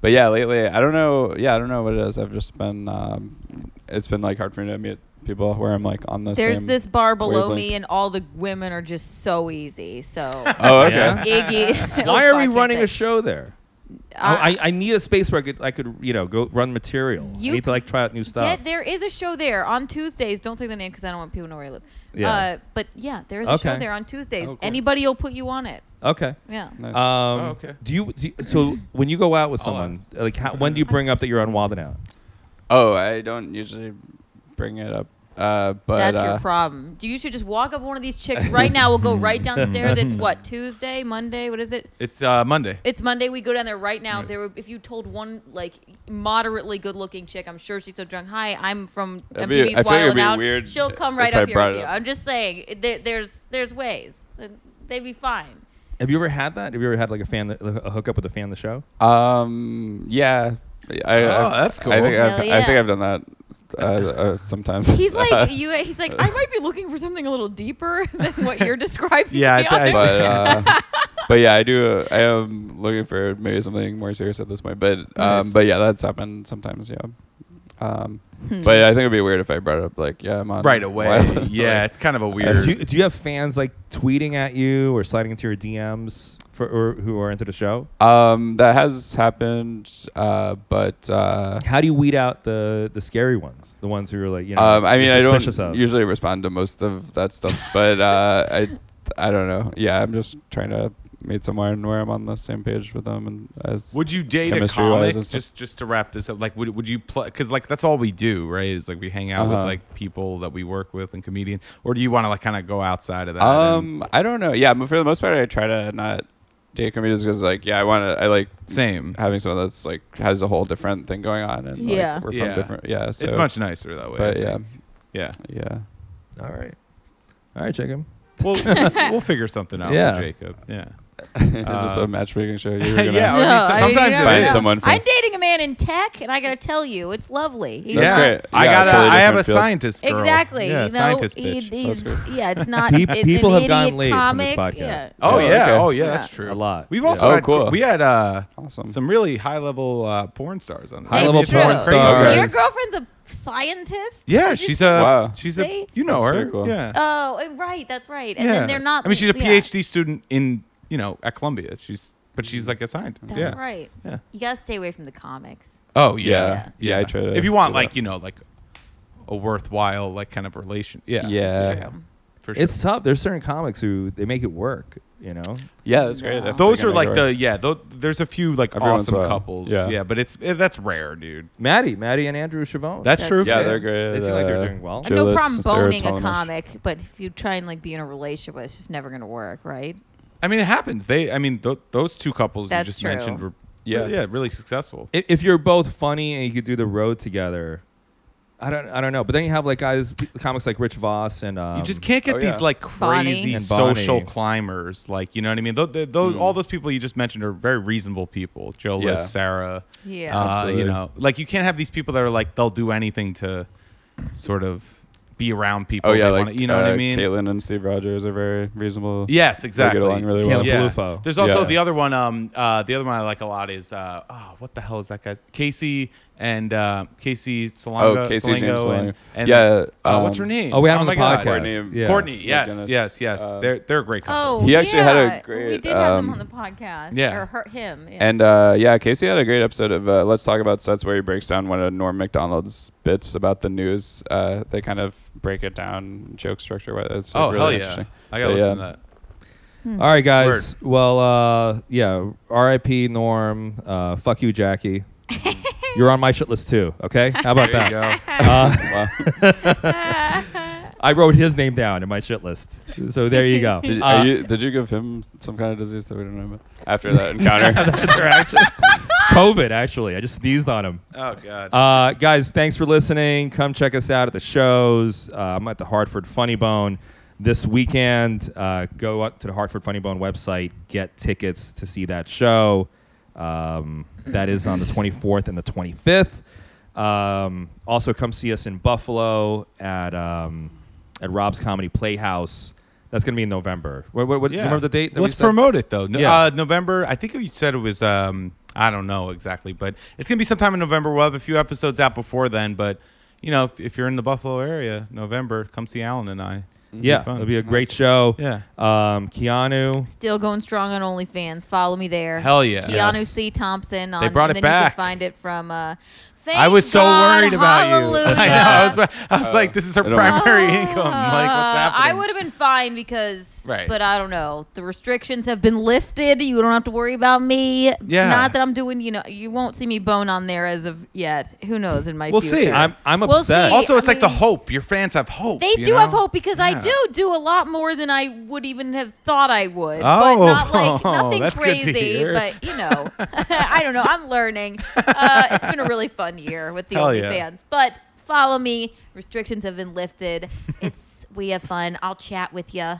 Speaker 4: but yeah, lately I don't know. Yeah, I don't know what it is. I've just been um, it's been like hard for me to meet people where I'm like on the
Speaker 2: There's
Speaker 4: same-
Speaker 2: this bar below
Speaker 4: wavelength.
Speaker 2: me, and all the women are just so easy. So
Speaker 4: [LAUGHS] Oh, okay.
Speaker 2: [LAUGHS]
Speaker 1: Yeah. [LAUGHS]
Speaker 2: Iggy.
Speaker 1: Why
Speaker 2: Oh,
Speaker 1: are we
Speaker 2: fuck,
Speaker 1: running a
Speaker 2: that's it.
Speaker 1: show there?
Speaker 2: Uh,
Speaker 1: I, I, I need a space where I could I could you know go run material.
Speaker 2: You
Speaker 1: I need to like try out new stuff.
Speaker 2: Yeah, there is a show there on Tuesdays. Don't say the name because I don't want people to know where I live.
Speaker 1: Yeah.
Speaker 2: Uh, but yeah, there is a show
Speaker 1: Okay.
Speaker 2: there on Tuesdays.
Speaker 4: cool.
Speaker 2: Anybody will put you on it.
Speaker 1: Okay.
Speaker 2: Yeah.
Speaker 4: Nice.
Speaker 1: Um,
Speaker 3: Uh, okay.
Speaker 1: Do you, do you- so when you go out with
Speaker 3: I'll
Speaker 1: someone like how, when do you bring up that you're on Wild and Out?
Speaker 4: oh, I don't usually bring it up. Uh, but
Speaker 2: That's
Speaker 4: uh,
Speaker 2: your problem. Do you should just walk up to one of these
Speaker 4: [LAUGHS]
Speaker 2: chicks right now? We'll go right downstairs. It's what Tuesday, Monday. What is it?
Speaker 3: It's uh, Monday.
Speaker 2: It's Monday. We go down there right now. There, were, if you told one like moderately good-looking chick, I'm sure she's so drunk. Hi, I'm from
Speaker 4: That'd be- I
Speaker 2: MTV's
Speaker 4: feel like it'd
Speaker 2: Wild
Speaker 4: be
Speaker 2: Out.
Speaker 4: weird
Speaker 2: She'll come
Speaker 4: if
Speaker 2: right
Speaker 4: I
Speaker 2: up here
Speaker 4: brought
Speaker 2: with
Speaker 4: it
Speaker 2: you.
Speaker 4: up.
Speaker 2: I'm just saying, there, there's there's ways. They'd be fine.
Speaker 1: Have you ever had that? Have you ever had like a fan that, a hookup with a fan of the show?
Speaker 4: um, yeah. I,
Speaker 3: Oh,
Speaker 4: I've-
Speaker 3: that's cool.
Speaker 4: I think I've,
Speaker 2: Hell
Speaker 4: I think
Speaker 2: yeah.
Speaker 4: I've done that uh, uh, sometimes.
Speaker 2: He's
Speaker 4: [LAUGHS]
Speaker 2: like you. He's like I might be looking for something a little deeper [LAUGHS] than what you're describing.
Speaker 3: Yeah,
Speaker 2: to be
Speaker 3: I- I-
Speaker 2: honest.
Speaker 3: [LAUGHS]
Speaker 4: but uh, but yeah, I do. Uh, I am looking for maybe something more serious at this point. But um,
Speaker 3: Nice.
Speaker 4: but yeah, that's happened sometimes. Yeah. Um,
Speaker 3: Hmm.
Speaker 4: But I think it'd be weird if I brought it up like yeah, I'm on
Speaker 3: Right away.
Speaker 4: Wild-
Speaker 3: yeah, it's kind of a
Speaker 1: Uh,
Speaker 3: weird.
Speaker 1: Do you, do you have fans like tweeting at you or sliding into your DMs for or who are into the show?
Speaker 4: um, that has happened. Uh, but uh,
Speaker 1: How do you weed out the the scary ones, the ones who are like you know?
Speaker 4: um, I mean,
Speaker 1: you're
Speaker 4: I
Speaker 1: suspicious
Speaker 4: don't
Speaker 1: of?
Speaker 4: usually respond to most of that stuff. But
Speaker 3: [LAUGHS]
Speaker 4: uh, I I don't know. Yeah, I'm just trying to meet someone where I'm on the same page with them and as
Speaker 3: would you date a
Speaker 4: chemistry-wise
Speaker 3: comic?
Speaker 4: and stuff.
Speaker 3: Just just to wrap this up, like would would you play? Because like that's all we do, right? Is like we hang out with
Speaker 4: Uh-huh.
Speaker 3: like people that we work with and comedian. Or do you want to like kind of go outside of that? and-
Speaker 4: Um, I don't know. Yeah, but for the most part, I try to not date comedians because, like, yeah, I want to. I like
Speaker 3: same.
Speaker 4: having someone that's like has a whole different thing going on, and like,
Speaker 2: Yeah.
Speaker 4: we're from
Speaker 3: Yeah.
Speaker 4: different. Yeah, so,
Speaker 3: it's much nicer that way.
Speaker 4: But
Speaker 3: I
Speaker 4: yeah,
Speaker 3: think. yeah.
Speaker 4: yeah. [LAUGHS]
Speaker 1: All right, all right, check him.
Speaker 2: [LAUGHS]
Speaker 3: We'll we'll figure something out,
Speaker 1: Yeah.
Speaker 3: with Jacob. Yeah.
Speaker 4: Is this a matchmaking
Speaker 3: [LAUGHS]
Speaker 4: show? You're gonna
Speaker 3: Um, yeah. I mean,
Speaker 2: No,
Speaker 3: so-
Speaker 2: I-
Speaker 3: sometimes
Speaker 2: you
Speaker 3: it
Speaker 4: find
Speaker 3: is.
Speaker 2: know.
Speaker 4: someone from-
Speaker 2: I'm dating a man in tech, and I gotta tell you, it's lovely. He's
Speaker 4: That's
Speaker 2: not-
Speaker 4: great.
Speaker 3: I
Speaker 4: Yeah,
Speaker 3: got.
Speaker 4: totally
Speaker 3: I have a
Speaker 4: different field.
Speaker 3: scientist. Girl.
Speaker 2: Exactly.
Speaker 3: Yeah,
Speaker 2: you know,
Speaker 3: scientist
Speaker 2: he-
Speaker 3: bitch.
Speaker 2: he's-
Speaker 4: That's
Speaker 2: yeah, it's not.
Speaker 1: Pe-
Speaker 2: it's
Speaker 1: people
Speaker 2: an
Speaker 1: have gotten
Speaker 2: idiot
Speaker 1: laid from this
Speaker 2: comic.
Speaker 1: podcast.
Speaker 2: Yeah.
Speaker 3: Oh
Speaker 4: Yeah,
Speaker 3: yeah.
Speaker 4: okay.
Speaker 3: Oh yeah.
Speaker 2: Yeah.
Speaker 3: That's true.
Speaker 1: A lot.
Speaker 3: We've
Speaker 1: Yeah.
Speaker 3: also
Speaker 4: Oh,
Speaker 3: had,
Speaker 4: cool.
Speaker 3: we had uh
Speaker 4: Awesome.
Speaker 3: some really high level uh, porn stars on. this.
Speaker 1: High level
Speaker 3: It's
Speaker 1: porn
Speaker 3: crazy.
Speaker 1: stars.
Speaker 2: Your girlfriend's a scientist. I
Speaker 3: Yeah,
Speaker 2: just-
Speaker 3: she's a
Speaker 4: Wow.
Speaker 3: she's a
Speaker 2: See?
Speaker 3: you know
Speaker 4: That's
Speaker 3: her.
Speaker 4: pretty cool.
Speaker 3: Yeah.
Speaker 2: Oh, and right. That's right. And
Speaker 3: yeah.
Speaker 2: then they're not.
Speaker 3: I mean, she's a
Speaker 2: yeah.
Speaker 3: PhD student in you know at Columbia. She's but she's like a scientist.
Speaker 2: That's
Speaker 3: yeah.
Speaker 2: right.
Speaker 3: Yeah.
Speaker 2: You gotta stay away from the comics.
Speaker 3: Oh
Speaker 4: Yeah.
Speaker 3: yeah.
Speaker 4: Yeah. Yeah, I try to
Speaker 3: If you want
Speaker 4: do
Speaker 3: like
Speaker 4: that.
Speaker 3: you know like a worthwhile like kind of relation. Yeah.
Speaker 4: Yeah.
Speaker 2: It's true.
Speaker 3: For sure.
Speaker 1: It's tough. There's certain comics who they make it work. You know,
Speaker 4: yeah, that's great.
Speaker 2: Yeah.
Speaker 4: If
Speaker 3: those
Speaker 4: they're
Speaker 3: are
Speaker 4: gonna
Speaker 3: like
Speaker 4: go-
Speaker 3: the yeah. Th- there's a few like
Speaker 4: Every once in a
Speaker 3: awesome
Speaker 4: while.
Speaker 3: couples.
Speaker 4: Yeah.
Speaker 3: Yeah, but it's eh, that's rare, dude.
Speaker 1: Maddie, Maddie, and Andrew Chavon.
Speaker 3: That's,
Speaker 2: That's
Speaker 3: true.
Speaker 4: yeah,
Speaker 2: true.
Speaker 4: they're great.
Speaker 1: They seem like they're
Speaker 4: uh,
Speaker 1: doing well.
Speaker 2: I have no
Speaker 4: Joelis,
Speaker 2: problem
Speaker 4: Sarah
Speaker 2: boning a
Speaker 4: Tolnish.
Speaker 2: comic, but if you try and like be in a relationship with, it's just never gonna work, right?
Speaker 3: I mean, it happens. They, I mean, th- those two couples
Speaker 2: That's
Speaker 3: you just
Speaker 2: true.
Speaker 3: mentioned were,
Speaker 4: Yeah.
Speaker 3: yeah, yeah, really successful.
Speaker 1: I- if you're both funny and you could do the road together. I don't, I don't know, but then you have like guys, comics like Rich Voss and um,
Speaker 3: You just can't get
Speaker 4: oh,
Speaker 3: these
Speaker 4: yeah.
Speaker 3: like
Speaker 2: Bonnie.
Speaker 3: crazy
Speaker 1: And Hmm. Bonnie.
Speaker 3: social climbers. Like, you know what I mean? Those, those, all those people you just mentioned are very reasonable people. Joe
Speaker 4: Yeah.
Speaker 3: List, Sarah.
Speaker 2: Yeah.
Speaker 3: Uh,
Speaker 4: Absolutely.
Speaker 3: you know, like you can't have these people that are like they'll do anything to sort of be around people.
Speaker 4: Oh yeah,
Speaker 3: they
Speaker 4: like
Speaker 3: wanna- you know what
Speaker 4: uh,
Speaker 3: I mean?
Speaker 4: Caitlin and Steve Rogers are very reasonable.
Speaker 3: Yes, exactly.
Speaker 4: along really well.
Speaker 1: Caleb Palufo.
Speaker 3: There's also
Speaker 4: Yeah.
Speaker 3: the other one. Um, uh, the other one I like a lot is uh, oh, what the hell is that guy? Casey and uh, Casey Salonga.
Speaker 4: Oh, Casey James
Speaker 3: and,
Speaker 4: Salonga.
Speaker 3: and
Speaker 4: Yeah,
Speaker 3: uh, what's her
Speaker 4: um,
Speaker 3: name?
Speaker 1: Oh, we had him on
Speaker 3: my
Speaker 1: the
Speaker 3: God.
Speaker 1: podcast.
Speaker 4: Courtney-
Speaker 1: Yeah.
Speaker 3: Courtney, yes,
Speaker 4: goodness.
Speaker 3: yes, yes.
Speaker 4: Uh,
Speaker 3: they're they're a great couple.
Speaker 2: Oh,
Speaker 4: He actually had a
Speaker 2: yeah. We
Speaker 4: great,
Speaker 2: did have him
Speaker 4: um,
Speaker 2: on the podcast.
Speaker 3: yeah.
Speaker 2: Or her, him. Yeah.
Speaker 4: And uh, yeah, Casey had a great episode of uh, Let's Talk About Sets where he breaks down one of Norm MacDonald's bits about the news. Uh, they kind of break it down, joke structure. wise. It's
Speaker 3: oh
Speaker 4: really
Speaker 3: hell yeah!
Speaker 4: interesting.
Speaker 3: I gotta
Speaker 4: But,
Speaker 3: listen
Speaker 4: yeah.
Speaker 3: to
Speaker 1: All right, guys. Well, uh, yeah. R.I.P. Norm. Uh, fuck you, Jackie. You're on my shit list too. Okay, how about
Speaker 4: [LAUGHS]
Speaker 3: There you
Speaker 1: that? Uh,
Speaker 3: go.
Speaker 4: Wow.
Speaker 1: I wrote his name down in my shit list. So there you go.
Speaker 4: Did, you-
Speaker 1: Uh,
Speaker 4: are you, did you give him some kind of disease that we don't know about after
Speaker 3: [LAUGHS]
Speaker 4: that encounter?
Speaker 1: interaction. COVID actually, I just sneezed on him.
Speaker 3: Oh god.
Speaker 1: Uh, guys, thanks for listening. Come check us out at the shows. Uh, I'm at the Hartford Funny Bone this weekend. Uh, go up to the Hartford Funny Bone website, get tickets to see that show. Um, that is on the 24th and the 25th. Um, also, come see us in Buffalo at um, at Rob's Comedy Playhouse. That's going to be in November. What, what, what,
Speaker 3: yeah.
Speaker 1: Remember the date? that we
Speaker 3: Let's
Speaker 1: said?
Speaker 3: promote it though. No,
Speaker 1: Yeah.
Speaker 3: uh, November. I think you said it was. Um, I don't know exactly, but it's gonna be sometime in November. We'll have a few episodes out before then, but. You know, if, if you're in the Buffalo area, November, come see Alan and I.
Speaker 1: Yeah,
Speaker 3: fun.
Speaker 1: it'll be a great show.
Speaker 3: Yeah.
Speaker 1: Um, Keanu.
Speaker 2: Still going strong on OnlyFans. Follow me there.
Speaker 3: Hell yeah.
Speaker 2: Keanu
Speaker 1: Yes.
Speaker 2: C. Thompson. On,
Speaker 3: brought
Speaker 2: and
Speaker 3: it
Speaker 2: then You
Speaker 3: back.
Speaker 2: can find it from. Uh, Thank
Speaker 3: I was so
Speaker 2: God,
Speaker 3: worried about
Speaker 2: hallelujah. Oh,
Speaker 3: you. [LAUGHS] I know. I [LAUGHS] was, I was like, this is her
Speaker 4: Uh, it almost-
Speaker 3: primary income. Like, what's
Speaker 2: Uh,
Speaker 3: happening?
Speaker 2: I would have been fine because,
Speaker 3: Right.
Speaker 2: but I don't know. The restrictions have been lifted. You don't have to worry about me.
Speaker 3: Yeah.
Speaker 2: Not that I'm doing. You know, you won't see me bone on there as of yet. Who knows in my
Speaker 3: We'll
Speaker 2: future?
Speaker 3: see.
Speaker 1: I'm, I'm
Speaker 2: We'll
Speaker 1: upset.
Speaker 2: see.
Speaker 3: Also,
Speaker 2: I
Speaker 3: it's like the
Speaker 2: mean-
Speaker 3: hope. Your fans have hope.
Speaker 2: They
Speaker 3: you
Speaker 2: do
Speaker 3: know?
Speaker 2: have hope because I
Speaker 3: Yeah.
Speaker 2: do do a lot more than I would even have thought I would.
Speaker 3: Oh,
Speaker 2: but not
Speaker 3: [LAUGHS]
Speaker 2: like nothing
Speaker 3: that's good to
Speaker 2: crazy.
Speaker 3: hear.
Speaker 2: But you
Speaker 3: [LAUGHS]
Speaker 2: know, [LAUGHS] I don't know. I'm learning. Uh, it's been a really fun year with the
Speaker 3: Hell
Speaker 2: OnlyFans.
Speaker 3: yeah.
Speaker 2: fans. But follow me. Restrictions have been
Speaker 3: [LAUGHS]
Speaker 2: lifted. It's we have fun. I'll chat with you.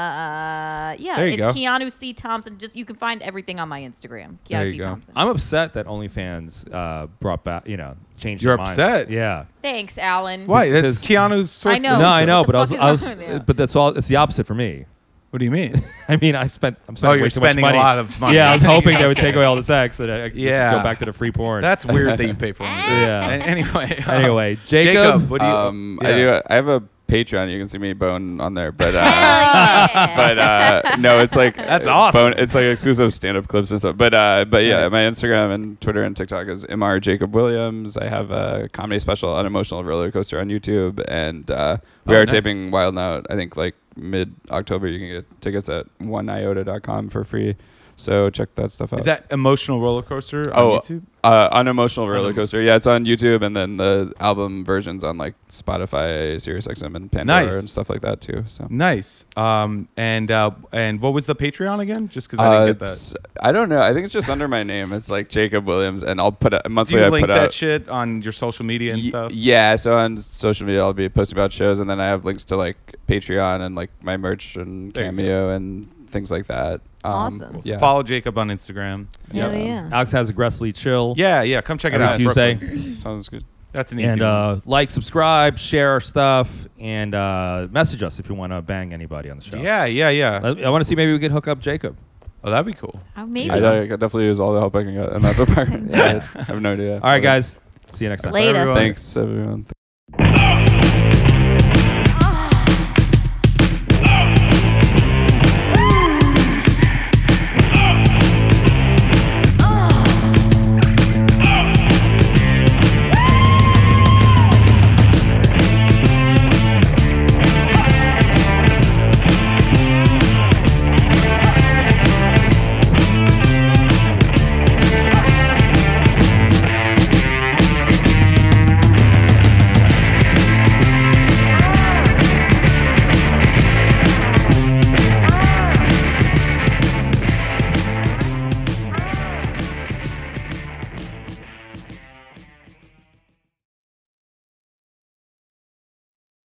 Speaker 2: Uh, yeah,
Speaker 3: There you
Speaker 2: it's
Speaker 3: go.
Speaker 2: Keanu C. Thompson. Just you can find everything on my Instagram.
Speaker 3: There
Speaker 2: Keanu
Speaker 3: you
Speaker 2: C.
Speaker 3: go.
Speaker 2: Thompson.
Speaker 1: I'm upset that OnlyFans uh, brought back, you know, changed.
Speaker 3: You're
Speaker 1: their minds.
Speaker 3: upset?
Speaker 1: Yeah.
Speaker 2: Thanks, Alan.
Speaker 3: Why? That's
Speaker 1: Because-
Speaker 3: Keanu's source.
Speaker 2: I know.
Speaker 3: of
Speaker 1: No,
Speaker 2: Oh. what
Speaker 1: I
Speaker 2: the
Speaker 1: know, but I
Speaker 2: fuck
Speaker 1: was,
Speaker 2: is
Speaker 1: I was
Speaker 2: wrong with you?
Speaker 1: but that's all. It's the opposite for me. [LAUGHS]
Speaker 3: What do you mean?
Speaker 1: I mean, I spent. I'm
Speaker 3: oh,
Speaker 1: spending
Speaker 3: you're
Speaker 1: way too much
Speaker 3: spending
Speaker 1: money.
Speaker 3: a lot of money.
Speaker 1: Yeah, I
Speaker 3: [LAUGHS]
Speaker 1: was hoping they would take away all the sex and I, I could just
Speaker 3: Yeah.
Speaker 1: go back to the free porn. [LAUGHS]
Speaker 3: That's weird that you pay for one. of those.
Speaker 1: Yeah. [LAUGHS]
Speaker 3: An- Anyway. um,
Speaker 1: Anyway,
Speaker 3: Jacob,
Speaker 1: Jacob,
Speaker 3: what do you?
Speaker 4: um,
Speaker 3: yeah.
Speaker 4: I do. I have a Patreon. You can see me bone on
Speaker 3: [LAUGHS]
Speaker 4: there, but.
Speaker 2: Hell
Speaker 4: Uh,
Speaker 2: yeah.
Speaker 4: but uh, no, it's like
Speaker 3: That's
Speaker 4: uh,
Speaker 3: awesome.
Speaker 4: it's like exclusive stand-up clips and stuff. But uh, but yeah,
Speaker 3: Nice.
Speaker 4: my Instagram and Twitter and TikTok is mr Jacob Williams. I have a comedy special, on emotional roller coaster, on YouTube, and uh, we
Speaker 3: Oh,
Speaker 4: are
Speaker 3: nice.
Speaker 4: taping Wild Now. I think like mid October. You can get tickets at oneiota.com for free. So check that stuff out.
Speaker 3: Is that emotional roller coaster on
Speaker 4: Oh,
Speaker 3: YouTube?
Speaker 4: uh, unemotional roller
Speaker 3: Unem-
Speaker 4: coaster? Yeah, it's on YouTube, and then the album versions on like Spotify, SiriusXM, and Pandora
Speaker 3: Nice.
Speaker 4: and stuff like that too. So
Speaker 3: Nice. Um, and uh, and what was the Patreon again? Just because I
Speaker 4: Uh,
Speaker 3: didn't get that.
Speaker 4: it's- I don't know. I think it's just under my name. It's like Jacob Williams, and I'll put a
Speaker 3: Do
Speaker 4: monthly.
Speaker 3: you
Speaker 4: I
Speaker 3: link
Speaker 4: put
Speaker 3: that
Speaker 4: out.
Speaker 3: shit on your social media and
Speaker 4: Ye-
Speaker 3: stuff?
Speaker 4: Yeah, so on social media, I'll be posting about shows, and then I have links to like Patreon and like my merch and
Speaker 3: There you
Speaker 4: Cameo and things like that. Um,
Speaker 2: Awesome.
Speaker 4: Yeah.
Speaker 3: Follow Jacob on Instagram.
Speaker 2: Hell yeah.
Speaker 1: Alex has aggressively chill.
Speaker 3: Yeah, yeah. Come check it
Speaker 4: Every
Speaker 3: out.
Speaker 1: Tuesday.
Speaker 3: Brooklyn.
Speaker 4: [LAUGHS] Sounds good.
Speaker 3: That's an easy
Speaker 1: And
Speaker 3: one.
Speaker 1: uh, like, subscribe, share our stuff, and uh, message us if you want to bang anybody on the show.
Speaker 3: yeah, yeah, yeah.
Speaker 1: I, want to see maybe we could hook up Jacob.
Speaker 3: Oh, that'd be cool.
Speaker 2: Oh, maybe.
Speaker 4: I, I could definitely use all the help [LAUGHS] I can get in that department. yeah, I have no idea.
Speaker 1: All right, guys. See you next time.
Speaker 2: Later.
Speaker 3: Everyone.
Speaker 4: Thanks, everyone.